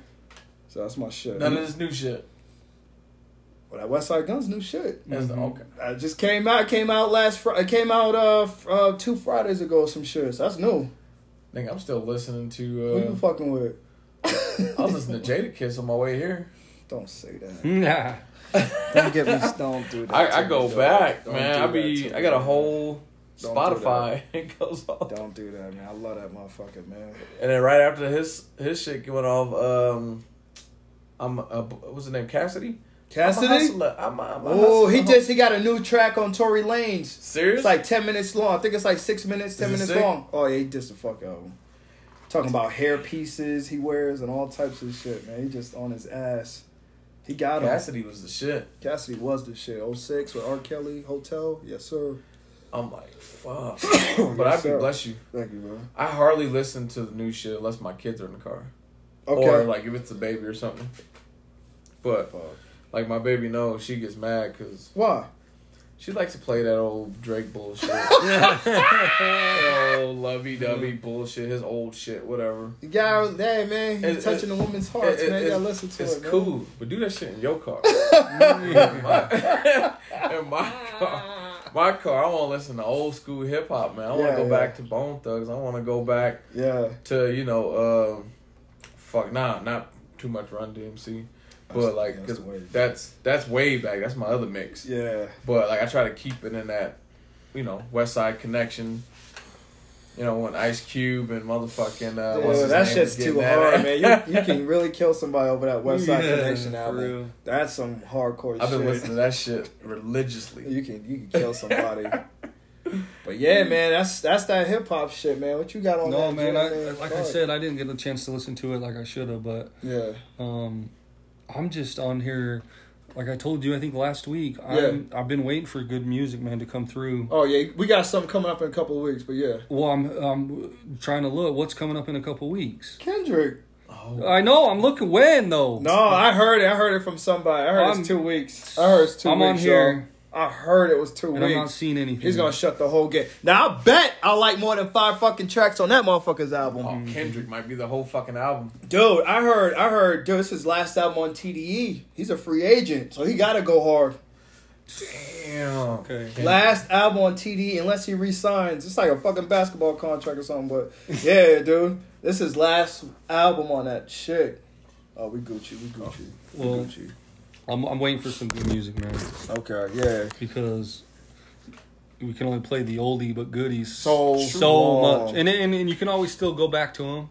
Speaker 2: So that's my shit.
Speaker 3: None of this new shit.
Speaker 2: But that West Side Gun's new shit.
Speaker 3: That's the, okay.
Speaker 2: I just came out. Came out last. Fri- it came out uh, f- uh two Fridays ago. Some shit. So that's new.
Speaker 3: Nigga, I'm still listening
Speaker 2: Who you
Speaker 3: to.
Speaker 2: fucking with?
Speaker 3: Uh, I was listening to Jada Kiss on my way here.
Speaker 2: Don't say that.
Speaker 4: Nah.
Speaker 2: Don't get me. Don't do that.
Speaker 3: I,
Speaker 2: to
Speaker 3: I
Speaker 2: me,
Speaker 3: go
Speaker 2: dog.
Speaker 3: back,
Speaker 2: Don't
Speaker 3: man.
Speaker 2: do
Speaker 3: I
Speaker 2: that
Speaker 3: be
Speaker 2: to
Speaker 3: I
Speaker 2: me,
Speaker 3: got a
Speaker 2: man.
Speaker 3: whole
Speaker 2: Don't do
Speaker 3: Spotify. it goes off,
Speaker 2: Don't do that, man. I love that motherfucker, man.
Speaker 3: and then right after his his shit went off, um, I'm uh, what's his name Cassidy. I'm a
Speaker 2: Cassidy.
Speaker 3: hustler. I'm a, I'm a
Speaker 2: Oh, he
Speaker 3: hustler.
Speaker 2: just he got a new track on Tory Lanez.
Speaker 3: serious.
Speaker 2: It's like ten minutes long. I think it's like six minutes, ten
Speaker 3: it
Speaker 2: minutes
Speaker 3: sick?
Speaker 2: long. Oh yeah, he dissed the fuck out of him. Talking about hair pieces he wears and all types of shit, man. He just on his ass. He got him.
Speaker 3: Cassidy was the shit.
Speaker 2: Cassidy was the shit. 06 with R. Kelly, Hotel. Yes, sir.
Speaker 3: I'm like fuck,
Speaker 2: Yes,
Speaker 3: but I be
Speaker 2: sir.
Speaker 3: bless you.
Speaker 2: Thank you, man.
Speaker 3: I hardly listen to the new shit unless my kids are in the car
Speaker 2: Okay.
Speaker 3: or like if it's a baby or something. But
Speaker 2: Fuck.
Speaker 3: like my baby knows she gets mad because
Speaker 2: Why?
Speaker 3: She likes to play that old Drake bullshit. oh, lovey dovey bullshit, his old shit, whatever.
Speaker 2: You got hey man, he's
Speaker 3: It-
Speaker 2: touching
Speaker 3: it-
Speaker 2: a woman's heart,
Speaker 3: It- it-
Speaker 2: man. Oh, You
Speaker 3: it's-
Speaker 2: gotta listen to
Speaker 3: it's
Speaker 2: it. man.
Speaker 3: cool, but do that shit in your car. in, my, in my car, my car, I want to listen to old school hip hop, man. I want to
Speaker 2: Yeah,
Speaker 3: go
Speaker 2: yeah.
Speaker 3: back to Bone Thugs. I want to go back
Speaker 2: Yeah.
Speaker 3: to you know, um, fuck, nah, not too much Run DMC, but like,
Speaker 2: that's
Speaker 3: cause
Speaker 2: the wave.
Speaker 3: that's that's way back. That's my other mix.
Speaker 2: Yeah.
Speaker 3: But like I try to keep it in that, you know, West Side Connection. You know, when Ice Cube and motherfucking uh, what's
Speaker 2: Dude,
Speaker 3: his
Speaker 2: that
Speaker 3: name
Speaker 2: shit's
Speaker 3: was getting
Speaker 2: too
Speaker 3: at
Speaker 2: hard,
Speaker 3: it.
Speaker 2: man. You, you can really kill somebody over that West Side
Speaker 4: Yeah,
Speaker 2: Connection
Speaker 4: for
Speaker 2: album.
Speaker 4: real.
Speaker 2: That's some hardcore
Speaker 3: I've been
Speaker 2: shit.
Speaker 3: listening to that shit religiously.
Speaker 2: You can you can kill somebody. but yeah, man, that's that's that hip hop shit, man. What you got on
Speaker 4: No,
Speaker 2: that?
Speaker 4: man.
Speaker 2: joint,
Speaker 4: I, like I
Speaker 2: Fuck.
Speaker 4: said, I didn't get a chance to listen to it like I should have, but
Speaker 2: Yeah.
Speaker 4: um, I'm just on here. Like I told you, I think last week,
Speaker 2: Yeah.
Speaker 4: I'm, I've been waiting for good music, man, to come through.
Speaker 2: Oh yeah, we got something coming up in a couple of weeks, but yeah.
Speaker 4: Well, I'm I'm trying to look what's coming up in a couple weeks.
Speaker 2: Kendrick.
Speaker 3: Oh, Oh,
Speaker 4: I know. I'm looking when though.
Speaker 2: No, I heard it. I heard it from somebody. I heard
Speaker 4: I'm-
Speaker 2: it's two weeks. I heard it's 2
Speaker 4: I'm
Speaker 2: weeks.
Speaker 4: on here.
Speaker 2: y'all. I heard it was two
Speaker 4: and I'm not
Speaker 2: weeks.
Speaker 4: seeing anything.
Speaker 2: He's gonna
Speaker 3: Mm.
Speaker 2: shut the whole game. Now I bet I like more than five fucking tracks on that motherfucker's album.
Speaker 3: oh Kendrick might be the whole fucking album.
Speaker 2: Dude, I heard, I heard, dude, this is his last album on TDE. He's a free agent, so he gotta go hard.
Speaker 3: Damn.
Speaker 4: Okay.
Speaker 2: Last album on TDE, unless he resigns. It's like a fucking basketball contract or something, but yeah, dude. This is last album on that shit. Oh, we Gucci, we Gucci. we
Speaker 3: Oh,
Speaker 4: Well-
Speaker 2: Gucci.
Speaker 4: I'm, I'm waiting for some good music, man,
Speaker 2: Okay, yeah.
Speaker 4: because we can only play the oldie but goodies
Speaker 2: So
Speaker 4: so
Speaker 2: long.
Speaker 4: much, and, and and you can always still go back to them.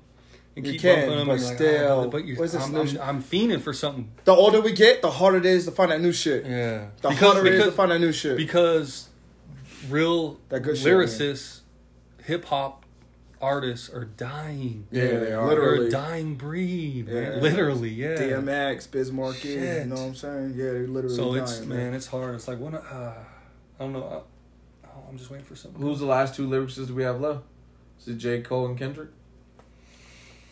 Speaker 4: And
Speaker 2: You
Speaker 4: keep
Speaker 2: can,
Speaker 4: bumping 'em,
Speaker 2: but
Speaker 4: and you're like,
Speaker 2: still,
Speaker 4: "Ah, but you,
Speaker 2: what's this
Speaker 4: I'm,
Speaker 2: new
Speaker 4: I'm,
Speaker 2: shit?"
Speaker 4: I'm fiending for something.
Speaker 2: The older we get, the harder it is to find that new shit.
Speaker 4: Yeah,
Speaker 2: The harder it is to find that new shit.
Speaker 4: because real
Speaker 2: That good shit,
Speaker 4: lyricists, hip hop artists are dying.
Speaker 3: Yeah, they are.
Speaker 4: They're a
Speaker 2: Literally.
Speaker 4: dying breed, man.
Speaker 2: Yeah.
Speaker 4: Literally, yeah.
Speaker 2: DMX, Biz Markie, you
Speaker 4: Shit.
Speaker 2: know what I'm saying? Yeah, they literally.
Speaker 4: so it's
Speaker 2: dying,
Speaker 4: man, it's hard. It's like one. Uh, I don't know. I, oh, I'm just waiting for something.
Speaker 3: Who's the last two lyricists we have left? Is it J. Cole and Kendrick?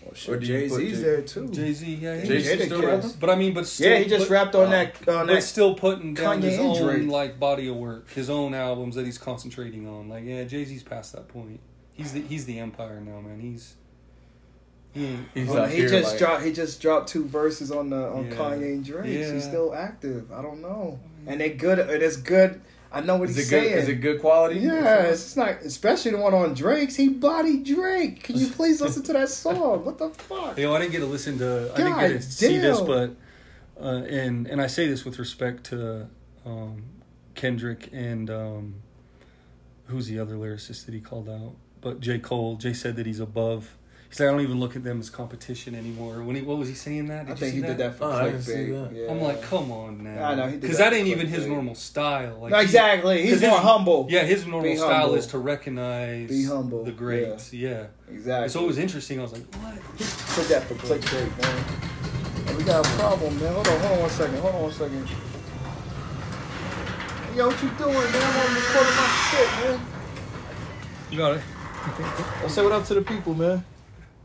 Speaker 2: Oh,
Speaker 3: Or
Speaker 2: shit,
Speaker 3: do you
Speaker 2: Jay
Speaker 3: put
Speaker 2: Z's
Speaker 3: Jay-
Speaker 2: there too.
Speaker 4: Jay Z? Yeah,
Speaker 2: Jay-
Speaker 4: he-
Speaker 3: Jay-Z
Speaker 2: Jada
Speaker 3: still
Speaker 2: Kiss.
Speaker 3: rapping?
Speaker 4: but I mean, but still,
Speaker 2: yeah, he just
Speaker 4: but-
Speaker 2: rapped on
Speaker 4: uh,
Speaker 2: that on
Speaker 4: But
Speaker 2: that
Speaker 4: still putting down
Speaker 2: Kanye
Speaker 4: his
Speaker 2: and
Speaker 4: own
Speaker 2: Drake.
Speaker 4: like body of work, his own albums that he's concentrating on. Like, yeah, Jay Z's past that point. He's the he's the empire now, man. He's he ain't
Speaker 3: He's
Speaker 2: Oh,
Speaker 3: out
Speaker 2: he
Speaker 3: here,
Speaker 2: just
Speaker 3: like-
Speaker 2: dropped. He just dropped two verses on the on
Speaker 4: Yeah.
Speaker 2: Kanye and Drake.
Speaker 4: Yeah.
Speaker 2: He's still active. I don't know. And they good. It is good. I know what
Speaker 3: Is
Speaker 2: he's
Speaker 3: it good?
Speaker 2: saying.
Speaker 3: Is it good quality?
Speaker 2: yeah, it's not especially the one on Drake's. He body Drake. Can you please listen to that song? What the fuck?
Speaker 4: Yo, I didn't get to listen to. I didn't get to
Speaker 2: God
Speaker 4: see this,
Speaker 2: damn.
Speaker 4: but uh, and and I say this with respect to um, Kendrick and um, who's the other lyricist that he called out? But J Cole. Jay said that he's above. He's like, I don't even look at them as competition anymore. When he, what was he saying that? Did
Speaker 2: I
Speaker 4: you
Speaker 2: think
Speaker 4: see
Speaker 2: he did that for
Speaker 3: Oh, I didn't see
Speaker 2: clickbait.
Speaker 3: that.
Speaker 2: Yeah.
Speaker 4: I'm like, come on now.
Speaker 2: I know, he did
Speaker 4: because
Speaker 2: that
Speaker 4: that ain't
Speaker 2: for
Speaker 4: even his
Speaker 2: clickbait.
Speaker 4: normal style. Like
Speaker 2: No,
Speaker 4: he-
Speaker 2: exactly. He's
Speaker 4: 'cause
Speaker 2: more
Speaker 4: his-
Speaker 2: humble.
Speaker 4: Yeah, his normal
Speaker 2: Be
Speaker 4: style
Speaker 2: humble.
Speaker 4: is to recognize
Speaker 2: Be humble,
Speaker 4: the greats. Yeah.
Speaker 2: exactly.
Speaker 4: So it was interesting. I was like, what?
Speaker 2: Put that for clickbait, man. And we got a problem, man. Hold on, hold on one second. Hold on one second. Yo, what you doing, man? I'm recording my shit, man.
Speaker 4: You got it.
Speaker 2: Well, say what up to the people, man.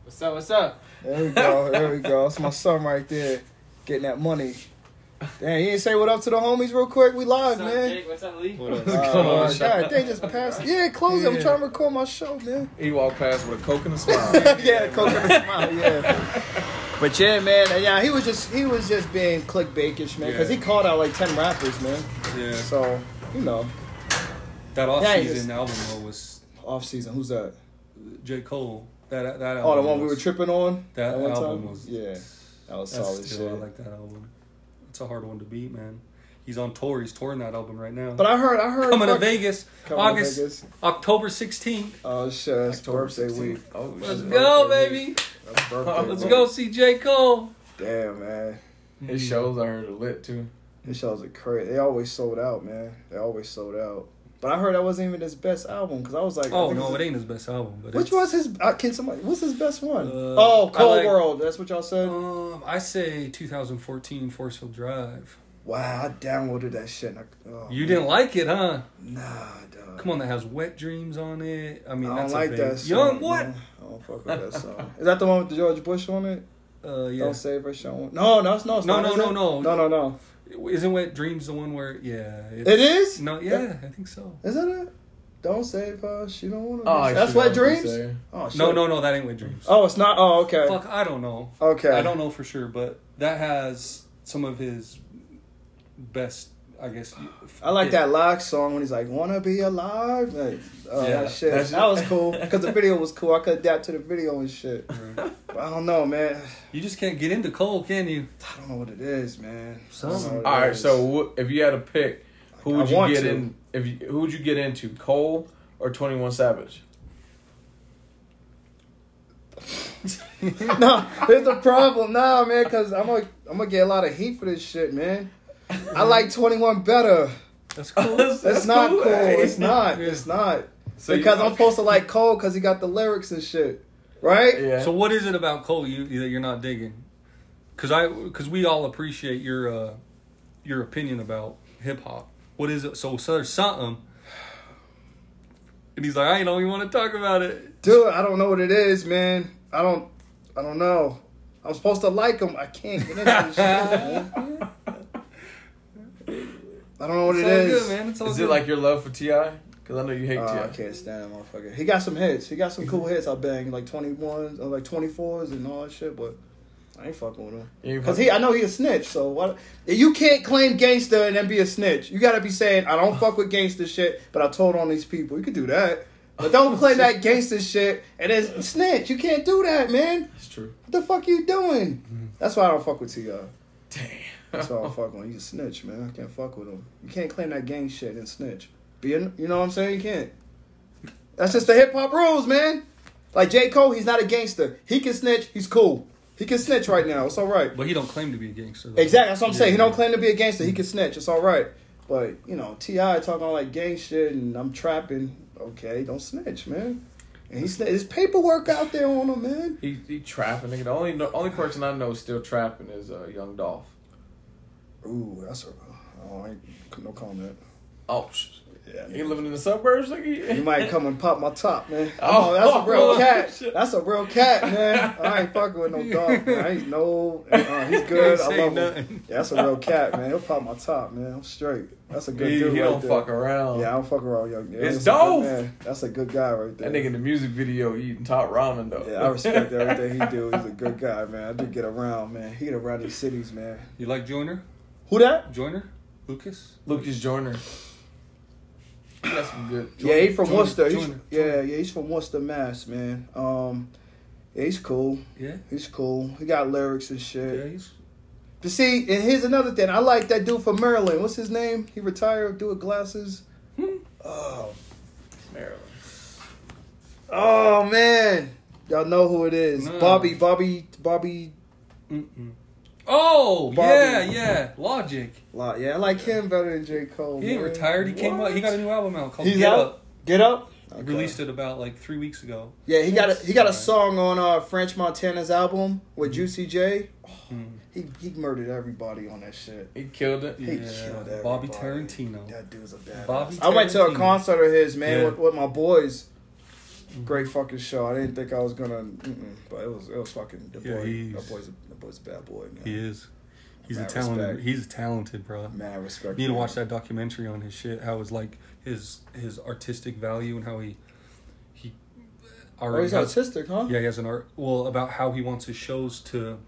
Speaker 3: What's up? What's up?
Speaker 2: There we go. There we go. That's my son right there, getting that money. Damn, you didn't say what up to the homies real quick. We live, man.
Speaker 5: What's up, Lee?
Speaker 2: Uh, God, they just passed. Yeah, close. it. I'm trying to record my show, man.
Speaker 3: He walked past with a coke and a smile.
Speaker 2: yeah, coconut smile, yeah. But yeah, man, yeah, he was just he was just being clickbaitish, man, because he called out like ten rappers, man.
Speaker 4: Yeah.
Speaker 2: So you know,
Speaker 4: That off
Speaker 2: Yeah, he
Speaker 4: season
Speaker 2: just-
Speaker 4: album though was
Speaker 2: off season. Who's that?
Speaker 4: J Cole. That that album.
Speaker 2: Oh, the one we
Speaker 4: was-
Speaker 2: were tripping on.
Speaker 4: That
Speaker 2: one
Speaker 4: album
Speaker 2: time?
Speaker 4: was
Speaker 2: yeah, that was
Speaker 4: That's
Speaker 2: solid
Speaker 4: still, I
Speaker 2: shit.
Speaker 4: like that album. It's a hard one to beat, man. He's on tour. He's touring that album right now.
Speaker 2: But I heard, I heard.
Speaker 4: coming to
Speaker 2: fuck-
Speaker 4: Vegas,
Speaker 2: Coming to
Speaker 4: August,
Speaker 2: Vegas.
Speaker 4: October sixteenth.
Speaker 2: Oh shit, that's birthday week.
Speaker 3: Oh,
Speaker 4: Let's
Speaker 3: shit.
Speaker 4: go, baby.
Speaker 2: That's birthday.
Speaker 4: Let's
Speaker 2: week.
Speaker 4: go see J Cole.
Speaker 2: Damn, man.
Speaker 3: His shows I heard are lit too.
Speaker 2: This shows are crazy. They always sold out, man. They always sold out. But I heard that wasn't even his best album because I was like, I
Speaker 4: Oh
Speaker 2: think
Speaker 4: no,
Speaker 2: this-
Speaker 4: it ain't his best album. But
Speaker 2: Which
Speaker 4: it's-
Speaker 2: was his? Uh, can somebody? What's his best one?
Speaker 4: Uh,
Speaker 2: oh,
Speaker 4: I
Speaker 2: Cold
Speaker 4: like-
Speaker 2: World. That's what y'all said.
Speaker 4: Um, I say 2014 Force Hill Drive.
Speaker 2: wow, I downloaded that shit. And I, oh,
Speaker 4: You didn't like it, huh?
Speaker 2: Nah, dog.
Speaker 4: Come on, that has Wet Dreams on it. I
Speaker 2: I
Speaker 4: mean,
Speaker 2: don't
Speaker 4: that's
Speaker 2: like
Speaker 4: a
Speaker 2: that.
Speaker 4: big,
Speaker 2: Song,
Speaker 4: young what?
Speaker 2: man. I don't fuck with that song. Is that the one with the George Bush on it?
Speaker 4: Uh, yeah.
Speaker 2: Don't save her, Sean. No, no, it's not. it's
Speaker 4: No,
Speaker 2: not,
Speaker 4: no,
Speaker 2: is
Speaker 4: no,
Speaker 2: it?
Speaker 4: no.
Speaker 2: no, no, no.
Speaker 4: Isn't Wet Dreams the one where? Yeah.
Speaker 2: It is.
Speaker 4: No. Yeah, I think so.
Speaker 2: Is that it? Don't save her. She don't want to.
Speaker 3: Oh, I
Speaker 2: that's
Speaker 3: should
Speaker 2: what
Speaker 3: have to
Speaker 2: dreams.
Speaker 3: say.
Speaker 2: Oh, shit.
Speaker 4: No, no, no. That ain't Wet Dreams.
Speaker 2: Oh, it's not. Oh, okay.
Speaker 4: Fuck, I don't know.
Speaker 2: Okay.
Speaker 4: I don't know for sure, but that has some of his best, I guess.
Speaker 2: I like
Speaker 4: yeah.
Speaker 2: that Lock song when he's like, "Wanna be alive." Like, oh,
Speaker 4: Yeah,
Speaker 2: that shit.
Speaker 3: that's-
Speaker 2: That was cool because the video was cool. I could adapt to the video and shit. But I don't know, man.
Speaker 4: You just can't get into Cole, can you?
Speaker 2: I don't know what it is, man. I don't know
Speaker 4: Some-
Speaker 2: what it
Speaker 3: All right,
Speaker 2: is.
Speaker 3: so wh- if you had to pick, who
Speaker 2: I
Speaker 3: would you
Speaker 2: want
Speaker 3: get
Speaker 2: to.
Speaker 3: in? If you, who would you get into, Cole or Twenty One Savage?
Speaker 2: no, there's a problem now, man. Because I'm gonna, I'm gonna get a lot of heat for this shit, man. I like 21 better.
Speaker 4: That's cool.
Speaker 2: It's not cool.
Speaker 3: hey.
Speaker 2: It's not. It's not.
Speaker 3: So you-
Speaker 2: because I'm supposed to like Cole because he got the lyrics and shit, right?
Speaker 3: Yeah.
Speaker 4: so, what is it about Cole you that you're not digging? Because I, because we all appreciate your, uh, your opinion about hip hop. What is it? So, so there's something. And he's like, I don't even want to talk about it.
Speaker 2: Dude, I don't know what it is, man. I don't I don't know. I'm supposed to like him. I can't get into this shit. man. I don't know what
Speaker 4: It's
Speaker 2: it's
Speaker 4: all good, man. It's all
Speaker 3: Is
Speaker 4: good.
Speaker 3: it like your love for Ti? Because I know you hate
Speaker 2: Uh, I
Speaker 3: Ti.
Speaker 2: can't stand that motherfucker. He got some hits. He got some cool hits. I bang like twenty ones, or like twenty fours, and all that shit. But I ain't fucking with him.
Speaker 3: You
Speaker 2: Cause he, I know he a snitch. So what? You can't claim gangster and then be a snitch. You gotta be saying I don't fuck with gangster shit, but I told on these people. You can do that, but don't claim that gangster shit and then snitch. You can't do that, man.
Speaker 3: It's true.
Speaker 2: What the fuck you doing? That's why I don't fuck with Ti.
Speaker 3: Damn.
Speaker 2: That's why I don't fuck with him. He's a snitch, man. I can't fuck with him. You can't claim that gang shit and snitch. Be in, you know what I'm saying? You can't. That's just the hip hop rules, man. Like J Cole, he's not a gangster. He can snitch. He's cool. He can snitch right now. It's all right.
Speaker 4: But he don't claim to be a gangster. Though.
Speaker 2: Exactly. That's what I'm
Speaker 4: Yeah,
Speaker 2: saying. He
Speaker 4: yeah.
Speaker 2: don't claim to be a gangster. He can snitch. It's all right. But you know, Ti talking all like gang shit and I'm trapping. Okay, don't snitch, man. And he sn- there's paperwork out there on him, man.
Speaker 3: He he trapping. nigga. The only the only person I know still trapping is uh, Young Dolph.
Speaker 2: Ooh, that's a. Oh, I ain't, no comment.
Speaker 3: Oh, sh-
Speaker 2: Yeah.
Speaker 3: he living in the suburbs, nigga.
Speaker 2: You might come and pop my top, man.
Speaker 3: Oh.
Speaker 2: Oh, that's a real
Speaker 3: Oh,
Speaker 2: cat.
Speaker 3: shit.
Speaker 2: That's a real cat, man. I ain't fucking with no dog, man. I ain't no. Uh, he's good. I
Speaker 4: Say
Speaker 2: love him.
Speaker 4: nothing.
Speaker 2: Yeah, that's a real cat, man. He'll pop my top, man. I'm straight. That's a good
Speaker 3: He,
Speaker 2: dude.
Speaker 3: he
Speaker 2: right
Speaker 3: don't
Speaker 2: there.
Speaker 3: fuck around.
Speaker 2: Yeah, I don't fuck around, young. Yeah,
Speaker 3: It's
Speaker 2: that's a good
Speaker 3: dope.
Speaker 2: man. That's a good guy right there.
Speaker 3: That nigga in the music video eating top ramen though.
Speaker 2: Yeah, I respect everything he do. He's a good guy, man. I do get around, man. He get around these cities, man.
Speaker 4: You like Joyner?
Speaker 2: Who that?
Speaker 4: Joyner? Lucas?
Speaker 3: Lucas Joyner. He got some good.
Speaker 2: yeah, he from
Speaker 4: Joyner,
Speaker 2: Worcester. He's-
Speaker 4: Joyner,
Speaker 2: yeah, yeah, he's from Worcester, Mass, man. Um, yeah, he's cool.
Speaker 4: Yeah.
Speaker 2: He's cool. He got lyrics and shit.
Speaker 4: Yeah, he's
Speaker 2: But see, and here's another thing. I like that dude from Maryland. What's his name? He retired, dude with glasses.
Speaker 4: Hmm?
Speaker 2: Oh,
Speaker 3: Maryland.
Speaker 2: oh man, y'all know who it is?
Speaker 4: No.
Speaker 2: Bobby, Bobby, Bobby.
Speaker 4: Mm-mm. Oh
Speaker 2: Bobby.
Speaker 4: yeah, yeah. Logic.
Speaker 2: Lot. Yeah, I like him better than J Cole.
Speaker 4: He ain't
Speaker 2: man.
Speaker 4: retired. He came up. He got a new album out called
Speaker 2: He's
Speaker 4: Get
Speaker 2: out?
Speaker 4: Up.
Speaker 2: Get up.
Speaker 4: He Released it about like three weeks ago.
Speaker 2: Yeah, he got a, he got a
Speaker 4: Alright.
Speaker 2: song on uh, French Montana's album
Speaker 4: Hmm.
Speaker 2: with Juicy J.
Speaker 4: Mm.
Speaker 2: He he murdered everybody on that shit.
Speaker 3: He killed it.
Speaker 2: He
Speaker 4: Yeah,
Speaker 2: killed everybody.
Speaker 4: Bobby Tarantino.
Speaker 2: That dude's a bad.
Speaker 4: Bobby
Speaker 2: I went to a
Speaker 4: Tarantino.
Speaker 2: concert of his, man,
Speaker 4: Yeah. Mm-hmm.
Speaker 2: with, with my boys. Great fucking show. I didn't think I was gonna, mm-mm, but it was it was fucking the
Speaker 4: Yeah,
Speaker 2: boy.
Speaker 4: he's-
Speaker 2: that boy's a, that boy's a bad boy, man.
Speaker 4: He is. He's a
Speaker 2: Mad
Speaker 4: talented.
Speaker 2: respect.
Speaker 4: He's talented, bro.
Speaker 2: Mad respect.
Speaker 4: You need to
Speaker 2: for
Speaker 4: watch
Speaker 2: him.
Speaker 4: that documentary on his shit. How it's like his his artistic value and how he he
Speaker 2: Oh,
Speaker 4: already
Speaker 2: he's
Speaker 4: has-
Speaker 2: autistic, huh?
Speaker 4: Yeah, he has an art. Well, about how he wants his shows to,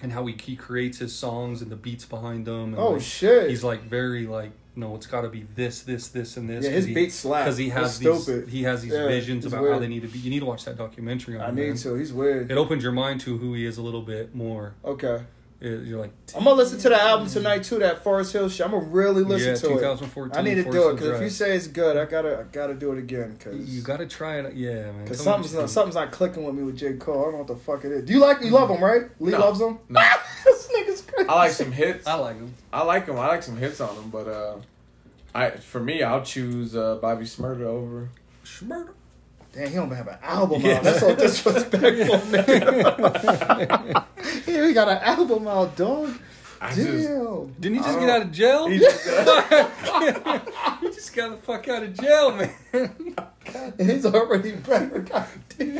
Speaker 4: and how he, he creates his songs and the beats behind them. And
Speaker 2: Oh
Speaker 4: like,
Speaker 2: shit.
Speaker 4: He's like very like no, it's got to be this, this, this, and this.
Speaker 2: yeah, his beats slap.
Speaker 4: because he has
Speaker 2: It's
Speaker 4: these
Speaker 2: stupid.
Speaker 4: he has these
Speaker 2: Yeah,
Speaker 4: visions
Speaker 2: he's
Speaker 4: about how
Speaker 2: weird.
Speaker 4: they need to be. You need to watch that documentary on
Speaker 2: I
Speaker 4: him.
Speaker 2: need
Speaker 4: man.
Speaker 2: to. He's weird.
Speaker 4: It opens your mind to who he is a little bit more.
Speaker 2: Okay,
Speaker 4: It- you're like,
Speaker 2: I'm gonna listen to the album tonight too. That Forest Hill shit. I'm gonna really listen
Speaker 4: yeah,
Speaker 2: to it.
Speaker 4: 2014.
Speaker 2: I need to do
Speaker 4: Forest
Speaker 2: it because
Speaker 4: Hill
Speaker 2: if you
Speaker 4: Drive.
Speaker 2: say it's good, I gotta I gotta do it again because
Speaker 4: you gotta try it, yeah, man.
Speaker 2: Cause
Speaker 4: Tell me
Speaker 2: something's
Speaker 4: what you
Speaker 2: not, something's not clicking with me with J. Cole. I don't know what the fuck it is. Do you like you love him, right? Lee
Speaker 3: No.
Speaker 2: loves him?
Speaker 3: No.
Speaker 2: this nigga's crazy.
Speaker 3: I like some hits.
Speaker 4: think. I like him.
Speaker 3: I like him. I like some hits on him, but uh, I for me, I'll choose uh, Bobby Smurda over.
Speaker 4: Schmurda.
Speaker 2: Damn, he don't even have an album
Speaker 3: Yeah.
Speaker 2: out. That's so disrespectful, nigga. yeah, he got an album out, dog.
Speaker 3: I
Speaker 2: Damn.
Speaker 3: just
Speaker 4: Didn't he
Speaker 3: I
Speaker 4: just
Speaker 3: don't
Speaker 4: get out of jail?
Speaker 3: he
Speaker 4: He
Speaker 3: just,
Speaker 4: just got the fuck out of jail, man.
Speaker 2: And he's already better. God damn.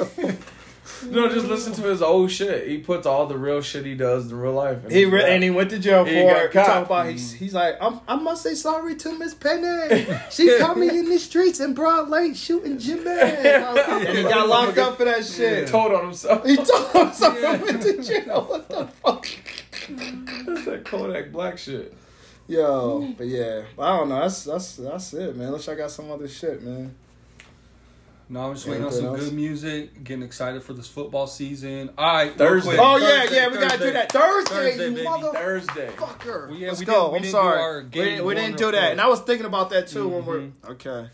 Speaker 3: no, just listen to his old shit. He puts all the real shit he does in real life.
Speaker 2: He re- and he Mm. went to jail for
Speaker 3: He got
Speaker 2: it. He
Speaker 3: caught.
Speaker 2: talk about he's, he's like I'm, I must say sorry to Miss Penny. She caught me in the streets in Broad Lake shooting Jim Man. And he got locked up for that shit.
Speaker 3: told on himself.
Speaker 2: He told him something
Speaker 4: Yeah.
Speaker 2: went to jail. What the fuck?
Speaker 3: That's that Kodak Black shit.
Speaker 2: Yo, but yeah, I don't know. That's that's that's it, man. Unless I got some other shit, man.
Speaker 4: No, I'm just waiting on
Speaker 2: Anything
Speaker 4: some
Speaker 2: else?
Speaker 4: good music. Getting excited for this football season. All right, real
Speaker 3: Thursday.
Speaker 4: quick.
Speaker 2: Oh yeah,
Speaker 4: Thursday,
Speaker 2: yeah, we gotta do
Speaker 4: Thursday.
Speaker 2: that Thursday,
Speaker 4: Thursday,
Speaker 2: you
Speaker 4: baby.
Speaker 3: Thursday.
Speaker 2: motherfucker.
Speaker 4: Well, yeah,
Speaker 2: Let's
Speaker 4: we
Speaker 2: go.
Speaker 4: didn't- we
Speaker 2: I'm
Speaker 4: didn't do our
Speaker 2: sorry, we,
Speaker 4: game Mm-hmm.
Speaker 2: didn't- we
Speaker 4: one
Speaker 2: didn't do
Speaker 4: report.
Speaker 2: that, and I was thinking about that too when we're okay.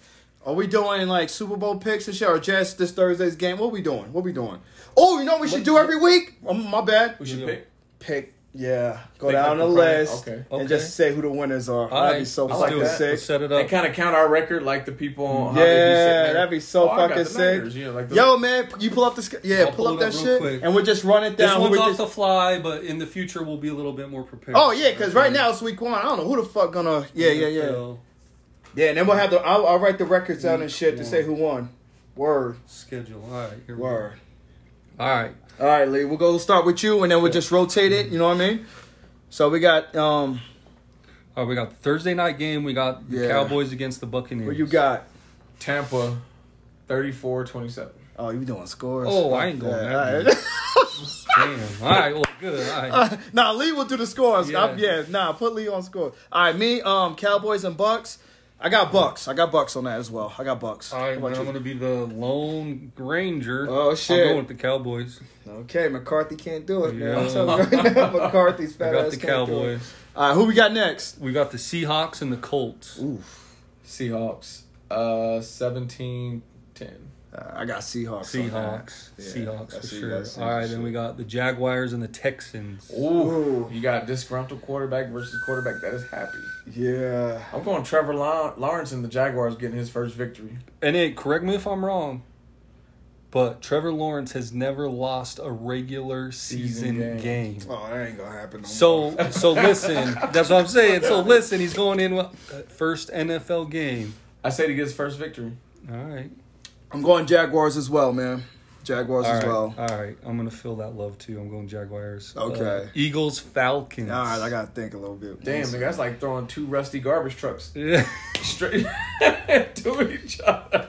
Speaker 2: Are we doing like Super Bowl picks and shit, or just this Thursday's game? What we doing? What we doing? Oh, you know what we should do every week. Um, my bad.
Speaker 3: We should
Speaker 4: Yeah.
Speaker 3: pick.
Speaker 2: Pick. Yeah, go
Speaker 3: Pick, like,
Speaker 2: down
Speaker 3: the
Speaker 2: the
Speaker 3: prime-
Speaker 2: list
Speaker 3: okay.
Speaker 4: Okay.
Speaker 2: and just say who the winners are.
Speaker 4: All
Speaker 2: That'd
Speaker 4: right,
Speaker 2: be so
Speaker 4: let's
Speaker 2: fucking
Speaker 4: do it.
Speaker 2: sick.
Speaker 4: Let's set it
Speaker 3: They
Speaker 4: up.
Speaker 3: kind of count our record like the people on. how they be sitting
Speaker 2: Yeah,
Speaker 3: there.
Speaker 2: that'd be so
Speaker 3: Oh, I got
Speaker 2: fucking
Speaker 3: the
Speaker 2: sick.
Speaker 3: Niners, yeah, like the-
Speaker 2: Yo, man, you pull up this. Yeah,
Speaker 4: I'll
Speaker 2: pull,
Speaker 4: pull
Speaker 2: up
Speaker 4: it up
Speaker 2: that
Speaker 4: real
Speaker 2: shit,
Speaker 4: quick.
Speaker 2: and we'll just run it
Speaker 4: This
Speaker 2: down.
Speaker 4: one's
Speaker 2: We'll
Speaker 4: off
Speaker 2: just-
Speaker 4: the fly, but in the future we'll be a little bit more prepared.
Speaker 2: oh yeah, because right now it's week one. I don't know who the fuck gonna. Yeah, yeah, yeah.
Speaker 4: NFL
Speaker 2: Yeah, and then we'll have the. I'll, I'll write the records down and
Speaker 4: Week
Speaker 2: shit to say who won. Word,
Speaker 4: Schedule. All right, here we go.
Speaker 2: word.
Speaker 4: All right.
Speaker 2: All right, Lee. We'll go start with you, and then we'll just rotate it. You know what I mean? So we got um.
Speaker 4: All right, Oh, we got the Thursday night game. We got the
Speaker 2: Yeah.
Speaker 4: Cowboys against the Buccaneers.
Speaker 2: What you got?
Speaker 3: Tampa, 34-27.
Speaker 2: Oh, you doing scores?
Speaker 4: Oh, I ain't going
Speaker 2: Yeah,
Speaker 4: that
Speaker 2: all
Speaker 4: Damn. All right. Well, good. All right.
Speaker 2: right. nah, Lee will do the scores.
Speaker 4: Yeah.
Speaker 2: Yeah. yeah, nah, put Lee on score. All right, me, um, Cowboys and Bucks. I got Bucks. I got Bucks on that as well. I got Bucks.
Speaker 4: All right.
Speaker 2: What
Speaker 4: Then
Speaker 2: about
Speaker 4: I'm
Speaker 2: you?
Speaker 4: going to be the lone ranger.
Speaker 2: Oh,
Speaker 4: I'm
Speaker 2: shit.
Speaker 4: going with the Cowboys.
Speaker 2: Okay, McCarthy can't do it, man.
Speaker 4: Yeah.
Speaker 2: I'm telling you right now, McCarthy's
Speaker 4: I
Speaker 2: fat
Speaker 4: got
Speaker 2: ass
Speaker 4: the
Speaker 2: can't do it.
Speaker 4: Cowboys.
Speaker 2: All right, who we got next?
Speaker 4: We got the Seahawks and the Colts.
Speaker 3: Seahawks, uh, 17-10.
Speaker 2: Uh, I got Seahawks. on that.
Speaker 4: Seahawks.
Speaker 3: Yeah,
Speaker 4: Seahawks
Speaker 3: I
Speaker 4: for
Speaker 3: see
Speaker 4: sure.
Speaker 3: that, see
Speaker 4: All right,
Speaker 3: that
Speaker 4: then
Speaker 3: shit.
Speaker 4: we got the Jaguars and the Texans.
Speaker 3: Ooh,
Speaker 2: Ooh.
Speaker 3: you got disgruntled quarterback versus quarterback that is happy.
Speaker 2: Yeah.
Speaker 3: I'm going Trevor Law- Lawrence and the Jaguars getting his first victory.
Speaker 4: And it, correct me if I'm wrong, but Trevor Lawrence has never lost a regular season,
Speaker 3: Season game.
Speaker 4: game.
Speaker 2: Oh, that ain't gonna happen. No more.
Speaker 4: So, so listen. That's what I'm saying. So listen, he's going in with uh, first NFL game.
Speaker 3: I said he gets his first victory.
Speaker 4: All right,
Speaker 2: I'm going Jaguars as well, man. Jaguars
Speaker 4: all
Speaker 2: as
Speaker 4: right,
Speaker 2: well.
Speaker 4: all right. I'm gonna feel that love too. I'm going Jaguars.
Speaker 2: Okay.
Speaker 4: Uh, Eagles, Falcons.
Speaker 2: All right, I gotta think a little bit.
Speaker 3: Damn, nigga, that's like throwing two rusty garbage trucks
Speaker 4: Yeah.
Speaker 3: straight to each other.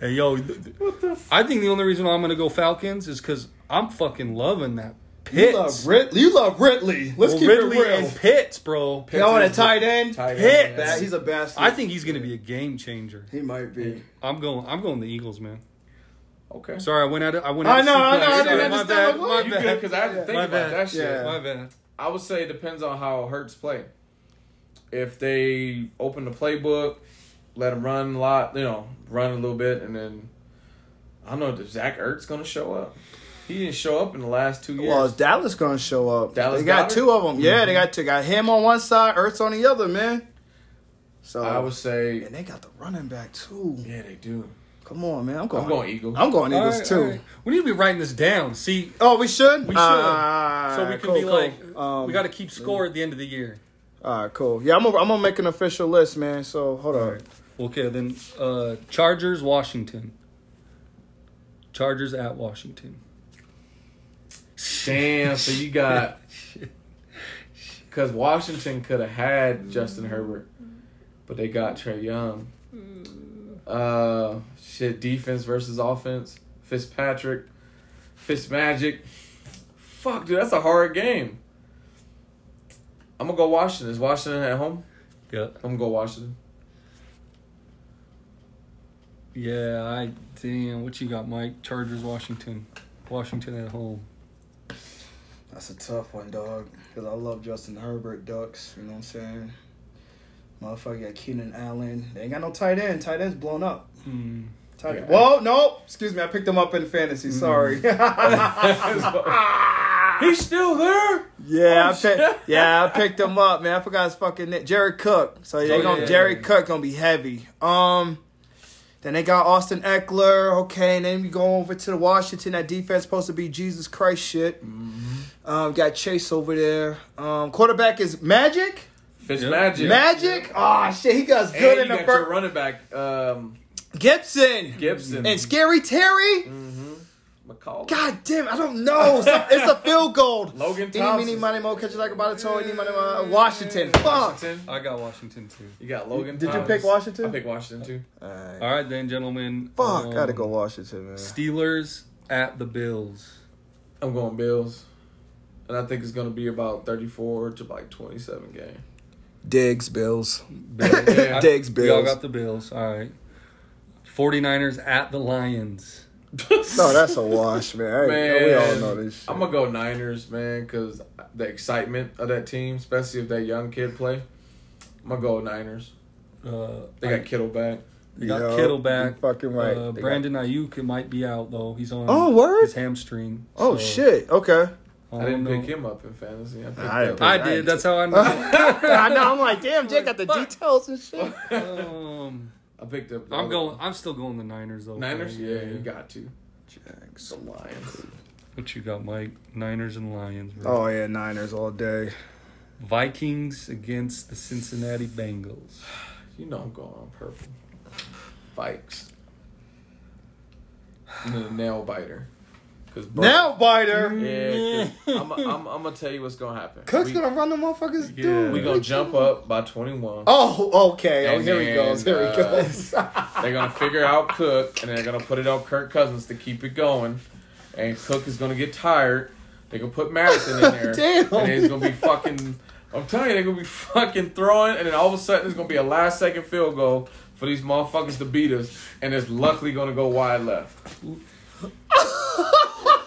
Speaker 4: Hey yo, th- th- I think the only reason why I'm gonna go Falcons is because I'm fucking loving that
Speaker 2: You
Speaker 4: Pitts.
Speaker 2: love Ridley. You love Ridley. Let's
Speaker 4: Well,
Speaker 2: keep
Speaker 4: Ridley
Speaker 2: it real.
Speaker 4: and Pitts, bro.
Speaker 3: Pitts.
Speaker 2: Y'all want a tight end?
Speaker 3: Tight end,
Speaker 4: Hit.
Speaker 3: yeah.
Speaker 2: Bat- He's a bastard.
Speaker 4: I think he's gonna be a game changer.
Speaker 2: he might be.
Speaker 4: I'm going. I'm going the Eagles, man.
Speaker 3: Okay.
Speaker 4: Sorry, I went out. I went.
Speaker 2: I
Speaker 4: out of
Speaker 2: know, I
Speaker 4: sequence.
Speaker 2: know, I
Speaker 4: Sorry,
Speaker 2: didn't
Speaker 4: my
Speaker 2: understand
Speaker 4: bad,
Speaker 2: what-
Speaker 4: My
Speaker 3: You
Speaker 4: bad.
Speaker 3: good? Because I had to think
Speaker 4: My
Speaker 3: about
Speaker 4: bad.
Speaker 3: that shit.
Speaker 2: Yeah.
Speaker 4: My bad.
Speaker 3: I would say it depends on how Hurts play. If they open the playbook, let him run a lot, you know, run a little bit, and then I don't know if Zach Ertz gonna show up. He didn't show up in the last two years.
Speaker 2: Well, is Dallas gonna show up?
Speaker 3: Dallas
Speaker 2: they got
Speaker 3: Goddard?
Speaker 2: two of them. Yeah, they got two. Got him on one side, Ertz on the other, man. So
Speaker 3: I would say,
Speaker 2: and they got the running back too.
Speaker 3: yeah, they do.
Speaker 2: Come on, man. I'm going.
Speaker 3: I'm going Eagles.
Speaker 2: I'm going
Speaker 4: All
Speaker 2: Eagles
Speaker 4: right,
Speaker 2: too.
Speaker 4: all right. We need to be writing this down. See,
Speaker 2: Oh, we should.
Speaker 4: We should.
Speaker 2: Ah,
Speaker 4: so we can
Speaker 2: cool,
Speaker 4: be
Speaker 2: cool.
Speaker 4: like,
Speaker 2: Um,
Speaker 4: we got to keep score at the end of the year.
Speaker 2: All right, cool. Yeah, I'm gonna, I'm gonna make an official list, man. So hold on.
Speaker 4: Okay, then uh, Chargers, Washington. Chargers at Washington.
Speaker 3: Damn, so you got because Washington could have had Justin Herbert, but they got Trey Young. Uh, shit, defense versus offense. Fitzpatrick, Fitzmagic. Fuck, dude, that's a hard game. I'm gonna go Washington. Is Washington at home?
Speaker 4: Yeah,
Speaker 3: I'm gonna go Washington.
Speaker 4: yeah. I damn. What you got, Mike? Chargers, Washington. Washington at home.
Speaker 2: That's a tough one, dog. Because I love Justin Herbert, Ducks. You know what I'm saying? Motherfucker got Keenan Allen. They ain't got no tight end. Tight end's blown up.
Speaker 4: Hmm.
Speaker 2: Tight
Speaker 3: Yeah.
Speaker 2: Well, no. Excuse me. I picked him up in fantasy. Sorry.
Speaker 3: He's still there.
Speaker 2: yeah,
Speaker 3: Oh,
Speaker 2: I
Speaker 3: shit.
Speaker 2: picked. Yeah, I picked him up, man. I forgot his fucking name. Jared Cook. So they
Speaker 4: Oh,
Speaker 2: gonna
Speaker 4: yeah,
Speaker 2: Jared
Speaker 4: yeah.
Speaker 2: Cook gonna be heavy. Um. Then they got Austin Eckler. Okay, and then we go over to the Washington. That defense supposed to be Jesus Christ shit.
Speaker 3: Mm-hmm.
Speaker 2: Um, got Chase over there. Um, quarterback is Magic.
Speaker 3: Fitzmagic.
Speaker 2: Magic? Oh shit, he got
Speaker 3: And
Speaker 2: good
Speaker 3: you
Speaker 2: in the
Speaker 3: got your
Speaker 2: first.
Speaker 3: running back, um,
Speaker 2: Gibson
Speaker 3: Gibson. Mm.
Speaker 2: and Scary Terry.
Speaker 3: McCall.
Speaker 2: God damn, I don't know. It's a, it's a field goal.
Speaker 3: Logan
Speaker 2: Any,
Speaker 3: Thompson. Mm.
Speaker 2: meeny, money, mo, catch it like a bottle toe. Any, money, mo, Washington. Fuck.
Speaker 3: Washington.
Speaker 4: I got Washington too.
Speaker 3: You got Logan.
Speaker 2: Did you
Speaker 3: Thomas.
Speaker 2: pick Washington?
Speaker 3: I picked Washington too.
Speaker 2: Alright.
Speaker 4: All right, then, gentlemen.
Speaker 2: Fuck,
Speaker 4: um,
Speaker 2: gotta go Washington, man.
Speaker 4: Steelers at the Bills.
Speaker 3: I'm going Bills, and I think it's going to be about 34 to like 27 game.
Speaker 2: Diggs, Bills.
Speaker 4: Bills.
Speaker 3: Yeah.
Speaker 2: Diggs,
Speaker 4: Y'all
Speaker 2: Bills.
Speaker 4: got the Bills. All right. 49ers at the Lions.
Speaker 2: No, that's a wash, man. I-
Speaker 3: man,
Speaker 2: We all know this shit.
Speaker 3: I'm gonna go Niners, man, because the excitement of that team, especially if that young kid play. I'm gonna go Niners.
Speaker 4: Uh,
Speaker 3: They got Kittle back.
Speaker 4: they got
Speaker 2: Yup,
Speaker 4: Kittle back.
Speaker 2: you fucking right.
Speaker 4: Uh,
Speaker 2: They got-
Speaker 4: Brandon Ayuk might be out, though. He's on
Speaker 2: Oh, word?
Speaker 4: his hamstring.
Speaker 2: Oh
Speaker 4: so
Speaker 2: shit. Okay.
Speaker 4: I,
Speaker 3: I
Speaker 4: don't
Speaker 3: didn't
Speaker 4: know.
Speaker 3: pick him up in fantasy. I picked
Speaker 2: I didn't
Speaker 3: up.
Speaker 4: I did. That's how I know.
Speaker 2: I know. I'm like, damn, Jay got the
Speaker 4: Fuck.
Speaker 2: details and shit.
Speaker 4: um,
Speaker 3: I picked up. the
Speaker 4: I'm
Speaker 3: other-
Speaker 4: going. I'm still going the Niners, though.
Speaker 3: Niners.
Speaker 4: man.
Speaker 3: Yeah, you got to.
Speaker 2: Jags.
Speaker 3: The Lions.
Speaker 4: What you got, Mike? Niners and Lions. Bro.
Speaker 2: Oh yeah, Niners all day.
Speaker 4: Vikings against the Cincinnati Bengals.
Speaker 3: You know I'm going on purple. Vikes. You know, the nail biter. Cause Bur-
Speaker 2: Now, Biter.
Speaker 3: yeah, 'cause I'm, I'm, I'm gonna tell you what's gonna happen.
Speaker 2: Cook's
Speaker 3: we,
Speaker 2: gonna run the motherfuckers
Speaker 1: Yeah.
Speaker 2: through.
Speaker 3: we gonna jump up by 21.
Speaker 2: Oh, okay. Oh,
Speaker 3: And
Speaker 2: here he
Speaker 3: then,
Speaker 2: goes. Here
Speaker 3: uh,
Speaker 2: he goes.
Speaker 4: uh,
Speaker 3: They're gonna figure out Cook, and they're gonna put it on Kirk Cousins to keep it going. And Cook is gonna get tired. They gonna put Madison in there,
Speaker 2: Damn.
Speaker 3: and it's gonna be fucking. I'm telling you, they're gonna be fucking throwing, and then all of a sudden it's gonna be a last second field goal for these motherfuckers to beat us, and it's luckily gonna go wide left.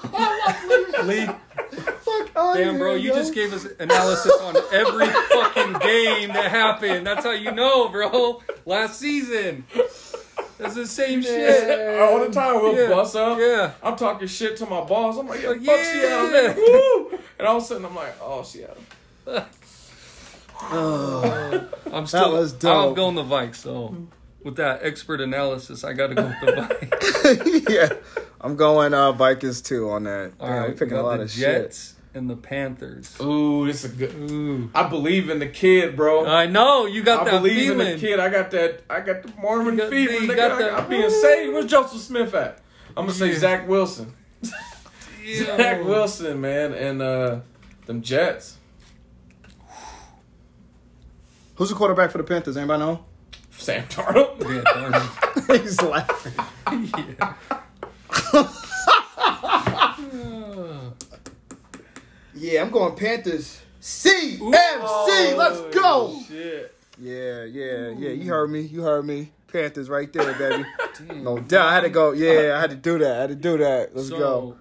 Speaker 4: Lee,
Speaker 2: Fuck outta
Speaker 4: damn, bro,
Speaker 2: here,
Speaker 4: you
Speaker 2: yo.
Speaker 4: just gave us analysis on every fucking game that happened. That's how you know, bro. Last season, that's the same shit.
Speaker 3: All the time we'll
Speaker 4: Yeah.
Speaker 3: bust up.
Speaker 4: Yeah.
Speaker 3: I'm talking shit to my boss. I'm like, yeah, fuck
Speaker 4: Yeah.
Speaker 3: Seattle, nigga. Woo! And all of a sudden I'm like, oh Seattle.
Speaker 4: I'm still.
Speaker 2: was
Speaker 4: I'm
Speaker 2: dope.
Speaker 4: going the Vikes. So, with that expert analysis, I got to go with the Vikes.
Speaker 2: yeah, I'm going uh, Vikings too on that.
Speaker 4: All
Speaker 2: Damn,
Speaker 4: right,
Speaker 2: we picking
Speaker 4: got
Speaker 2: a lot
Speaker 4: the
Speaker 2: of shit.
Speaker 4: Jets and the Panthers.
Speaker 3: Ooh, this is a good.
Speaker 4: Ooh.
Speaker 3: I believe in the kid, bro.
Speaker 4: I know Uh, you got
Speaker 3: I
Speaker 4: that
Speaker 3: believe
Speaker 4: feeling.
Speaker 3: in the kid. I got that. I got the Mormon
Speaker 4: You got-
Speaker 3: fever.
Speaker 4: you
Speaker 3: nigga.
Speaker 4: got
Speaker 3: I-
Speaker 4: that-
Speaker 3: I'm being saved. Where's Joseph Smith at? I'm gonna say
Speaker 4: Yeah.
Speaker 3: Zach Wilson.
Speaker 4: Ew.
Speaker 3: Zach Wilson, man, and uh, them Jets.
Speaker 2: Who's the quarterback for the Panthers? Anybody know?
Speaker 3: Sam Darnold.
Speaker 4: Yeah, darn it.
Speaker 2: He's laughing.
Speaker 4: Yeah.
Speaker 2: Yeah, I'm going Panthers. CMC, let's go.
Speaker 3: Shit.
Speaker 2: Yeah, yeah, yeah. You heard me. You heard me. Panthers right there, baby. no doubt. I had to go. Yeah, I had to do that. I had to do that. Let's
Speaker 4: so,
Speaker 2: go.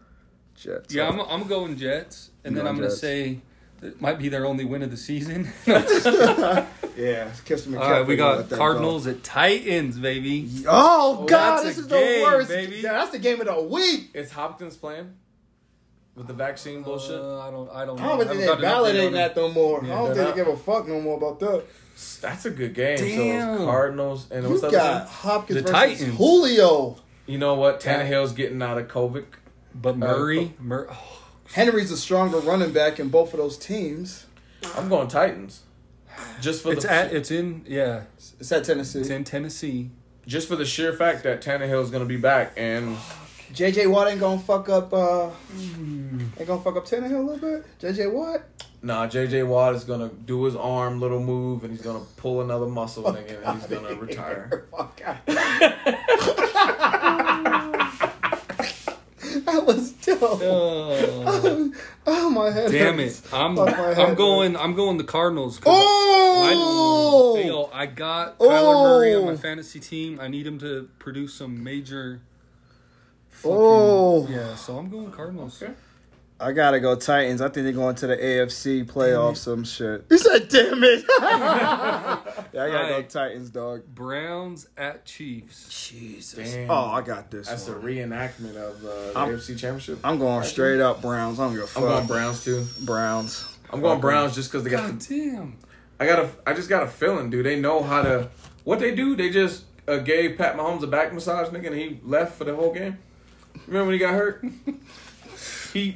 Speaker 2: Jets.
Speaker 4: Yeah, I'm, I'm going Jets, and
Speaker 2: You
Speaker 4: then
Speaker 2: going
Speaker 4: I'm going to
Speaker 2: Jets.
Speaker 4: say it might be their only win of the season.
Speaker 2: yeah. Kiss them
Speaker 4: All right, we got Cardinals at Titans, baby.
Speaker 2: Oh, God,
Speaker 4: that's
Speaker 2: this
Speaker 4: a
Speaker 2: is
Speaker 4: game,
Speaker 2: the worst.
Speaker 4: baby.
Speaker 2: Yeah, that's the game of the week.
Speaker 3: Is Hopkins playing with the vaccine bullshit?
Speaker 4: Uh, I don't, I don't.
Speaker 2: I don't
Speaker 4: know.
Speaker 2: think
Speaker 4: Haven't
Speaker 2: they
Speaker 4: got an update
Speaker 2: validating
Speaker 4: on
Speaker 2: that no more. I don't
Speaker 3: they're
Speaker 2: think
Speaker 3: not.
Speaker 2: they give a fuck no more about that.
Speaker 3: That's a good game. So
Speaker 4: Damn.
Speaker 3: it's Cardinals and
Speaker 2: You
Speaker 3: what's the other
Speaker 2: got
Speaker 3: team?
Speaker 2: Hopkins
Speaker 4: The
Speaker 2: versus
Speaker 4: Titans.
Speaker 2: Julio.
Speaker 3: You know what? Tannehill's getting out of COVID.
Speaker 4: it. But Murray, Mur- Uh, oh,
Speaker 2: Henry's the stronger running back in both of those teams.
Speaker 3: I'm going Titans. Just for
Speaker 4: it's
Speaker 3: the
Speaker 4: at, it's in, yeah,
Speaker 2: It's at Tennessee.
Speaker 4: it's in Tennessee.
Speaker 3: just for the sheer fact that Tannehill's gonna be back and
Speaker 2: JJ Watt ain't gonna fuck up. Uh, ain't gonna fuck up Tannehill a little bit. JJ Watt.
Speaker 3: Nah, JJ Watt is gonna do his arm little move and he's gonna pull another muscle nigga and he's gonna retire.
Speaker 2: Fuck out. that was dope.
Speaker 4: Oh,
Speaker 2: Oh my head.
Speaker 4: damn
Speaker 2: hurts.
Speaker 4: it! I'm,
Speaker 2: Fuck my
Speaker 4: I'm
Speaker 2: head,
Speaker 4: going, I'm going the Cardinals. 'cause I,
Speaker 2: Oh.
Speaker 4: Yo, I got
Speaker 2: Oh!
Speaker 4: Kyler Murray on my fantasy team. I need him to produce some major. fucking-
Speaker 2: Oh.
Speaker 4: yeah. So I'm going Cardinals.
Speaker 3: Okay.
Speaker 2: I gotta go Titans. I think they're going to the AFC playoffs, some shit. You said, damn it. yeah, I gotta go
Speaker 4: Alright.
Speaker 2: Titans, dog.
Speaker 4: Browns at Chiefs.
Speaker 2: Jesus.
Speaker 3: Damn.
Speaker 2: Oh, I got this.
Speaker 3: That's a
Speaker 2: one.
Speaker 3: reenactment of uh, the
Speaker 2: I'm-
Speaker 3: AFC Championship. I'm,
Speaker 2: I'm going straight up Browns. I don't give a fuck.
Speaker 3: going Browns too.
Speaker 2: Browns.
Speaker 3: I'm going Browns just because they got.
Speaker 4: God
Speaker 3: The,
Speaker 4: damn.
Speaker 3: I got a. I just got a feeling, dude. They know how to. What they do, they just uh, gave Pat Mahomes a back massage, nigga, and he left for the whole game. Remember when he got hurt? he.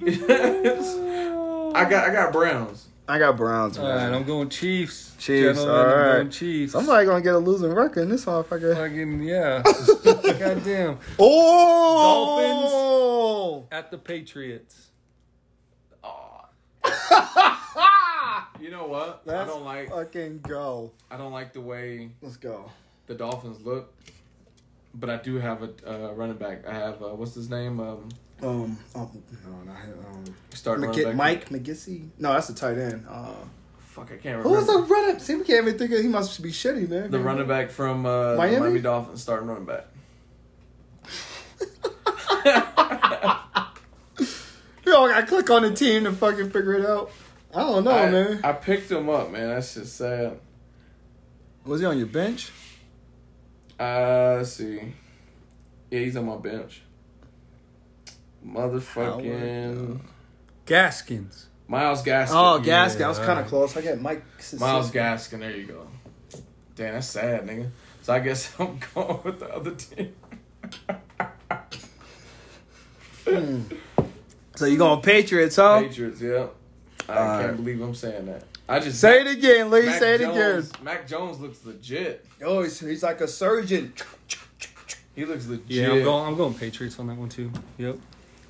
Speaker 3: I got. I got Browns.
Speaker 2: I got Browns.
Speaker 4: All
Speaker 2: man.
Speaker 4: right, I'm going Chiefs.
Speaker 2: Chiefs,
Speaker 4: Gentlemen,
Speaker 2: all
Speaker 4: I'm
Speaker 2: right.
Speaker 4: going Chiefs.
Speaker 2: Somebody gonna get a losing record in this motherfucker.
Speaker 4: fucking yeah. God damn.
Speaker 2: Oh,
Speaker 4: At the Patriots.
Speaker 3: You know what? I
Speaker 2: Let's
Speaker 3: don't like.
Speaker 2: Fucking go.
Speaker 3: I don't like the way
Speaker 2: Let's go.
Speaker 3: the Dolphins look. But I do have a uh, running back. I have uh, what's his name? Um,
Speaker 2: Um, um no, not him. Um,
Speaker 3: start running
Speaker 2: McG-
Speaker 3: back.
Speaker 2: Mike McGissy. No, that's a tight end. Uh,
Speaker 3: Fuck, I can't
Speaker 2: who was the
Speaker 3: remember.
Speaker 2: running? See, we can't even think of. He must be shitty, man.
Speaker 3: The running back from uh, Miami?
Speaker 2: Miami?
Speaker 3: The Miami Dolphins starting running back.
Speaker 2: You all gotta click on the team to fucking figure it out. I don't know,
Speaker 3: I,
Speaker 2: man.
Speaker 3: I picked him up, man. That's just sad.
Speaker 2: was he on your bench?
Speaker 3: Uh, let's see. Yeah, he's on my bench. Motherfucking
Speaker 4: Gaskins.
Speaker 3: Miles Gaskin.
Speaker 2: Oh,
Speaker 3: Yeah.
Speaker 2: Gaskin. I was kind of close. I got Mike.
Speaker 3: Miles Gaskin. There you go. Damn, that's sad, nigga. So I guess I'm going with the other team.
Speaker 2: So you going Patriots, huh?
Speaker 3: Patriots, yeah.
Speaker 2: Oh.
Speaker 3: I
Speaker 2: All
Speaker 3: can't
Speaker 2: right.
Speaker 3: believe I'm saying that. I just
Speaker 2: Say it again, Lee.
Speaker 3: Mac
Speaker 2: Say it again.
Speaker 3: Jones, Mac Jones looks legit.
Speaker 2: Oh, he's, he's like a surgeon.
Speaker 3: He looks legit.
Speaker 4: Yeah, I'm going I'm going Patriots on that one too. Yep.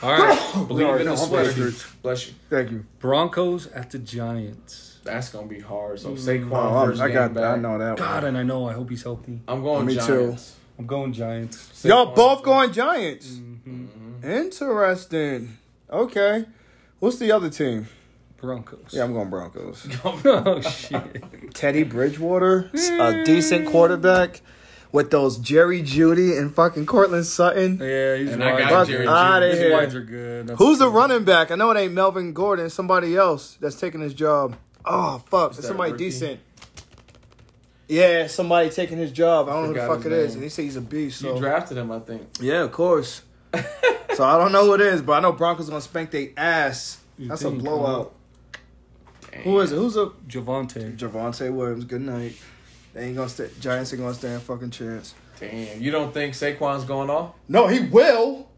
Speaker 4: All right.
Speaker 3: Believe
Speaker 2: Sorry,
Speaker 3: in
Speaker 2: no,
Speaker 3: the
Speaker 2: I'm
Speaker 3: sweat.
Speaker 2: sorry.
Speaker 3: Bless you.
Speaker 2: Thank you.
Speaker 4: Broncos at the Giants.
Speaker 3: That's gonna be hard. So Saquon
Speaker 2: Oh, I'm-
Speaker 3: first
Speaker 2: I got
Speaker 3: game
Speaker 2: that. I
Speaker 3: back.
Speaker 2: know that.
Speaker 4: God, and I know. I hope he's healthy.
Speaker 3: I'm going
Speaker 2: Me too.
Speaker 3: Giants.
Speaker 4: I'm going Giants.
Speaker 3: Saquon-
Speaker 2: Y'all both going Giants. Mm-hmm. Interesting. Okay. What's the other team?
Speaker 4: Broncos.
Speaker 2: Yeah, I'm going Broncos.
Speaker 4: oh shit.
Speaker 2: Teddy Bridgewater, a decent quarterback with those Jerry Judy and fucking Cortland Sutton.
Speaker 4: Yeah, he's
Speaker 3: And I
Speaker 4: wide.
Speaker 3: got
Speaker 2: Fuck
Speaker 3: Jerry
Speaker 2: outta
Speaker 3: Judy.
Speaker 4: His
Speaker 2: here.
Speaker 4: wides are good. That's
Speaker 2: Who's the
Speaker 4: good.
Speaker 2: running back? I know it ain't Melvin Gordon. Somebody else that's taking his job. Oh fuck,
Speaker 3: that
Speaker 2: it's somebody
Speaker 3: rookie?
Speaker 2: decent. Yeah, somebody taking his job. I don't know who the
Speaker 3: Forgot
Speaker 2: fuck it
Speaker 3: his
Speaker 2: is,
Speaker 3: name.
Speaker 2: and they say he's a beast.
Speaker 3: You
Speaker 2: So
Speaker 3: drafted him, I think.
Speaker 2: yeah, of course. so I don't know who it is, but I know Broncos gonna spank they ass.
Speaker 4: You
Speaker 2: That's
Speaker 4: think,
Speaker 2: a
Speaker 4: huh?
Speaker 2: blowout. Who is it? Who's a
Speaker 4: Javante?
Speaker 2: Javante Williams? Good night. They ain't gonna stay. Giants ain't gonna stand a fucking chance.
Speaker 3: Damn. You don't think Saquon's going off?
Speaker 2: No, he will.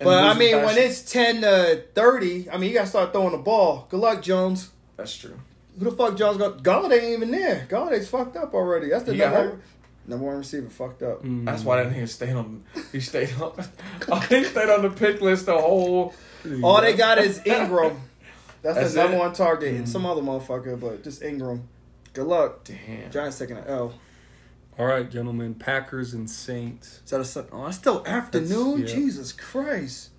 Speaker 3: In
Speaker 2: But I
Speaker 3: losing
Speaker 2: mean, when
Speaker 3: fashion?
Speaker 2: it's ten to thirty, I mean, you gotta start throwing the ball. Good luck, Jones.
Speaker 3: that's true.
Speaker 2: Who the fuck John's got? Galladay ain't even there. Galladay's fucked up already. That's the
Speaker 3: He got
Speaker 2: number one, number one receiver. Fucked up.
Speaker 3: That's why that nigga stayed on. He stayed on. he stayed on the pick list the whole.
Speaker 2: All they got is Ingram. That's,
Speaker 3: That's
Speaker 2: the number
Speaker 3: it?
Speaker 2: one target
Speaker 3: Mm.
Speaker 2: and some other motherfucker, but just Ingram. Good luck.
Speaker 3: Damn.
Speaker 2: Giants taking an L.
Speaker 4: All right, gentlemen. Packers and Saints.
Speaker 2: Is that a sun? Oh, it's still afternoon.
Speaker 4: yeah.
Speaker 2: Jesus Christ!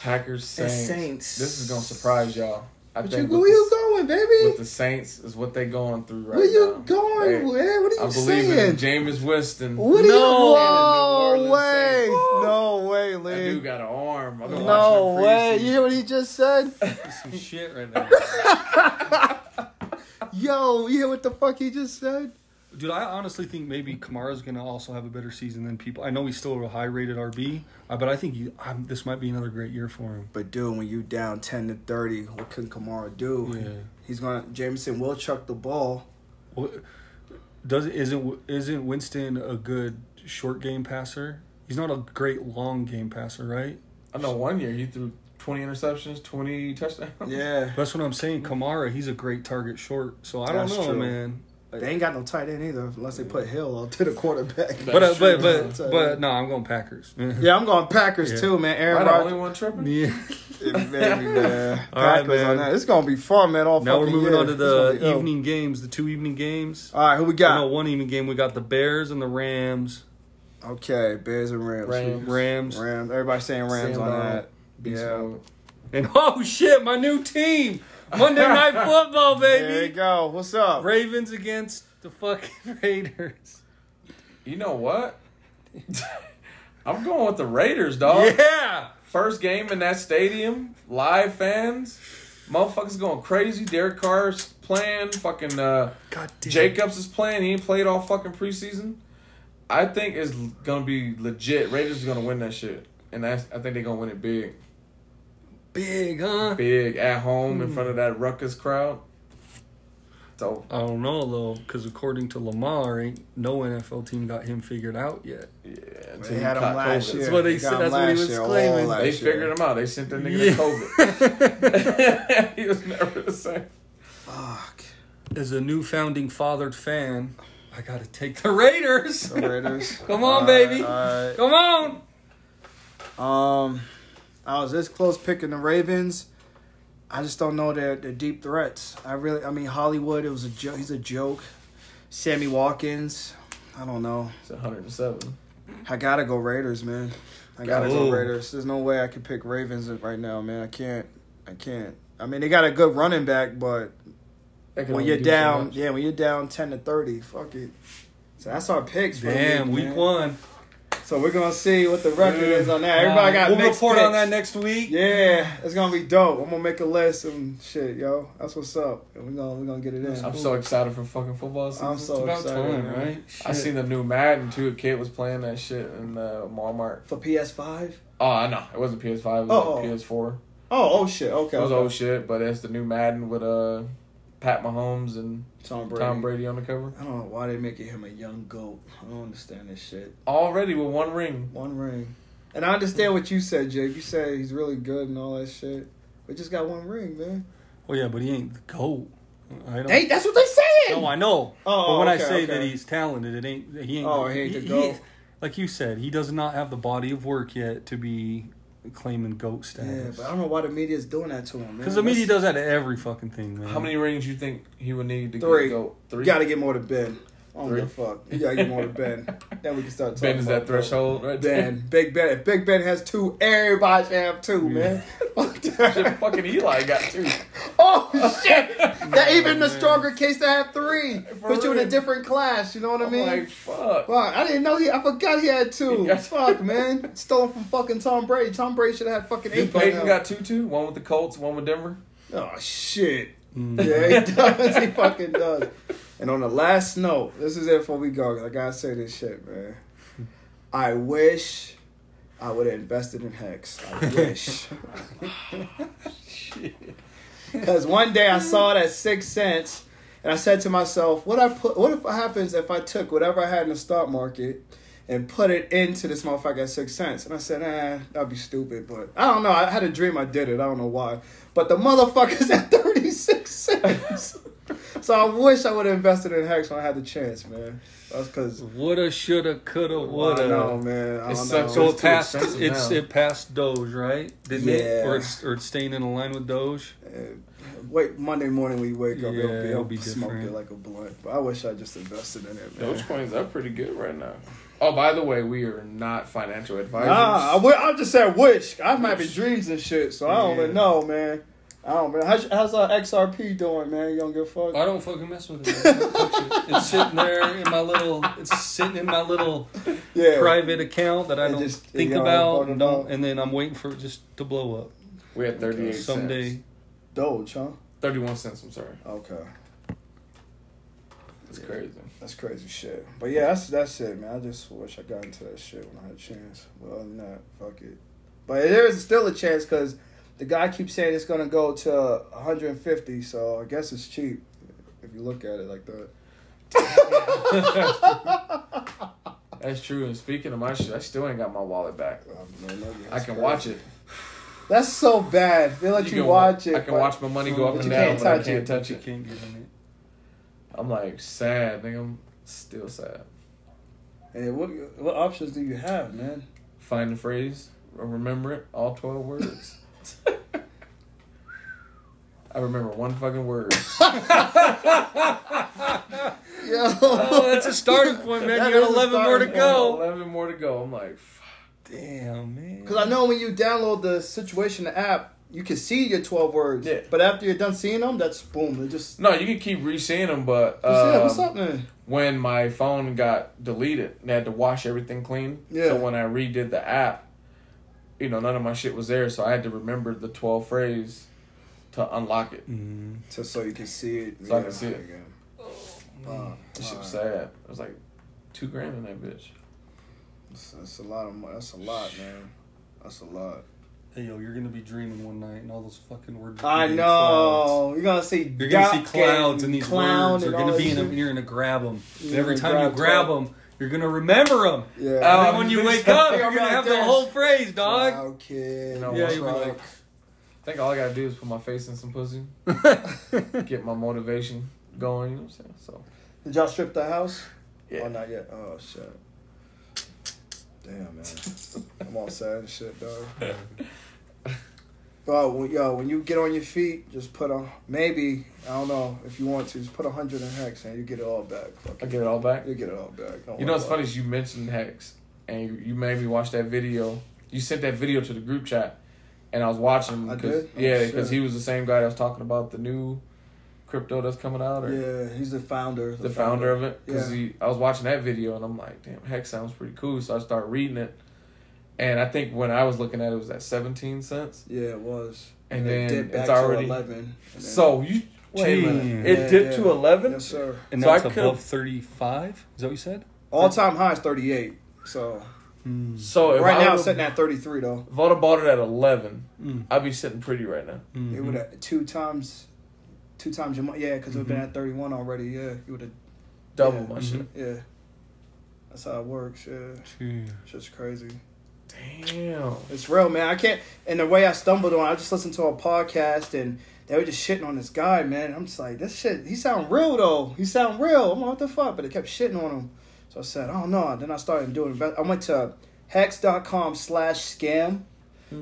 Speaker 3: Packers
Speaker 2: And
Speaker 3: Saints.
Speaker 2: Saints.
Speaker 3: This is gonna surprise y'all. I
Speaker 2: But you,
Speaker 3: think
Speaker 2: where
Speaker 3: with
Speaker 2: you
Speaker 3: the,
Speaker 2: going,
Speaker 3: with
Speaker 2: baby?
Speaker 3: the Saints is what they going through right
Speaker 2: Where you
Speaker 3: now.
Speaker 2: going?
Speaker 3: Hey,
Speaker 2: man? What are you
Speaker 3: I believe in
Speaker 2: saying?
Speaker 3: Jameis Winston.
Speaker 2: What are you?
Speaker 3: no.
Speaker 2: No
Speaker 3: And the New Orleans
Speaker 2: way!
Speaker 3: Saints.
Speaker 2: No way,
Speaker 3: That dude
Speaker 2: Lee.
Speaker 3: got an arm. I've been
Speaker 2: No
Speaker 3: watching the
Speaker 2: way!
Speaker 3: preseason.
Speaker 2: You hear what he just said?
Speaker 4: Some shit right now.
Speaker 2: Yo, you hear what the fuck he just said?
Speaker 4: Dude, I honestly think maybe Kamara's gonna also have a better season than people. I know he's still a high rated RB, uh, but I think he, um, this might be another great year for him.
Speaker 2: But dude, when you down ten to thirty, what can Kamara do?
Speaker 4: Yeah.
Speaker 2: He's gonna Jameson will chuck the ball.
Speaker 4: Well, does isn't isn't Winston a good short game passer? He's not a great long game passer, right?
Speaker 3: I know one year he threw twenty interceptions, twenty touchdowns.
Speaker 2: Yeah.
Speaker 4: That's what I'm saying. Kamara, he's a great target short. So I
Speaker 2: That's
Speaker 4: don't know,
Speaker 2: true.
Speaker 4: man.
Speaker 2: They ain't got no tight end either, unless they put Hill out to the quarterback.
Speaker 3: That's
Speaker 4: But, uh, but
Speaker 3: true.
Speaker 4: but but no, I'm going Packers.
Speaker 2: yeah, I'm going Packers
Speaker 4: Yeah.
Speaker 2: too, man.
Speaker 3: Am I
Speaker 2: Aaron
Speaker 3: the only
Speaker 2: Rodgers.
Speaker 3: one tripping?
Speaker 4: yeah.
Speaker 2: Maybe, man.
Speaker 4: All right,
Speaker 2: Packers on
Speaker 4: man.
Speaker 2: that. It's gonna be fun, man. All
Speaker 4: Now we're
Speaker 2: fucking
Speaker 4: moving
Speaker 2: year.
Speaker 4: on to
Speaker 2: It's
Speaker 4: the
Speaker 2: gonna be ill.
Speaker 4: evening games, the two evening games.
Speaker 2: All right, who we got?
Speaker 4: No, one evening game. We got the Bears and the Rams.
Speaker 2: Okay, Bears and Rams.
Speaker 3: Rams.
Speaker 4: Rams.
Speaker 2: Rams. Everybody saying Rams
Speaker 3: Sam
Speaker 2: on
Speaker 3: Darnold.
Speaker 2: that.
Speaker 3: Beast
Speaker 2: Yeah.
Speaker 3: mode.
Speaker 4: And oh shit, my new team, Monday Night Football,
Speaker 2: There you
Speaker 4: baby.
Speaker 2: go. What's up?
Speaker 4: Ravens against the fucking Raiders.
Speaker 3: You know what? I'm going with the Raiders,
Speaker 2: Oh.
Speaker 3: dog.
Speaker 4: Yeah.
Speaker 3: First game in that stadium, live fans, motherfuckers going crazy. Derek Carr's playing, fucking uh,
Speaker 4: God damn.
Speaker 3: Jacobs is playing. He ain't played all fucking preseason. I think it's gonna be legit. Raiders is gonna win that shit, and that's, I think they're gonna win it big,
Speaker 4: Big, huh?
Speaker 3: big at home in front of that ruckus crowd. So
Speaker 4: I don't know though, because according to Lamar, ain't no NFL team got him figured out yet.
Speaker 3: yeah, until
Speaker 2: They
Speaker 3: he
Speaker 2: had him
Speaker 3: caught
Speaker 2: last
Speaker 3: COVID.
Speaker 2: year.
Speaker 4: That's what they said-
Speaker 2: got him
Speaker 4: that's what he
Speaker 2: last
Speaker 4: was
Speaker 2: year, all
Speaker 4: claiming.
Speaker 2: last
Speaker 3: They
Speaker 2: year.
Speaker 3: figured him out. They sent that nigga
Speaker 4: Yeah.
Speaker 3: to COVID. he was never the same.
Speaker 2: Fuck.
Speaker 4: As a new founding fathered fan, I gotta take the Raiders.
Speaker 2: The Raiders.
Speaker 4: Come on,
Speaker 2: All
Speaker 4: baby.
Speaker 2: all
Speaker 4: Come on.
Speaker 2: right. Um, I was this close picking the Ravens. I just don't know their, their deep threats. I really, I mean, Hollywood. It was a joke. He's a joke. Sammy Watkins. I don't know.
Speaker 3: It's 107.
Speaker 2: I gotta go Raiders, man. I gotta go
Speaker 4: Ooh.
Speaker 2: Raiders. There's no way I can pick Ravens right now, man. I can't. I can't. I mean, they got a good running back, but
Speaker 3: That can
Speaker 2: when
Speaker 3: only
Speaker 2: you're
Speaker 3: do so
Speaker 2: down,
Speaker 3: much.
Speaker 2: yeah, when you're down ten to thirty, fuck it. So that's our picks. for the
Speaker 4: Damn,
Speaker 2: week,
Speaker 4: week
Speaker 2: man.
Speaker 4: one.
Speaker 2: So we're gonna see what the record is on that. Everybody got
Speaker 4: We'll
Speaker 2: mixed
Speaker 4: report on
Speaker 2: picks.
Speaker 4: that next week.
Speaker 2: Yeah, it's gonna be dope. I'm gonna make a list and shit, yo. That's what's up. And we're gonna we're gonna get it in.
Speaker 3: I'm so excited for fucking football season.
Speaker 2: I'm
Speaker 4: It's
Speaker 2: so
Speaker 4: about
Speaker 2: excited.
Speaker 4: time,
Speaker 2: man.
Speaker 4: right?
Speaker 3: I seen the new Madden too. A kid was playing that shit in uh, Walmart.
Speaker 2: For PS5?
Speaker 3: Oh no, it wasn't PS5. It was
Speaker 2: Oh, oh.
Speaker 3: like PS4.
Speaker 2: Oh, oh shit. Okay.
Speaker 3: It was
Speaker 2: okay.
Speaker 3: old shit, but it's the new Madden with uh, Pat Mahomes and
Speaker 2: Tom
Speaker 3: Tom Brady on the cover.
Speaker 2: I don't know why they making him a young goat. I don't understand this shit.
Speaker 3: Already with one ring.
Speaker 2: One ring. And I understand what you said, Jake. You said he's really good and all that shit. We just got one ring, man.
Speaker 4: Well, Oh, yeah, but he ain't the GOAT. I don't
Speaker 2: Hey, that's what they saying.
Speaker 4: No, I know.
Speaker 2: Oh,
Speaker 4: but when
Speaker 2: okay,
Speaker 4: I say
Speaker 2: okay.
Speaker 4: that he's talented, it ain't he ain't.
Speaker 2: Oh, he ain't the GOAT.
Speaker 4: like you said, he does not have the body of work yet to be claiming goat
Speaker 2: Yeah,
Speaker 4: status.
Speaker 2: but I don't know why the media is doing that to him.
Speaker 4: Because the media does that to every fucking thing, man.
Speaker 3: How many rings you think he would need to
Speaker 2: Three.
Speaker 3: go? Three.
Speaker 2: You gotta get more to Ben. I don't give a
Speaker 3: Three.
Speaker 2: fuck. You gotta get more to Ben. then we can start talking.
Speaker 3: Ben is that
Speaker 2: about-
Speaker 3: threshold right there.
Speaker 2: Ben, Big Ben. If Big Ben has two, everybody should have two, man. Fuck
Speaker 3: Shit,
Speaker 2: that.
Speaker 3: fucking Eli got two.
Speaker 2: oh shit! That even the stronger case to have three.
Speaker 3: For
Speaker 2: Put you in a
Speaker 3: real.
Speaker 2: different class. You know what I
Speaker 3: I'm
Speaker 2: mean?
Speaker 3: like, fuck.
Speaker 2: Fuck, I didn't know he. I forgot he had two.
Speaker 3: He got-
Speaker 2: Fuck, man, stolen from fucking Tom Brady. Tom Brady should have had fucking
Speaker 3: Dude,
Speaker 2: eight. by
Speaker 3: Peyton
Speaker 2: now.
Speaker 3: got two too. One with the Colts, one with Denver.
Speaker 2: Oh shit!
Speaker 3: Mm.
Speaker 2: Yeah, he does. he fucking does. And on the last note, this is it before we go. 'cause I gotta say this shit, man. I wish I would have invested in Hex. I wish. Because one day I saw that six cents, and I said to myself, "What I put? What if happens if I took whatever I had in the stock market?" And put it into this motherfucker at six cents, and I said, "Ah, that'd be stupid." But I don't know. I had a dream. I did it. I don't know why. But the motherfucker's at thirty six cents. so I wish I would have invested in Hex when I had the chance, man. That's because
Speaker 4: Woulda, shoulda, coulda,
Speaker 2: what I
Speaker 4: woulda.
Speaker 2: know, man. I
Speaker 3: It
Speaker 2: don't
Speaker 3: sucks.
Speaker 2: know.
Speaker 4: So
Speaker 3: It's
Speaker 4: it
Speaker 3: too
Speaker 4: passed.
Speaker 3: expensive
Speaker 4: It's
Speaker 3: now.
Speaker 4: it passed Doge, right? Didn't
Speaker 2: Yeah.
Speaker 4: it? Or it's or it's staying in line with Doge.
Speaker 2: Wait, Monday morning when you wake up, it'll be,
Speaker 4: Yeah,
Speaker 2: it'll
Speaker 4: it'll
Speaker 2: be
Speaker 4: be
Speaker 2: smoked
Speaker 4: different.
Speaker 2: it like a blunt. But I wish I just invested in it, man.
Speaker 3: Dogecoin's up pretty good right now. Oh, by the way, we are not financial advisors.
Speaker 2: Nah, I, wi- I just said wish. I might be dreams and shit, so I don't
Speaker 4: Yeah.
Speaker 2: even know, man. I don't man. How's, how's uh, our XRP doing, man? You don't give a fuck.
Speaker 4: I don't fucking mess with it. man. I don't touch it. it's sitting there in my little. It's sitting in my little
Speaker 2: yeah,
Speaker 4: private account that I
Speaker 2: It
Speaker 4: don't
Speaker 2: just-
Speaker 4: think
Speaker 2: you don't
Speaker 4: about.
Speaker 2: fucking
Speaker 4: And
Speaker 2: know.
Speaker 4: don't. And then I'm waiting for it just to blow up
Speaker 3: we had 38
Speaker 4: someday.
Speaker 3: cents.
Speaker 2: Doge, huh?
Speaker 3: 31 cents, I'm sorry.
Speaker 2: Okay,
Speaker 3: That's crazy.
Speaker 2: that's crazy shit. But yeah, that's that's it, man. I just wish I got into that shit when I had a chance. But other than that, fuck it. But there is still a chance because the guy keeps saying it's gonna go to 150, so I guess it's cheap if you look at it like that.
Speaker 3: That's true. And speaking of my shit, I still ain't got my wallet back.
Speaker 2: Um, man, that-
Speaker 3: I
Speaker 2: that's
Speaker 3: can
Speaker 2: crazy.
Speaker 3: watch it.
Speaker 2: That's so bad. They let you,
Speaker 3: can-
Speaker 2: watch it.
Speaker 3: I can
Speaker 2: but-
Speaker 3: watch my money go up
Speaker 2: but
Speaker 3: and
Speaker 2: you
Speaker 3: down,
Speaker 2: can't
Speaker 3: but I
Speaker 2: touch
Speaker 3: can't
Speaker 2: it.
Speaker 3: touch
Speaker 4: You
Speaker 3: it.
Speaker 4: can't get in
Speaker 3: I'm like sad, nigga. I'm still sad.
Speaker 2: Hey, what what options do you have, man?
Speaker 3: Find the phrase, remember it, all 12 words. I remember one fucking word.
Speaker 2: Yo,
Speaker 4: it. That's a starting point, man. You got 11 more to go.
Speaker 3: 11 more to go. I'm like, fuck.
Speaker 4: Damn, man.
Speaker 2: because I know when you download the situation app, you can see your twelve words.
Speaker 3: Yeah.
Speaker 2: But after you're done seeing them, that's boom. They just
Speaker 3: No, you can keep re-seeing them, but
Speaker 2: just, yeah, what's
Speaker 3: um,
Speaker 2: up, man?
Speaker 3: when my phone got deleted, they had to wash everything clean.
Speaker 2: Yeah.
Speaker 3: So when I redid the app, you know, none of my shit was there, so I had to remember the 12 phrase to unlock it.
Speaker 4: Mm.
Speaker 2: Just so you can see it.
Speaker 3: So I can see it.
Speaker 2: again.
Speaker 3: This shit was sad. It was like two grand in that bitch.
Speaker 2: That's, that's a lot of money. That's a lot, man. That's a lot.
Speaker 4: Hey yo, you're gonna be dreaming one night and all those fucking words. are
Speaker 2: I
Speaker 4: gonna be in
Speaker 2: know.
Speaker 4: clouds.
Speaker 2: You're gonna see.
Speaker 4: You're gonna see
Speaker 2: duck
Speaker 4: clouds and these
Speaker 2: clown
Speaker 4: words.
Speaker 2: and
Speaker 4: You're
Speaker 2: all
Speaker 4: gonna be
Speaker 2: this
Speaker 4: in them
Speaker 2: shit.
Speaker 4: and you're gonna grab them.
Speaker 2: You're
Speaker 4: And every
Speaker 2: gonna
Speaker 4: time
Speaker 2: grab
Speaker 4: you grab them, you're gonna remember them.
Speaker 2: Yeah.
Speaker 3: Oh,
Speaker 4: when you
Speaker 3: this-
Speaker 4: wake up,
Speaker 2: Yeah,
Speaker 4: you're gonna
Speaker 2: right
Speaker 4: have
Speaker 2: there.
Speaker 4: the whole phrase, dog.
Speaker 2: Wow, kid.
Speaker 3: You know,
Speaker 4: Yeah,
Speaker 3: once
Speaker 4: you
Speaker 3: I-
Speaker 4: were like-
Speaker 3: I think all I gotta do is put my face in some pussy, get my motivation going, you know what I'm saying? So,
Speaker 2: Did y'all strip the house?
Speaker 3: yeah.
Speaker 2: Oh, not yet. Oh, shit. Damn, man. I'm all sad and shit, dog. But when, yo, when you get on your feet, just put a maybe I don't know if you want to, just put a hundred in hex and you get it all back. Fuck
Speaker 3: I
Speaker 2: it.
Speaker 3: get it all back.
Speaker 2: You get it all back. Don't
Speaker 3: You
Speaker 2: worry
Speaker 3: know what's
Speaker 2: about
Speaker 3: funny is you mentioned Hex, and you, you made me watch that video. You sent that video to the group chat, and I was watching.
Speaker 2: I
Speaker 3: 'cause-
Speaker 2: did? Oh,
Speaker 3: Yeah,
Speaker 2: shit.
Speaker 3: because he was the same guy that was talking about the new crypto that's coming out, or
Speaker 2: it. Yeah, he's the founder.
Speaker 3: the founder of it. Because
Speaker 2: Yeah.
Speaker 3: I was watching that video, and I'm like, damn, Hex sounds pretty cool. So I started reading it, and I think when I was looking at it, it was at 17 cents.
Speaker 2: Yeah, it was.
Speaker 3: And
Speaker 2: it
Speaker 3: then
Speaker 2: dipped back
Speaker 3: it's
Speaker 2: to
Speaker 3: already-
Speaker 2: eleven. And then-
Speaker 3: So you,
Speaker 4: Wait a
Speaker 3: Jeez.
Speaker 4: minute.
Speaker 3: it
Speaker 2: Yeah,
Speaker 3: dipped
Speaker 2: yeah.
Speaker 3: to 11.
Speaker 2: yes, sir.
Speaker 4: And
Speaker 3: So
Speaker 4: that's
Speaker 3: I could've-
Speaker 4: above 35. Is that what you said?
Speaker 2: All time high is thirty eight. So
Speaker 3: So if
Speaker 2: right now
Speaker 3: I
Speaker 2: it's
Speaker 3: would've-
Speaker 2: sitting at thirty three though.
Speaker 3: if I'd have bought it at 11,
Speaker 4: Mm.
Speaker 3: I'd be sitting pretty right now.
Speaker 2: It would have two times, two times your money. Yeah, because it would have been at thirty one already. Yeah, you would have.
Speaker 3: Double
Speaker 2: Yeah.
Speaker 3: my shit.
Speaker 2: Yeah, that's how it works. Yeah,
Speaker 4: Yeah.
Speaker 2: it's just crazy.
Speaker 3: Mm-hmm. Damn.
Speaker 2: It's real, man. I can't. And the way I stumbled on, I just listened to a podcast and they were just shitting on this guy, man. I'm just like, this shit. He sound real though. He sound real. I'm like, what the fuck? But they kept shitting on him. oh, So I said, I don't know. Then I started doing. I went to hex.com/scam.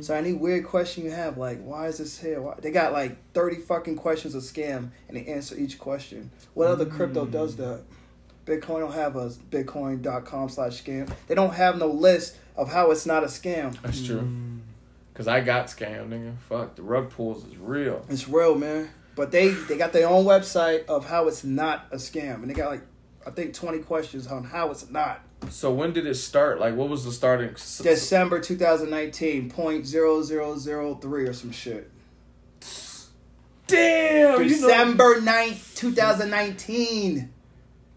Speaker 2: So any weird question you have, like why is this here? Why? They got like thirty fucking questions of scam, and they answer each question. What other crypto does that? Bitcoin don't have a bitcoin.com slash scam. They don't have no list of how it's not a scam.
Speaker 3: That's true. Cause I got scammed, nigga. Fuck, the rug pulls is real.
Speaker 2: It's real, man. But they they got their own website of how it's not a scam, and they got like I think twenty questions on how it's not.
Speaker 3: So when did it start? Like, what was the starting? s-
Speaker 2: December 2019, 0.0003 or some shit.
Speaker 3: Damn, Oh, you know.
Speaker 2: December 9th, 2019.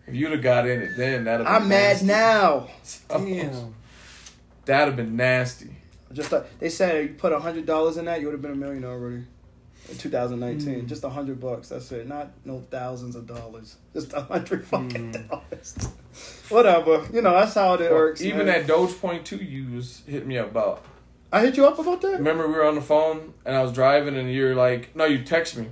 Speaker 3: If you'd have got in it then, that'd. Have
Speaker 2: I'm mad now.
Speaker 3: Damn. That'd have been nasty.
Speaker 2: Just thought they said if you put hundred dollars in that, you would have been a millionaire already. In
Speaker 3: Hmm.
Speaker 2: 2019, just a hundred bucks. That's it. Not no thousands of dollars. Just a hundred
Speaker 3: Hmm.
Speaker 2: fucking dollars. Whatever. You know that's how it works. man.
Speaker 3: Even that Dogecoin two you was hit me up about.
Speaker 2: I hit you up about that.
Speaker 3: Remember we were on the phone and I was driving and you're like, no, you text me,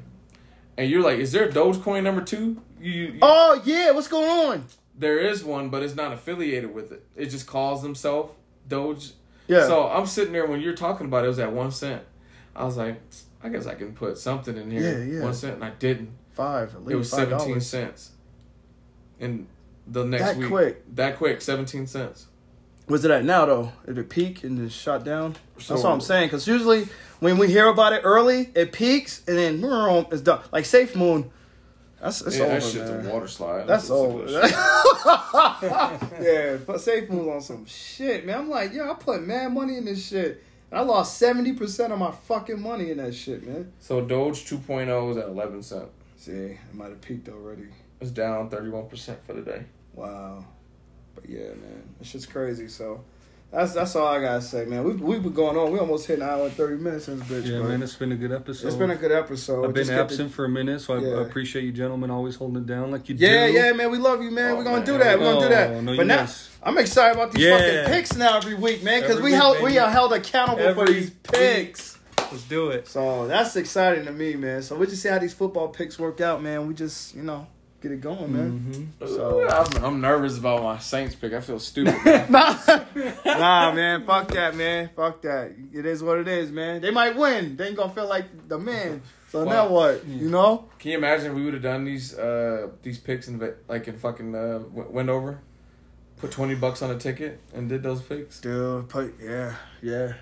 Speaker 3: and you're like, is there a Dogecoin number two? You, you
Speaker 2: Oh yeah, what's going on?
Speaker 3: there is one, but it's not affiliated with it. It just calls himself Doge.
Speaker 2: Yeah.
Speaker 3: So I'm sitting there when you're talking about it, it was at one cent. I was like, I guess I can put something in here.
Speaker 2: Yeah, yeah.
Speaker 3: One cent, and I didn't.
Speaker 2: Five. At least
Speaker 3: It was
Speaker 2: five
Speaker 3: seventeen
Speaker 2: dollars.
Speaker 3: cents. And the next
Speaker 2: That
Speaker 3: week,
Speaker 2: quick.
Speaker 3: that quick, seventeen cents.
Speaker 2: What's it at now though? Did it peak and then shot down?
Speaker 3: So-
Speaker 2: That's what I'm saying. Because usually when we hear about it early, it peaks and then vroom, it's done. Like Safe Moon. That's, that's
Speaker 3: yeah,
Speaker 2: over.
Speaker 3: that shit's
Speaker 2: man.
Speaker 3: a water slide.
Speaker 2: That's
Speaker 3: some
Speaker 2: over.
Speaker 3: bullshit.
Speaker 2: yeah, but Safe Moon on some shit, man. I'm like, yo, I put mad money in this shit. And I lost 70% of my fucking money in that shit, man.
Speaker 3: So Doge 2.0 is at 11 cent.
Speaker 2: See, I might have peaked already.
Speaker 3: It's down 31% for the day.
Speaker 2: Wow. But yeah, man, it's just crazy. So that's that's all I gotta say, man. We we been going on. We almost hit an hour and thirty minutes in this bitch.
Speaker 4: Yeah,
Speaker 2: bro.
Speaker 4: man, it's been a good episode.
Speaker 2: it's been a good episode.
Speaker 4: I've been
Speaker 2: Just get the-
Speaker 4: absent for a minute, so I,
Speaker 2: Yeah.
Speaker 4: I appreciate you gentlemen always holding it down like you
Speaker 2: yeah,
Speaker 4: do.
Speaker 2: yeah, man. We love you, man.
Speaker 3: Oh,
Speaker 2: We're gonna
Speaker 3: man.
Speaker 2: do that. We're gonna do that.
Speaker 4: Oh, no,
Speaker 2: but
Speaker 4: you
Speaker 2: now
Speaker 4: guys-
Speaker 2: I'm excited about these
Speaker 4: Yeah.
Speaker 2: fucking picks now every week, man, because we
Speaker 4: Every week,
Speaker 2: held we
Speaker 4: baby.
Speaker 2: are held accountable for
Speaker 4: Every
Speaker 2: these
Speaker 4: week.
Speaker 2: picks.
Speaker 4: Let's do it.
Speaker 2: So that's exciting to me, man. So we just see how these football picks work out, man. We just you know get it going,
Speaker 4: Mm-hmm.
Speaker 2: man. So-
Speaker 3: So I'm, I'm nervous about my Saints pick. I feel stupid.
Speaker 2: nah, man, fuck that, man, fuck that. It is what it is, man. They might win. They ain't gonna feel like the man. So now
Speaker 3: Fuck.
Speaker 2: what? You know?
Speaker 3: Can you imagine if we would have done these uh these picks in Ve- like in fucking uh, W- Wendover? Put 20 bucks on a ticket and did those picks?
Speaker 2: Dude, put, yeah, yeah.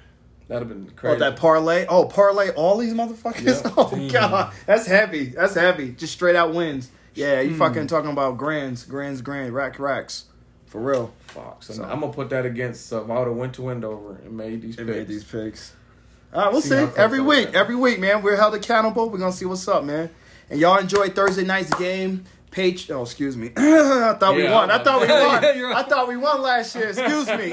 Speaker 3: That'd have been crazy.
Speaker 2: Oh, that parlay. Oh, parlay all these motherfuckers.
Speaker 3: Yeah.
Speaker 2: Oh god, that's heavy. That's heavy. Just straight out wins. Yeah, you fucking talking about grands, grands, grand, rack, racks, for real.
Speaker 3: Fuck. So,
Speaker 2: So-
Speaker 3: I'm gonna put that against. So if I would have went to Wendover and made these
Speaker 2: They
Speaker 3: picks,
Speaker 2: made these picks. All right, we'll
Speaker 3: See
Speaker 2: see.
Speaker 3: how it comes
Speaker 2: Every
Speaker 3: out,
Speaker 2: week,
Speaker 3: man.
Speaker 2: every week, man. We're held accountable. We're gonna see what's up, man. And y'all enjoy Thursday night's game. Page, oh excuse me. I thought we
Speaker 3: Yeah,
Speaker 2: won. I
Speaker 3: I'm-
Speaker 2: thought we
Speaker 4: Yeah,
Speaker 2: won.
Speaker 4: you're
Speaker 2: I
Speaker 4: right.
Speaker 2: thought we won last year. Excuse me.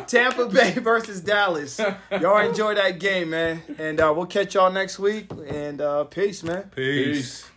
Speaker 2: Tampa Bay versus Dallas. Y'all
Speaker 4: É
Speaker 2: enjoy that game, man. And uh, we'll catch y'all next week. And uh, peace, man.
Speaker 3: Peace.